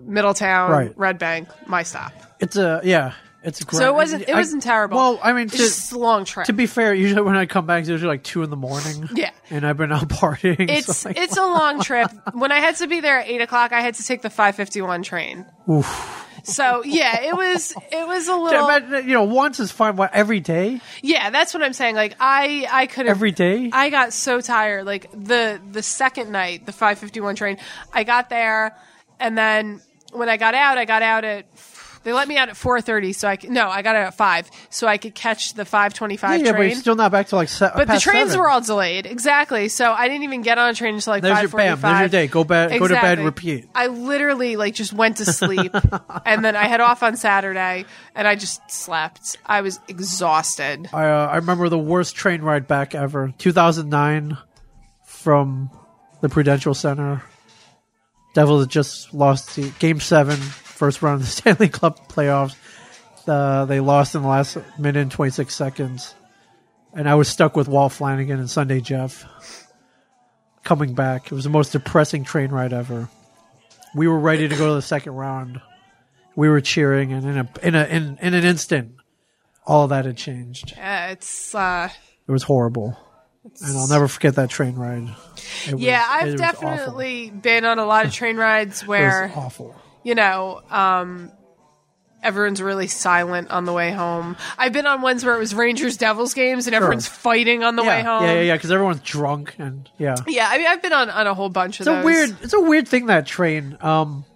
S2: Middletown,
S1: Right.
S2: Red Bank, my stop.
S1: it's a yeah, it's a grind.
S2: So it wasn't, it
S1: I-
S2: wasn't terrible.
S1: Well, I mean,
S2: it's
S1: to,
S2: just a long trip.
S1: to be fair, usually when I come back, it's usually like two in the morning.
S2: Yeah.
S1: and I've been out partying.
S2: it's
S1: so like,
S2: it's a long trip. When I had to be there at eight o'clock, I had to take the five fifty one train. So yeah, it was it was a
S1: Yeah,
S2: little
S1: imagine that, you know, once is fine. What every day,
S2: yeah. That's what I'm saying. Like I I could have
S1: every day.
S2: I got so tired. Like the the second night, the five fifty one train. I got there, and then when I got out, I got out at. They let me out at four thirty, so I c- no, I got out at five, so I could catch the five twenty
S1: yeah,
S2: five
S1: yeah, but
S2: train.
S1: you're still not back to like. Se-
S2: But the
S1: past
S2: trains
S1: seven.
S2: were all delayed. Exactly. So I didn't even get on a train until like
S1: There's your
S2: 5:45.
S1: bam. There's your day. Go bed- go to bed,
S2: Exactly.
S1: repeat.
S2: I literally like just went to sleep and then I had off on Saturday and I just slept. I was exhausted.
S1: I, uh, I remember the worst train ride back ever. 2009 from the Prudential Center. Devils had just lost the game seven, first round of the Stanley Cup playoffs. Uh, they lost in the last minute and 26 seconds. And I was stuck with Walt Flanagan and Sunday Jeff coming back. It was the most depressing train ride ever. We were ready to go to the second round. We were cheering, and in a in a in, in an instant, all that had changed.
S2: Uh, it's uh
S1: It was horrible. And I'll never forget that train ride. It was-
S2: yeah,
S1: it
S2: I've
S1: was
S2: definitely been on a lot of train rides
S1: awful. It
S2: where
S1: was awful.
S2: you know, um, everyone's really silent on the way home. I've been on ones where it was Rangers Devils games and everyone's fighting on the
S1: Yeah,
S2: way home.
S1: yeah, yeah, yeah, because everyone's drunk and yeah.
S2: Yeah, I mean, I've been on, on a whole bunch of
S1: It's a
S2: those.
S1: weird. It's a weird thing that train. Um,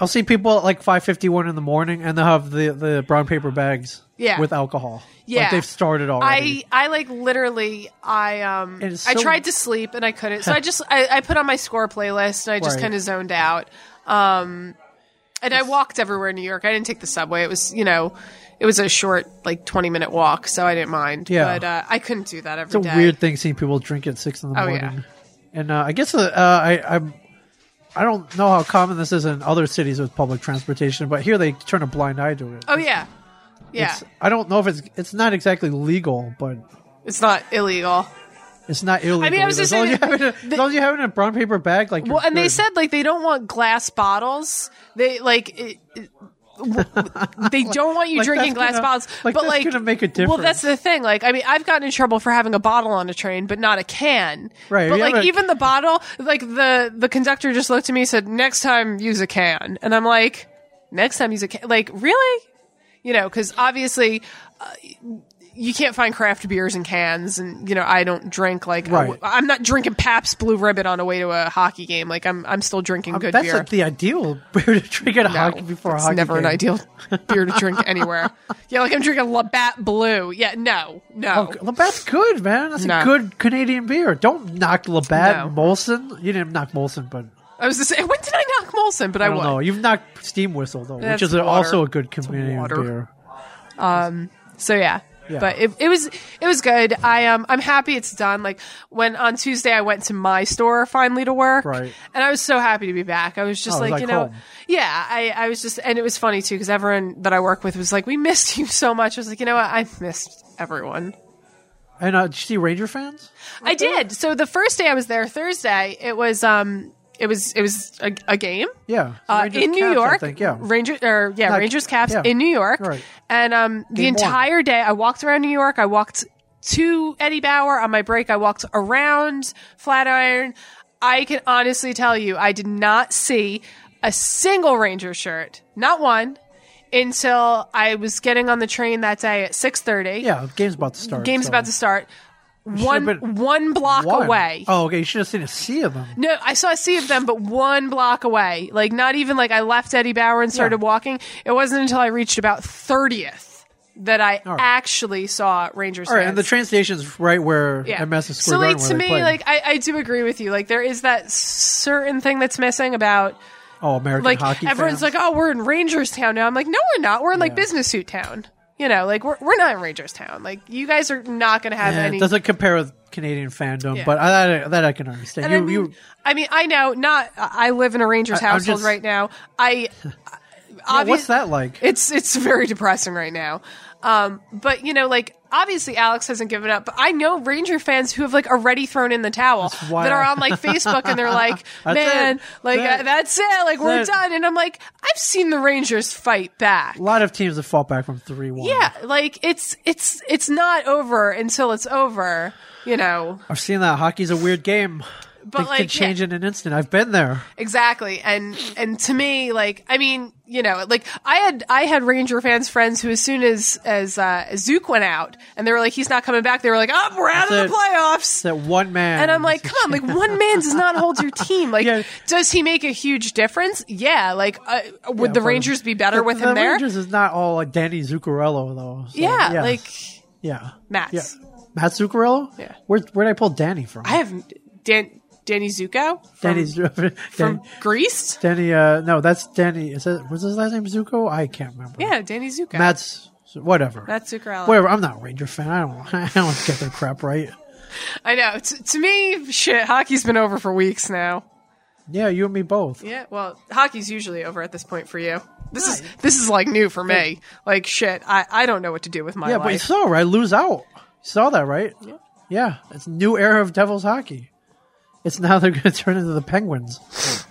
S1: I'll see people at like five fifty one in the morning, and they'll have the the brown paper bags.
S2: Yeah.
S1: with alcohol.
S2: Yeah.
S1: like they've started already.
S2: I I like literally I um
S1: It is
S2: I
S1: so-
S2: tried to sleep and I couldn't. So I just I, I put on my score playlist and I just
S1: Right.
S2: kind of zoned out. Um and I walked everywhere in New York. I didn't take the subway. It was, you know, it was a short like 20 minute walk, so I didn't mind.
S1: Yeah.
S2: But uh, I couldn't do that every day.
S1: it's a weird thing seeing people drink at six in the
S2: Oh,
S1: morning.
S2: yeah.
S1: And uh, I guess uh, uh, I I'm, I don't know how common this is in other cities with public transportation, but here they turn a blind eye to it.
S2: Oh yeah. Yeah.
S1: It's, I don't know if it's it's not exactly legal, but
S2: It's not illegal.
S1: it's not illegal.
S2: I was
S1: either.
S2: just
S1: as long
S2: saying
S1: as you have it in a- as long as you have it in a brown paper bag, like
S2: Well,
S1: you're
S2: and they
S1: good.
S2: said like they don't want glass bottles. They like it, it- they don't want you
S1: Like,
S2: drinking
S1: that's
S2: glass
S1: gonna-
S2: bottles.
S1: like,
S2: but
S1: that's
S2: like
S1: gonna make a
S2: Well, that's
S1: difference.
S2: the thing. Like I mean, I've gotten in trouble for having a bottle on a train, but not a can.
S1: Right,
S2: But
S1: yeah,
S2: like
S1: but-
S2: even the bottle, like the the conductor just looked at me and said, "Next time use a can." And I'm like, "Next time use a can." Like really? You know, because obviously. Uh, you can't find craft beers in cans, and you know I don't drink like
S1: Right.
S2: I- I'm not drinking Pabst Blue Ribbon on the way to a hockey game. Like I'm, I'm still drinking good
S1: Um, that's
S2: beer.
S1: like the ideal beer to drink at a
S2: No,
S1: hockey before
S2: it's
S1: a hockey
S2: never an
S1: game.
S2: ideal beer to drink anywhere. Yeah, like I'm drinking Labatt Blue. Yeah, no, no.
S1: Oh, Labatt's good, man. That's
S2: No.
S1: a good Canadian beer. Don't knock Labatt,
S2: No.
S1: Molson. You didn't knock Molson, but
S2: I was just saying, when did I knock Molson? But I,
S1: I don't
S2: would.
S1: know. You've knocked Steam Whistle though,
S2: That's
S1: which is a-
S2: water.
S1: also a good
S2: It's
S1: Canadian
S2: water.
S1: beer.
S2: So yeah.
S1: Yeah.
S2: But it, it was it was good. I um I'm happy it's done. Like when on Tuesday I went to my store finally to work,
S1: Right.
S2: And I was so happy to be back. I was just
S1: Oh, it
S2: like,
S1: was like
S2: you know,
S1: home.
S2: yeah. I I was just and it was funny too because everyone that I work with was like, we missed you so much. I was like, you know what, I missed everyone.
S1: And uh, did you see Ranger fans?
S2: I did. So the first day I was there, Thursday, it was um, it was it was a, a game
S1: Yeah,
S2: uh,
S1: Rangers
S2: in New
S1: Caps,
S2: York.
S1: I think yeah.
S2: Ranger or yeah,
S1: No,
S2: Rangers Caps
S1: yeah.
S2: in New York.
S1: Right.
S2: And um, the
S1: Game one.
S2: entire day, I walked around New York. I walked to Eddie Bauer on my break. I walked around Flatiron. I can honestly tell you, I did not see a single Ranger shirt, not one, until I was getting on the train that day at six thirty.
S1: yeah, game's about to start.
S2: Game's
S1: so-
S2: about to start. One
S1: been
S2: one block
S1: One.
S2: away.
S1: Oh, okay. You should have seen a sea of them.
S2: No, I saw a sea of them, but one block away. Like not even like I left Eddie Bauer and started
S1: Yeah.
S2: walking. It wasn't until I reached about thirtieth that I
S1: right.
S2: actually saw Rangers.
S1: All right,
S2: fans.
S1: and the train station's right where
S2: Yeah.
S1: MS is
S2: so
S1: Square
S2: like
S1: Garden
S2: to
S1: where they
S2: me,
S1: play.
S2: like I, I do agree with you. Like there is that certain thing that's missing about
S1: oh, American
S2: like
S1: hockey.
S2: everyone's
S1: fans.
S2: like, oh, we're in Rangers Town now. I'm like, no, we're not. We're in like
S1: Yeah.
S2: business suit town. You know, like we're we're not in Rangers Town. Like you guys are not going to have
S1: Yeah,
S2: any.
S1: it doesn't compare with Canadian fandom,
S2: Yeah.
S1: but I, that, that I can understand.
S2: And
S1: You,
S2: I mean,
S1: you,
S2: I mean, I know not. I live in a Rangers
S1: I- I'm
S2: household
S1: just-
S2: right now. I
S1: yeah,
S2: obvi-
S1: what's that like?
S2: It's it's very depressing right now. Um, but you know, like obviously Alex hasn't given up. But I know Ranger fans who have like already thrown in the towel
S1: why
S2: that are
S1: I-
S2: on like Facebook and they're like,
S1: That's it.
S2: man, like
S1: That's
S2: uh,
S1: it.
S2: that's it, like we're
S1: That's it.
S2: done. And I'm like, I've seen the Rangers fight back.
S1: a lot of teams that fought back from three one.
S2: Yeah, like it's it's it's not over until it's over. You know,
S1: I've seen that. Hockey's a weird game.
S2: But,
S1: Things can
S2: like,
S1: change
S2: yeah.
S1: in an instant. I've been there.
S2: Exactly. And and to me, like I mean, you know, like I had I had Ranger fans friends who as soon as as uh as Zook went out and they were like, he's not coming back, they were like, Oh, we're out of
S1: That's
S2: the
S1: it.
S2: playoffs.
S1: It's that one man.
S2: and I'm like, come on, like one man does not hold your team. Like,
S1: Yeah.
S2: does he make a huge difference? Yeah. Like, uh, would
S1: Yeah,
S2: the
S1: but-
S2: Rangers be better
S1: the,
S2: with
S1: the
S2: him there?
S1: Rangers is not all like Danny Zuccarello though. So,
S2: yeah,
S1: yeah.
S2: Like,
S1: yeah,
S2: Matt's.
S1: Yeah. Matt Zuccarello.
S2: Yeah.
S1: Where where did I pull Danny from?
S2: I have Dan Danny Zuko from,
S1: Danny's
S2: from
S1: Danny,
S2: Greece.
S1: Danny. Uh, no, that's Danny. Is that was his last name Zuko? I can't remember.
S2: Yeah, Danny Zuko.
S1: Matt's whatever.
S2: Matt Zuccarello.
S1: Whatever. I'm not a Ranger fan. I don't. I don't get their crap right.
S2: I know. T- to me, shit, hockey's been over for weeks now.
S1: Yeah, you and me both.
S2: Yeah, well, hockey's usually over at this point for you. This is this is like new for me. Like shit, I, I don't know what to do with my
S1: Yeah, but you
S2: life.
S1: saw right. Lose out. You saw that right? Yeah. Yeah. It's a new era of Devils hockey. It's now they're going to turn into the Penguins.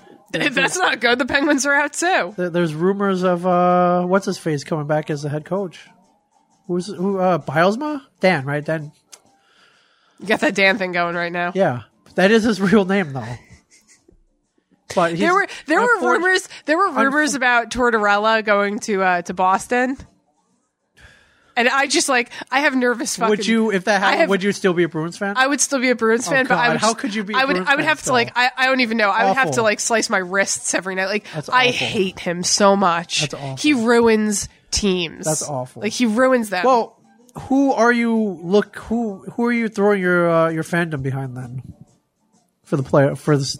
S2: That's not good. The Penguins are out too.
S1: There- There's rumors of uh, what's his face coming back as the head coach. Who's who? Uh, Bilesma? Dan, right? Dan.
S2: You got that Dan thing going right now.
S1: Yeah, that is his real name though. But he's-
S2: There were there were
S1: unfor-
S2: rumors there were rumors about Tortorella going to uh, to Boston, and I just like I have nervous fucking.
S1: Would you, if that
S2: I
S1: happened,
S2: have-
S1: would you still be a Bruins fan?
S2: I would still be a Bruins fan, but I
S1: Oh, God,
S2: would.
S1: how
S2: just-
S1: could you be a
S2: I would.
S1: Bruins
S2: I would
S1: fan
S2: have to
S1: still?
S2: like. I, I don't even know. I would have to
S1: Awful.
S2: like slice my wrists every night. Like
S1: That's
S2: I
S1: awful.
S2: hate him so much.
S1: That's awful.
S2: He ruins teams.
S1: That's awful.
S2: Like he ruins them.
S1: well, who are you? Look, who who are you throwing your uh, your fandom behind then? For the play for this,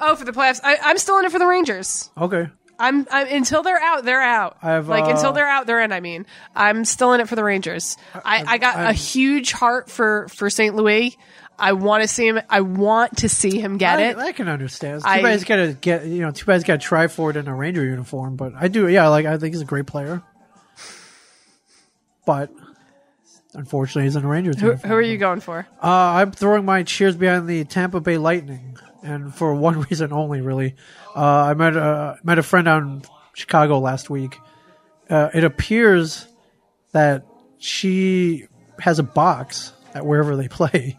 S2: oh, for the playoffs, I, I'm still in it for the Rangers.
S1: okay.
S2: I'm, I'm until they're out. They're out.
S1: I've,
S2: like
S1: uh,
S2: until they're out. They're in. I mean, I'm still in it for the Rangers. I, I got a
S1: I've-
S2: huge heart for for St. Louis. I want to see him. I want to see him get
S1: I,
S2: it.
S1: I can understand. It's Too
S2: I-
S1: bad he's got to get you know. Too bad he's got to try for it in a Ranger uniform. But I do, yeah. Like I think he's a great player, but unfortunately, he's in a Rangers
S2: who,
S1: uniform.
S2: who are you going for?
S1: Uh, I'm throwing my cheers behind the Tampa Bay Lightning, and for one reason only, really. Uh, I met a met a friend out in Chicago last week. Uh, it appears that she has a box at wherever they play,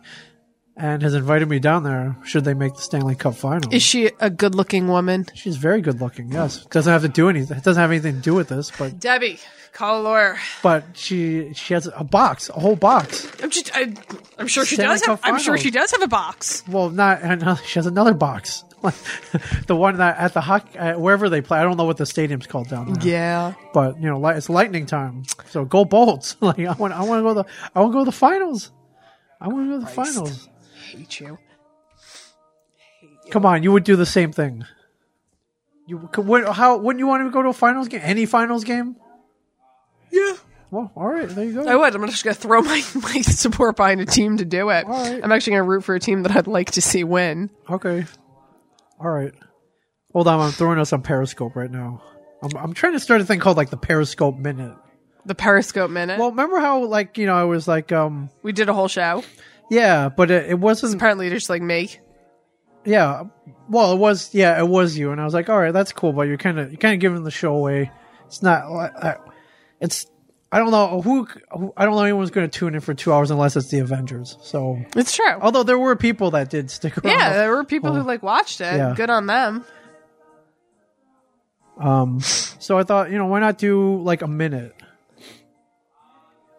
S1: and has invited me down there. Should they make the Stanley Cup final?
S2: Is she a good looking woman?
S1: She's very good looking. Yes, doesn't have to do anything. Doesn't have anything to do with this, but
S2: Debbie, call a lawyer.
S1: but she she has a box, a whole box.
S2: I'm, just, I, I'm sure she
S1: Stanley
S2: does. Have,
S1: Cup
S2: I'm sure
S1: Finals.
S2: she does have a box.
S1: Well, not another. She has another box, the one that at the hockey uh, wherever they play. I don't know what the stadium's called down there.
S2: Yeah.
S1: but you know li- it's lightning time, so go bolts. like I want, I want to go to the, I want to go to the finals. I want to go to the finals.
S2: Hate you.
S1: Come on, you would do the same thing. You could, would, how wouldn't you want to go to a finals game? Any finals game?
S2: Yeah.
S1: Well, all right, there you go.
S2: I would. I'm just going to throw my, my support behind a team to do it.
S1: All right.
S2: I'm actually going to root for a team that I'd like to see win.
S1: Okay. All right. Hold on, I'm throwing us on Periscope right now. I'm, I'm trying to start a thing called like the Periscope Minute.
S2: the Periscope minute.
S1: Well, remember how like you know I was like, um,
S2: we did a whole show.
S1: yeah, but it, it wasn't.
S2: Apparently, just like me.
S1: Yeah, well, it was. Yeah, it was you, and I was like, all right, that's cool, but you're kind of you're kind of giving the show away. It's not. li- I, it's. I don't know who, who. I don't know anyone's going to tune in for two hours unless it's the Avengers. So,
S2: It's true.
S1: although there were people that did stick around.
S2: yeah, there were people who like watched it.
S1: Yeah.
S2: Good on them.
S1: Um, so I thought, you know, why not do like a minute?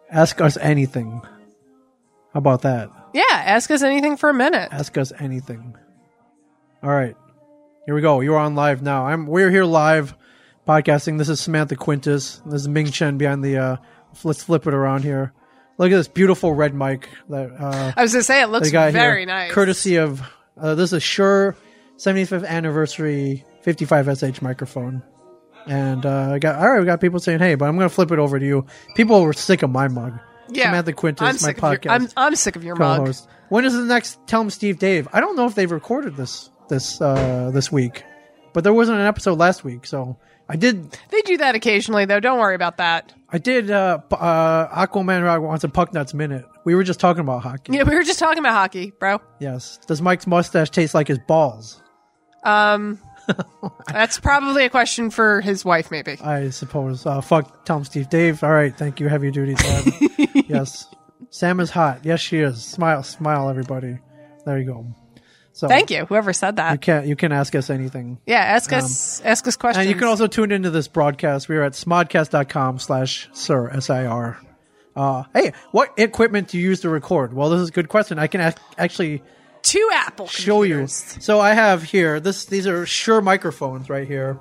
S1: Ask us anything. How about that?
S2: Yeah, ask us anything for a minute.
S1: Ask us anything. All right, here we go. You're on live now. I'm. We're here live, podcasting. This is Samantha Quintus. This is Ming Chen behind the. Uh, f- let's flip it around here. Look at this beautiful red mic that uh,
S2: I was gonna say it looks
S1: they got
S2: very
S1: here,
S2: nice.
S1: courtesy of. Uh, this is Shure 75th anniversary 55sh microphone. And uh, I got all right. We got people saying, "Hey," but I'm going to flip it over to you. People were sick of my mug.
S2: yeah.
S1: Samantha Quintus,
S2: I'm
S1: my
S2: sick Of
S1: podcast
S2: your, I'm, I'm sick of your mug.
S1: co-host. When is the next Tell 'em Steve Dave? I don't know if they've recorded this this uh, this week, but there wasn't an episode last week, so I did
S2: They do that occasionally, though. Don't worry about that.
S1: I did uh, p- uh, Aquaman Rock wants a puck nuts minute. We were just talking about hockey.
S2: Yeah, we were just talking about hockey, bro.
S1: Yes. Does Mike's mustache taste like his balls?
S2: Um, that's probably a question for his wife, maybe.
S1: I suppose. Uh, fuck Tom, Steve, Dave. All right, thank you. Heavy duty. Sam. yes, Sam is hot. Yes, she is. Smile, smile, everybody. There you go. So
S2: Thank you, whoever said that.
S1: You can you can ask us anything,
S2: Yeah, ask us ask us
S1: Um, and
S2: questions.
S1: Uh, you can also tune into this broadcast. We are at smodcast.com slash sir s i r. Uh, hey, what equipment do you use to record? Well, this is a good question. I can ac- actually
S2: two Apple
S1: show you.
S2: computers.
S1: So I have here this. These are Shure microphones right here.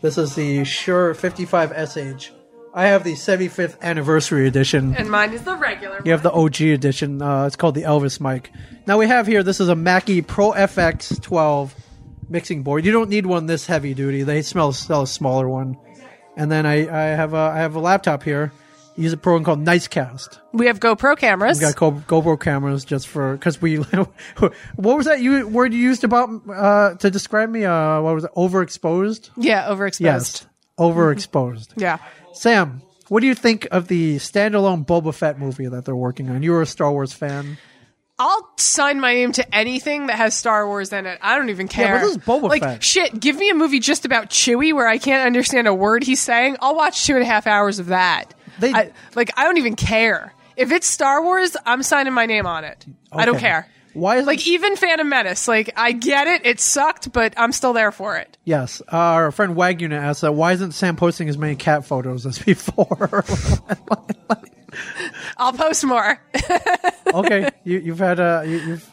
S1: This is the Shure 55SH. I have the 75th anniversary edition.
S2: And mine is the regular.
S1: You have the OG edition. Uh, it's called the Elvis mic. Now we have here. This is a Mackie Pro FX 12 mixing board. You don't need one this heavy duty. They smell sell a smaller one. And then I, I have a I have a laptop here. Use a program called Nicecast.
S2: We have GoPro cameras.
S1: We got Go- GoPro cameras just for because we. what was that you word you used about uh, to describe me? Uh, what was it? Overexposed.
S2: yeah, overexposed.
S1: Yes, overexposed.
S2: Yeah.
S1: Sam, what do you think of the standalone Boba Fett movie that they're working on? You were a Star Wars fan.
S2: I'll sign my name to anything that has Star Wars in it. I don't even care.
S1: Yeah, but this is Boba
S2: like,
S1: Fett.
S2: shit, give me a movie just about Chewie where I can't understand a word he's saying. I'll watch two and a half hours of that.
S1: They-
S2: I, like, I don't even care. If it's Star Wars, I'm signing my name on it. I don't
S1: Okay.
S2: care.
S1: Why is
S2: Like, even Phantom Menace. Like, I get it. It sucked, but I'm still there for it.
S1: yes? Our friend Wag Unit asked that. uh, Why isn't Sam posting as many cat photos as before?
S2: I'll post more.
S1: Uh-huh. okay, you, you've had a you, you've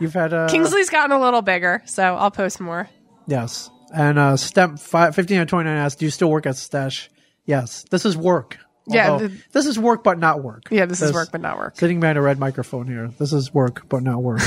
S1: you've had uh, a
S2: Kingsley's gotten a little bigger, so I'll post more.
S1: Yes. And uh, step five, 15 and 29 asks, do you still work at Stash? Yes. This is work.
S2: Yeah,
S1: Although,
S2: the-
S1: this is work, but not work.
S2: Yeah, this is work, but not work.
S1: Sitting behind a red microphone here. This is work, but not work.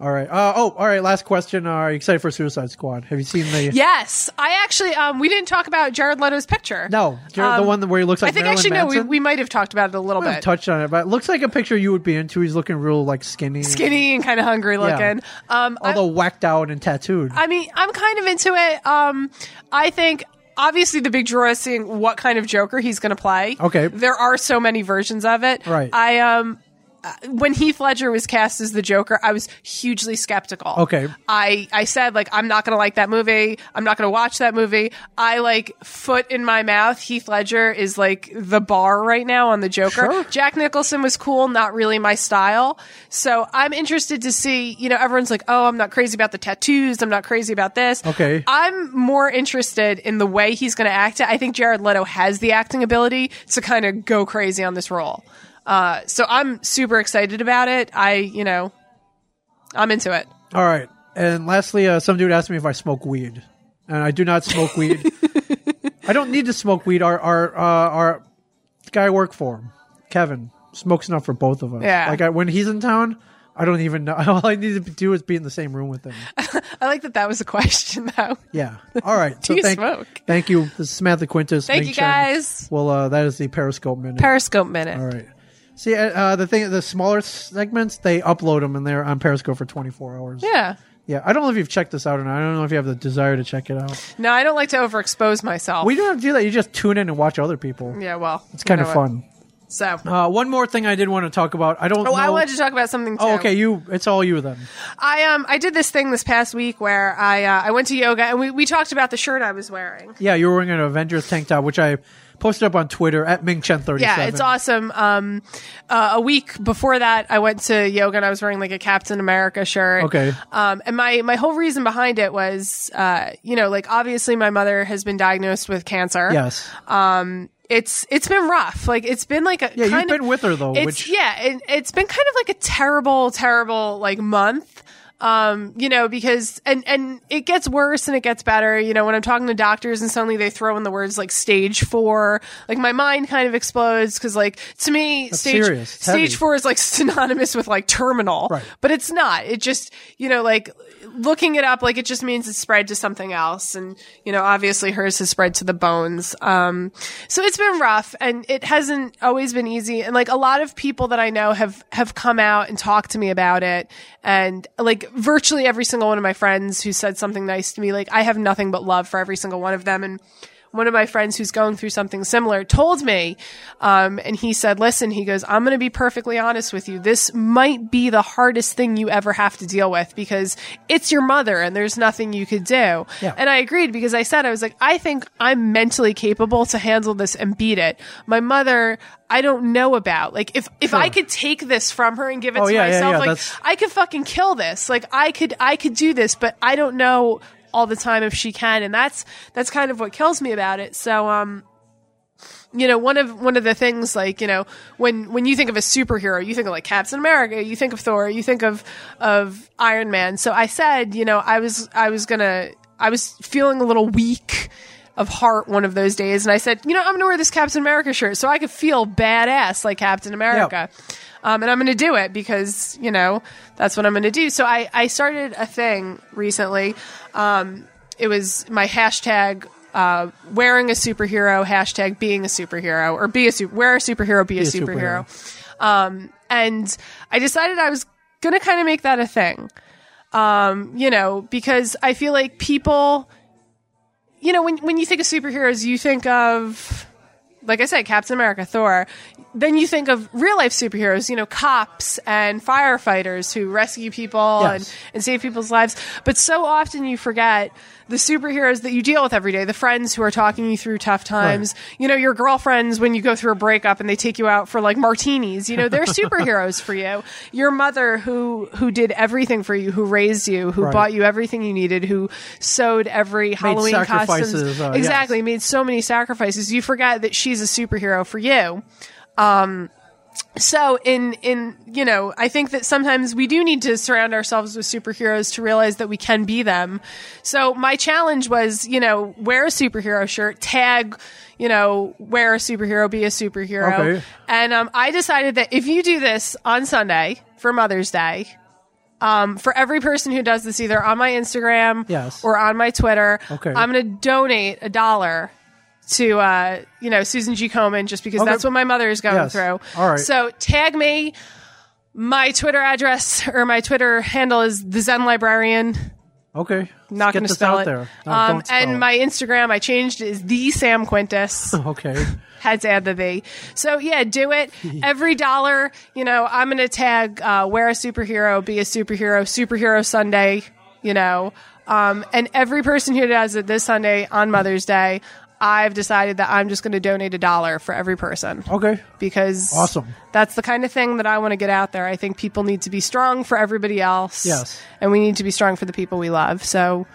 S1: all right. Uh, oh, all right. Last question. are you excited for Suicide Squad? Have you seen the.
S2: Yes, I actually um, we didn't talk about Jared Leto's picture.
S1: No. You're the
S2: Um,
S1: one where he looks like
S2: I think
S1: Marilyn
S2: actually
S1: Manson?
S2: no, we, we might have talked about it a little
S1: I haven't
S2: bit.
S1: touched on it, but it looks like a picture you would be into. He's looking real, like, skinny.
S2: Skinny and kind of hungry looking. Um, I-
S1: Although whacked out and tattooed.
S2: I mean, I'm kind of into it. Um, I think obviously the big draw is seeing what kind of Joker he's going to play.
S1: Okay.
S2: there are so many versions of it.
S1: Right.
S2: I um, uh, when Heath Ledger was cast as the Joker, I was hugely skeptical.
S1: Okay.
S2: I I said like I'm not going to like that movie. I'm not going to watch that movie. I like foot in my mouth. Heath Ledger is like the bar right now on the Joker.
S1: Sure.
S2: Jack Nicholson was cool, not really my style. So I'm interested to see, you know, everyone's like, oh, I'm not crazy about the tattoos. I'm not crazy about this.
S1: Okay.
S2: I'm more interested in the way he's going to act it. I think Jared Leto has the acting ability to kind of go crazy on this role. Uh, so I'm super excited about it. I, you know, I'm into it.
S1: All right. And lastly, uh, some dude asked me if I smoke weed, and I do not smoke weed. I don't need to smoke weed. Our our uh, our guy I work for him, Kevin, smokes enough for both of us.
S2: Yeah.
S1: Like I, when he's in town, I don't even know. All I need to do is be in the same room with him.
S2: I like that that was a question though.
S1: Yeah. All right. so
S2: you
S1: thank,
S2: smoke?
S1: Thank you. This is Samantha Quintus.
S2: Thank
S1: Ming
S2: you,
S1: Chen.
S2: guys.
S1: Well, uh, that is the Periscope minute.
S2: Periscope minute.
S1: All right. See, uh, uh, the thing, the smaller segments, they upload them and they're on Periscope for 24 hours.
S2: Yeah.
S1: Yeah, I don't know if you've checked this out or not. I don't know if you have the desire to check it out.
S2: No, I don't like to overexpose myself.
S1: We don't have to do that. You just tune in and watch other people.
S2: yeah, well,
S1: It's kind of fun.
S2: So,
S1: Uh, one more thing I did want to talk about. I don't.
S2: oh,
S1: know.
S2: I wanted to talk about something. Too.
S1: Oh, okay. You. It's all you then.
S2: I um I did this thing this past week where I uh, I went to yoga and we, we talked about the shirt I was wearing.
S1: Yeah, you were wearing an Avengers tank top, which I posted up on Twitter at Mingchen37.
S2: Yeah, it's awesome. Um, uh, a week before that, I went to yoga and I was wearing like a Captain America shirt.
S1: Okay.
S2: Um, and my my whole reason behind it was, uh, you know, like obviously my mother has been diagnosed with cancer.
S1: Yes.
S2: It's it's been rough. Like it's been like a
S1: Yeah, you've
S2: kind of-
S1: been with her, though,
S2: It's
S1: which-
S2: yeah, it, it's been kind of like a terrible, terrible like month. Um, you know, because and and it gets worse and it gets better. You know, when I'm talking to doctors and suddenly they throw in the words like stage four, like my mind kind of explodes because like to me stage
S1: serious. It's heavy.
S2: stage four is like synonymous with like terminal,
S1: Right.
S2: but it's not. It just you know like looking it up like it just means it's spread to something else and you know obviously hers has spread to the bones um so it's been rough and it hasn't always been easy and like a lot of people that i know have have come out and talked to me about it and like virtually every single one of my friends who said something nice to me like i have nothing but love for every single one of them and one of my friends who's going through something similar told me, um, and he said, listen, he goes, I'm going to be perfectly honest with you. This might be the hardest thing you ever have to deal with because it's your mother and there's nothing you could do.
S1: Yeah.
S2: And I agreed because I said, I was like, I think I'm mentally capable to handle this and beat it. My mother, I don't know about. Like, if, if I could take this from her and give it
S1: Oh,
S2: to
S1: yeah, yeah,
S2: myself,
S1: yeah,
S2: like,
S1: that's-
S2: I could fucking kill this. Like I could I could do this, but I don't know all the time if she can and that's that's kind of what kills me about it. So um you know, one of one of the things like, you know, when when you think of a superhero, you think of like Captain America, you think of Thor, you think of of Iron Man. So I said, you know, I was I was going to I was feeling a little weak of heart one of those days and I said, you know, I'm going to wear this Captain America shirt so I could feel badass like Captain America. Um, and I'm going to do it because, you know, that's what I'm going to do. So I, I started a thing recently. Um, it was my hashtag uh, wearing a superhero, hashtag being a superhero, or be a super, wear a superhero, be, a,
S1: a
S2: superhero. Um, and I decided I was going to kind of make that a thing. Um, you know, because I feel like people, you know, when, when you think of superheroes, you think of like I said, Captain America, Thor. Then you think of real life superheroes, you know, cops and firefighters who rescue people
S1: Yes.
S2: and, and save people's lives. But so often you forget the superheroes that you deal with every day, the friends who are talking you through tough times, you know, your girlfriends when you go through a breakup and they take you out for like martinis, you know, they're superheroes for you. Your mother who, who did everything for you, who raised you, who
S1: Right.
S2: bought you everything you needed, who sewed every Halloween
S1: sacrifices,
S2: costumes.
S1: uh, yes.
S2: exactly made so many sacrifices. You forget that she's a superhero for you. Um, so in in you know, I think that sometimes we do need to surround ourselves with superheroes to realize that we can be them. So my challenge was, you know, wear a superhero shirt, tag, you know, wear a superhero, be a superhero,
S1: Okay.
S2: and um, I decided that if you do this on Sunday for Mother's Day. Um, for every person who does this, either on my Instagram
S1: Yes.
S2: or on my Twitter,
S1: Okay.
S2: I'm going to donate a dollar to uh, you know Susan G. Komen just because
S1: Okay.
S2: that's what my mother is going
S1: Yes.
S2: through.
S1: All right.
S2: So tag me. My Twitter address or my Twitter handle is the Zen Librarian.
S1: okay.
S2: Not
S1: Get
S2: going to
S1: this
S2: spell
S1: out
S2: it.
S1: there. No,
S2: um,
S1: don't spell
S2: and
S1: it.
S2: my Instagram I changed is the Sam Quintus.
S1: Okay.
S2: Had to add the V. So yeah, do it. Every dollar, you know, I'm gonna tag uh, wear a superhero, be a superhero, superhero Sunday, you know. Um, and every person who does it this Sunday on Mother's Day, I've decided that I'm just gonna donate a dollar for every person.
S1: Okay.
S2: Because
S1: Awesome.
S2: that's the kind of thing that I want to get out there. I think people need to be strong for everybody else.
S1: Yes.
S2: And we need to be strong for the people we love. So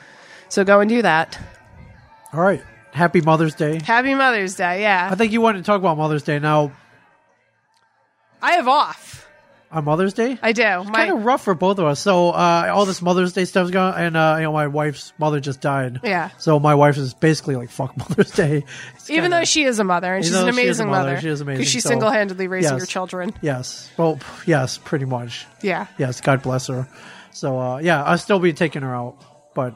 S2: so go and do that.
S1: All right. Happy Mother's Day.
S2: Happy Mother's Day, yeah.
S1: I think you wanted to talk about Mother's Day. Now,
S2: I have off.
S1: on Mother's Day,
S2: I do. My-
S1: kind of rough for both of us. So uh, all this Mother's Day stuff's going, and uh, you know my wife's mother just died.
S2: Yeah.
S1: So my wife is basically like fuck Mother's Day. It's
S2: even
S1: kinda-
S2: though she is a mother and she's
S1: Even
S2: an
S1: though she is a
S2: amazing
S1: mother,
S2: mother,
S1: she is amazing,
S2: because she's
S1: so-
S2: single-handedly raising
S1: Yes.
S2: your children.
S1: yes, well, p- yes, pretty much.
S2: Yeah.
S1: Yes, God bless her. So uh, yeah, I'll still be taking her out, but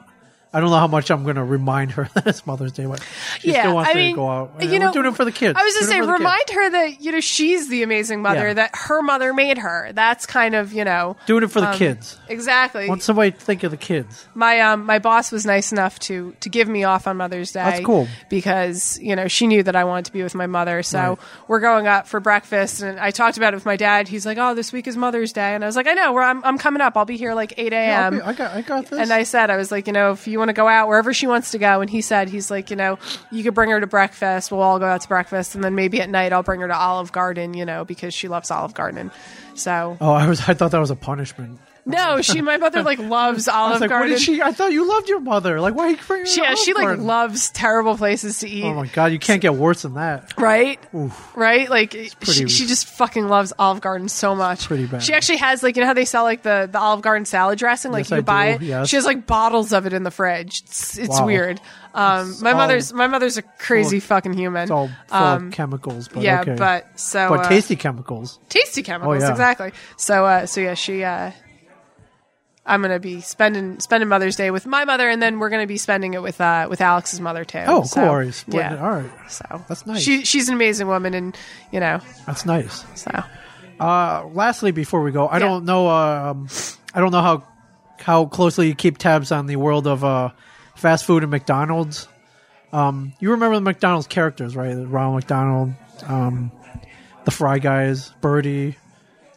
S1: I don't know how much I'm going to remind her that it's Mother's Day, but she
S2: yeah,
S1: still wants
S2: I
S1: to
S2: mean,
S1: go out.
S2: You know,
S1: we're doing it for the kids.
S2: I was just
S1: Doing it
S2: saying,
S1: for the kids.
S2: remind her that you know she's the amazing mother
S1: Yeah.
S2: that her mother made her. That's kind of you know
S1: doing it for the
S2: um,
S1: kids.
S2: Exactly.
S1: Want somebody to think of the kids.
S2: my um my boss was nice enough to to give me off on Mother's Day.
S1: That's cool.
S2: because you know she knew that I wanted to be with my mother. So
S1: Right.
S2: we're going up for breakfast, and I talked about it with my dad. He's like, "Oh, this week is Mother's Day," and I was like, "I know. We're, I'm I'm coming up. I'll be here like eight
S1: I'll
S2: a.m."
S1: be- I got, I got this.
S2: um, and I said, I was like, you know, if you want to go out wherever she wants to go, and he said, he's like, you know, you could bring her to breakfast. We'll all go out to breakfast, and then maybe at night I'll bring her to Olive Garden, you know, because she loves Olive Garden. So
S1: oh, I was. I thought that was a punishment.
S2: no, she, my mother, like loves
S1: I was
S2: Olive
S1: like,
S2: Garden.
S1: what did she? I thought you loved your mother. Like, why are you bringing her?
S2: She,
S1: to
S2: yeah, she
S1: Olive
S2: like
S1: Garden?
S2: loves terrible places to eat,
S1: Oh my god, you can't get worse than that.
S2: right? Right? Like she,
S1: pretty-
S2: she just fucking loves Olive Garden so much.
S1: pretty bad.
S2: She actually has like you know how they sell like the, the Olive Garden salad dressing, like
S1: Yes,
S2: you
S1: I
S2: buy
S1: do,
S2: it.
S1: yes.
S2: She has like bottles of it in the fridge. It's, it's
S1: Wow.
S2: weird. Um, my
S1: all-
S2: mother's my mother's a crazy
S1: full-
S2: fucking human.
S1: It's all full
S2: Um,
S1: of chemicals, but
S2: yeah,
S1: okay.
S2: but so
S1: But
S2: uh,
S1: tasty chemicals.
S2: tasty chemicals
S1: Oh, yeah.
S2: exactly so uh so yeah she uh i'm gonna be spending spending mother's day with my mother and then we're gonna be spending it with uh with alex's mother too
S1: Oh, cool.
S2: So,
S1: Already splitting it. All right,
S2: so
S1: That's nice.
S2: she, she's an amazing woman and you know
S1: that's nice.
S2: so
S1: Uh, lastly, before we go, I
S2: Yeah.
S1: don't know. Um, I don't know how how closely you keep tabs on the world of uh, fast food and McDonald's. Um, you remember the McDonald's characters, right? Ronald McDonald, um, the Fry Guys, Birdie,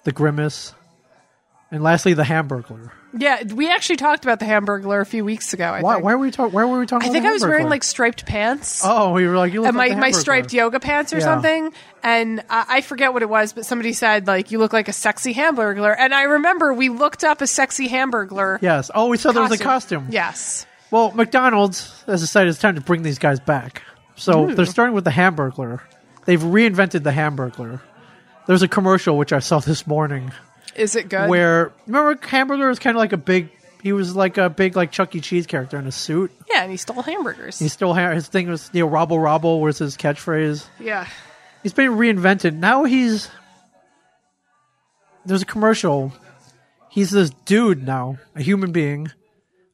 S1: the Grimace, and lastly the Hamburglar.
S2: yeah we actually talked about the hamburglar a few weeks ago i
S1: Why,
S2: think
S1: why were we talking? Why were we talking?
S2: i
S1: about
S2: think
S1: the
S2: i was wearing
S1: Hamburglar?
S2: like striped pants
S1: Oh, we were like you look
S2: and
S1: like
S2: my,
S1: the
S2: my
S1: Hamburglar.
S2: striped yoga pants or
S1: Yeah.
S2: something. And I, I forget what it was, but somebody said, like, you look like a sexy hamburglar. And I remember we looked up a sexy hamburglar.
S1: Yes. Oh, we saw there was a costume.
S2: Yes.
S1: Well, McDonald's has decided it's time to bring these guys back. So they're starting with the Hamburglar. They've reinvented the Hamburglar. There's a commercial which I saw this morning
S2: Is it good?
S1: where remember Hamburglar was kind of like a big. He was like a big like Chuck E. Cheese character in a suit.
S2: Yeah, and he stole hamburgers.
S1: He still ha- his thing was you know "Robble Robble" was his catchphrase.
S2: yeah.
S1: He's been reinvented. Now he's there's a commercial. He's this dude now, a human being.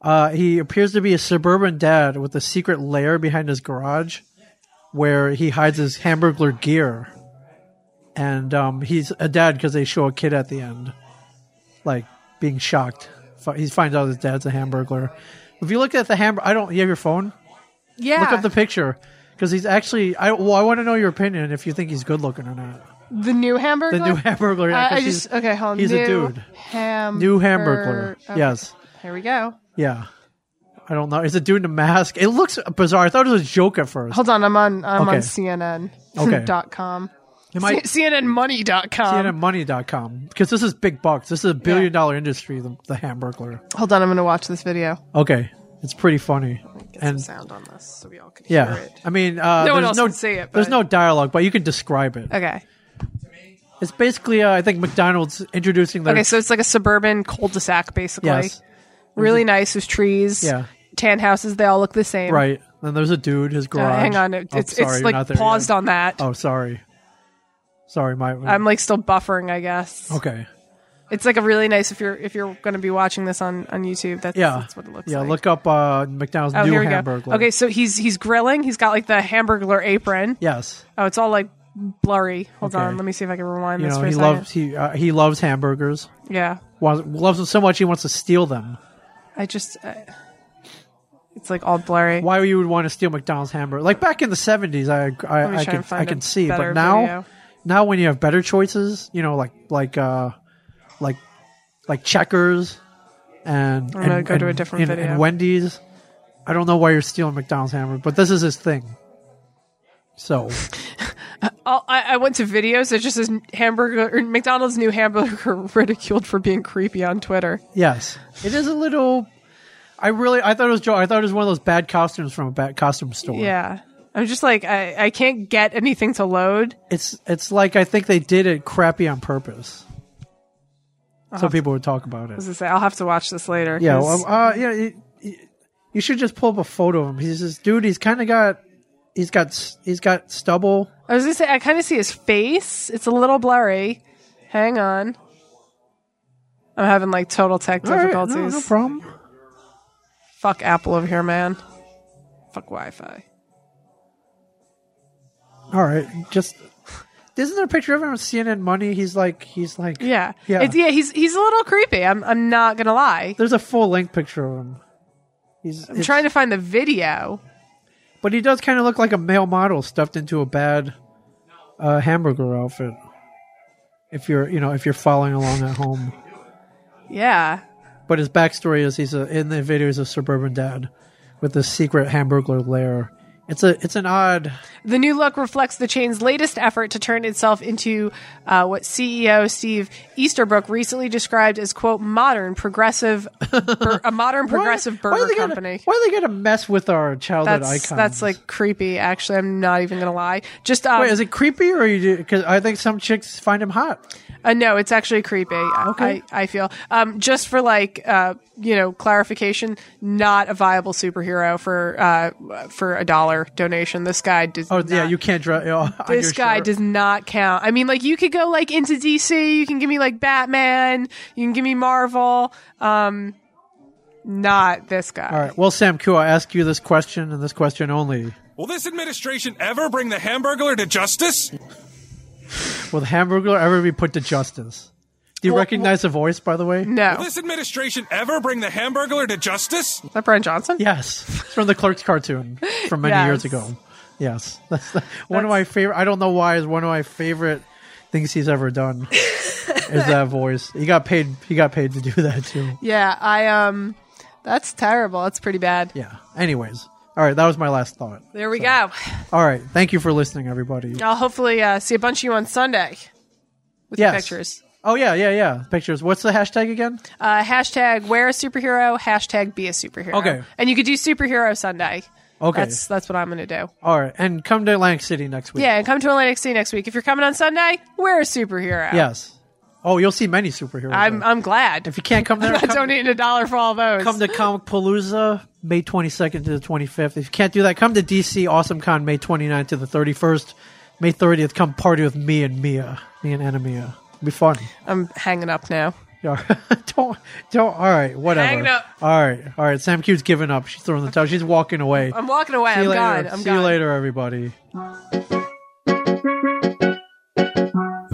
S1: Uh, he appears to be a suburban dad with a secret lair behind his garage, where he hides his Hamburglar gear. And um, he's a dad because they show a kid at the end, like being shocked. Fi- He finds out his dad's a Hamburglar. If you look at the Hamburg, I don't. You have your phone.
S2: Yeah.
S1: Look up the picture because he's actually. I well, I want to know your opinion if you think he's good looking or not.
S2: the new hamburglar?
S1: The new hamburger.
S2: Uh,
S1: Yeah, 'cause
S2: I just,
S1: he's-
S2: okay, hold on.
S1: He's
S2: new
S1: a dude.
S2: Ham-
S1: New hamburger.
S2: okay.
S1: Yes.
S2: Here we go.
S1: Yeah. I don't know. Is it dude in a mask? It looks bizarre. I thought it was a joke at first.
S2: Hold on, I'm on I'm
S1: Okay.
S2: on CNN.
S1: Okay.
S2: dot com.
S1: It might
S2: C- CNNmoney.com.
S1: CNNMoney.com because this is big bucks. This is a billion dollar industry, the, the hamburger.
S2: Hold on, I'm going to watch this video.
S1: Okay. It's pretty funny.
S2: Get
S1: And
S2: some sound on this so we all can
S1: yeah.
S2: hear it.
S1: I mean, uh,
S2: No one
S1: there's
S2: else
S1: no,
S2: can see it,
S1: There's
S2: but- Uh,
S1: no dialogue, but you can describe it.
S2: Okay.
S1: It's basically, uh, I think, McDonald's introducing their.
S2: Okay, so it's like a suburban cul-de-sac, basically.
S1: yes.
S2: Really nice. There's trees.
S1: Yeah.
S2: Tan houses. They all look the same.
S1: Right. Then there's a dude, his
S2: Uh,
S1: garage.
S2: hang on. It,
S1: Oh,
S2: it's
S1: sorry,
S2: it's
S1: you're
S2: like
S1: not there yet.
S2: paused on that.
S1: Oh, sorry. Sorry, my.
S2: I'm like still buffering, I guess.
S1: okay.
S2: It's like a really nice if you're if you're going to be watching this on on YouTube. That's,
S1: Yeah.
S2: that's what it looks
S1: yeah,
S2: like.
S1: look up uh, McDonald's
S2: Oh,
S1: new
S2: here we
S1: hamburger.
S2: go. Okay, so he's he's grilling. He's got like the hamburger apron.
S1: Yes.
S2: Oh, it's all like blurry. Hold
S1: Okay.
S2: on, let me see if I can rewind
S1: You
S2: this
S1: know,
S2: for a
S1: he
S2: second.
S1: loves he uh, he loves hamburgers.
S2: yeah,
S1: Wants, loves them so much he wants to steal them.
S2: I just uh, it's like all blurry.
S1: Why you would want to steal McDonald's hamburger? Like back in the 70s I
S2: me
S1: I, I
S2: try
S1: can
S2: and find
S1: I
S2: a
S1: can see,
S2: better
S1: but now
S2: video.
S1: now when you have better choices, you know, like like uh like like Checkers and
S2: gonna
S1: and-
S2: go to a
S1: and-
S2: different
S1: and-
S2: video.
S1: and Wendy's. I don't know why you're stealing McDonald's hamburger, but this is his thing. So,
S2: I'll, I, I went to videos. It just says hamburger or McDonald's new hamburger ridiculed for being creepy on Twitter.
S1: Yes, it is a little. I really, I thought it was Joe. I thought it was one of those bad costumes from a bad costume store.
S2: Yeah, I'm just like I, I can't get anything to load.
S1: it's it's like I think they did it crappy on purpose,
S2: Uh-huh.
S1: so people would talk about
S2: As
S1: it.
S2: I say, I'll have to watch this later.
S1: Yeah,
S2: 'cause-
S1: well, uh, yeah. It, it- you should just pull up a photo of him. He's this dude. He's kind of got, he's got, s- he's got stubble.
S2: I was gonna say I kind of see his face. It's a little blurry. Hang on. I'm having like total tech
S1: All right, no,
S2: difficulties.
S1: no problem.
S2: Fuck Apple over here, man. Fuck Wi Fi.
S1: All right, just isn't there a picture of him on CNN Money? He's like, he's like,
S2: Yeah.
S1: yeah.
S2: It's, yeah, he's he's a little creepy. I'm I'm not gonna lie.
S1: There's a full length picture of him. He's
S2: I'm trying to find the video.
S1: but he does kind of look like a male model stuffed into a bad uh, hamburger outfit. If you're, you know, if you're following along at home.
S2: Yeah.
S1: But his backstory is he's a, in the video he's a suburban dad with a secret hamburger lair. It's a it's an odd
S2: The new look reflects the chain's latest effort to turn itself into uh, what CEO Steve Easterbrook recently described as "quote modern progressive," bur- a modern progressive
S1: why, why are
S2: burger
S1: they gonna-
S2: company.
S1: Why are they gonna mess with our childhood
S2: that's
S1: icons?
S2: that's like creepy. Actually, I'm not even gonna lie. Just um,
S1: Wait, is it creepy or you? Because I think some chicks find him hot.
S2: Uh, no, it's actually creepy. I-
S1: Okay.
S2: I, I feel. Um, just for like, uh, you know, clarification, not a viable superhero for uh, for a dollar donation. This guy does.
S1: Oh
S2: not,
S1: yeah, you can't draw. Oh, on
S2: This
S1: your
S2: guy
S1: shirt.
S2: does not count. I mean, like you could go like into DC. You can give me like Batman. You can give me Marvel. Um, not this guy.
S1: All right. Well, Sam Koo, I ask you this question and this question only.
S6: Will this administration ever bring the Hamburglar to justice?
S1: Will the hamburger ever be put to justice? Do you
S2: Well,
S1: recognize the voice, by the way?
S2: No,
S6: Will this administration ever bring the Hamburglar to justice?
S2: is that Brian Johnson?
S1: Yes, it's from the Clerks cartoon from many
S2: Yes.
S1: years ago. Yes, that's the, one of my favorite. I don't know why is one of my favorite things he's ever done. is that voice? He got paid. He got paid to do that too.
S2: Yeah, I um, that's terrible. That's pretty bad.
S1: Yeah. Anyways, all right. That was my last thought.
S2: There we go.
S1: All right. Thank you for listening, everybody.
S2: I'll hopefully uh, see a bunch of you on Sunday with your
S1: Yes.
S2: pictures.
S1: Oh yeah, yeah, yeah. Pictures. What's the hashtag again?
S2: Uh, hashtag wear a superhero. Hashtag be a superhero.
S1: Okay.
S2: And you could do superhero Sunday.
S1: Okay.
S2: That's that's what I'm gonna do.
S1: All right. And come to Atlantic City next week.
S2: Yeah, and come to Atlantic City next week. If you're coming on Sunday, wear a superhero.
S1: Yes. Oh, you'll see many superheroes.
S2: I'm
S1: there.
S2: I'm glad.
S1: if you can't come there,
S2: I'm not
S1: come,
S2: donating a dollar for all those.
S1: come to Comic Palooza May 22nd to the 25th. If you can't do that, come to DC Awesome Con May 29th to the 31st. May 30th, come party with me and Mia, me and Anna Mia. It'll be fun.
S2: I'm hanging up now.
S1: Yeah. don't, don't. All right, whatever.
S2: Hang it up.
S1: All right, all right. Sam Q's giving up. She's throwing the towel. She's walking away.
S2: I'm walking away.
S1: See you
S2: I'm
S1: later.
S2: gone. Oh I'm
S1: See
S2: gone.
S1: you later, everybody.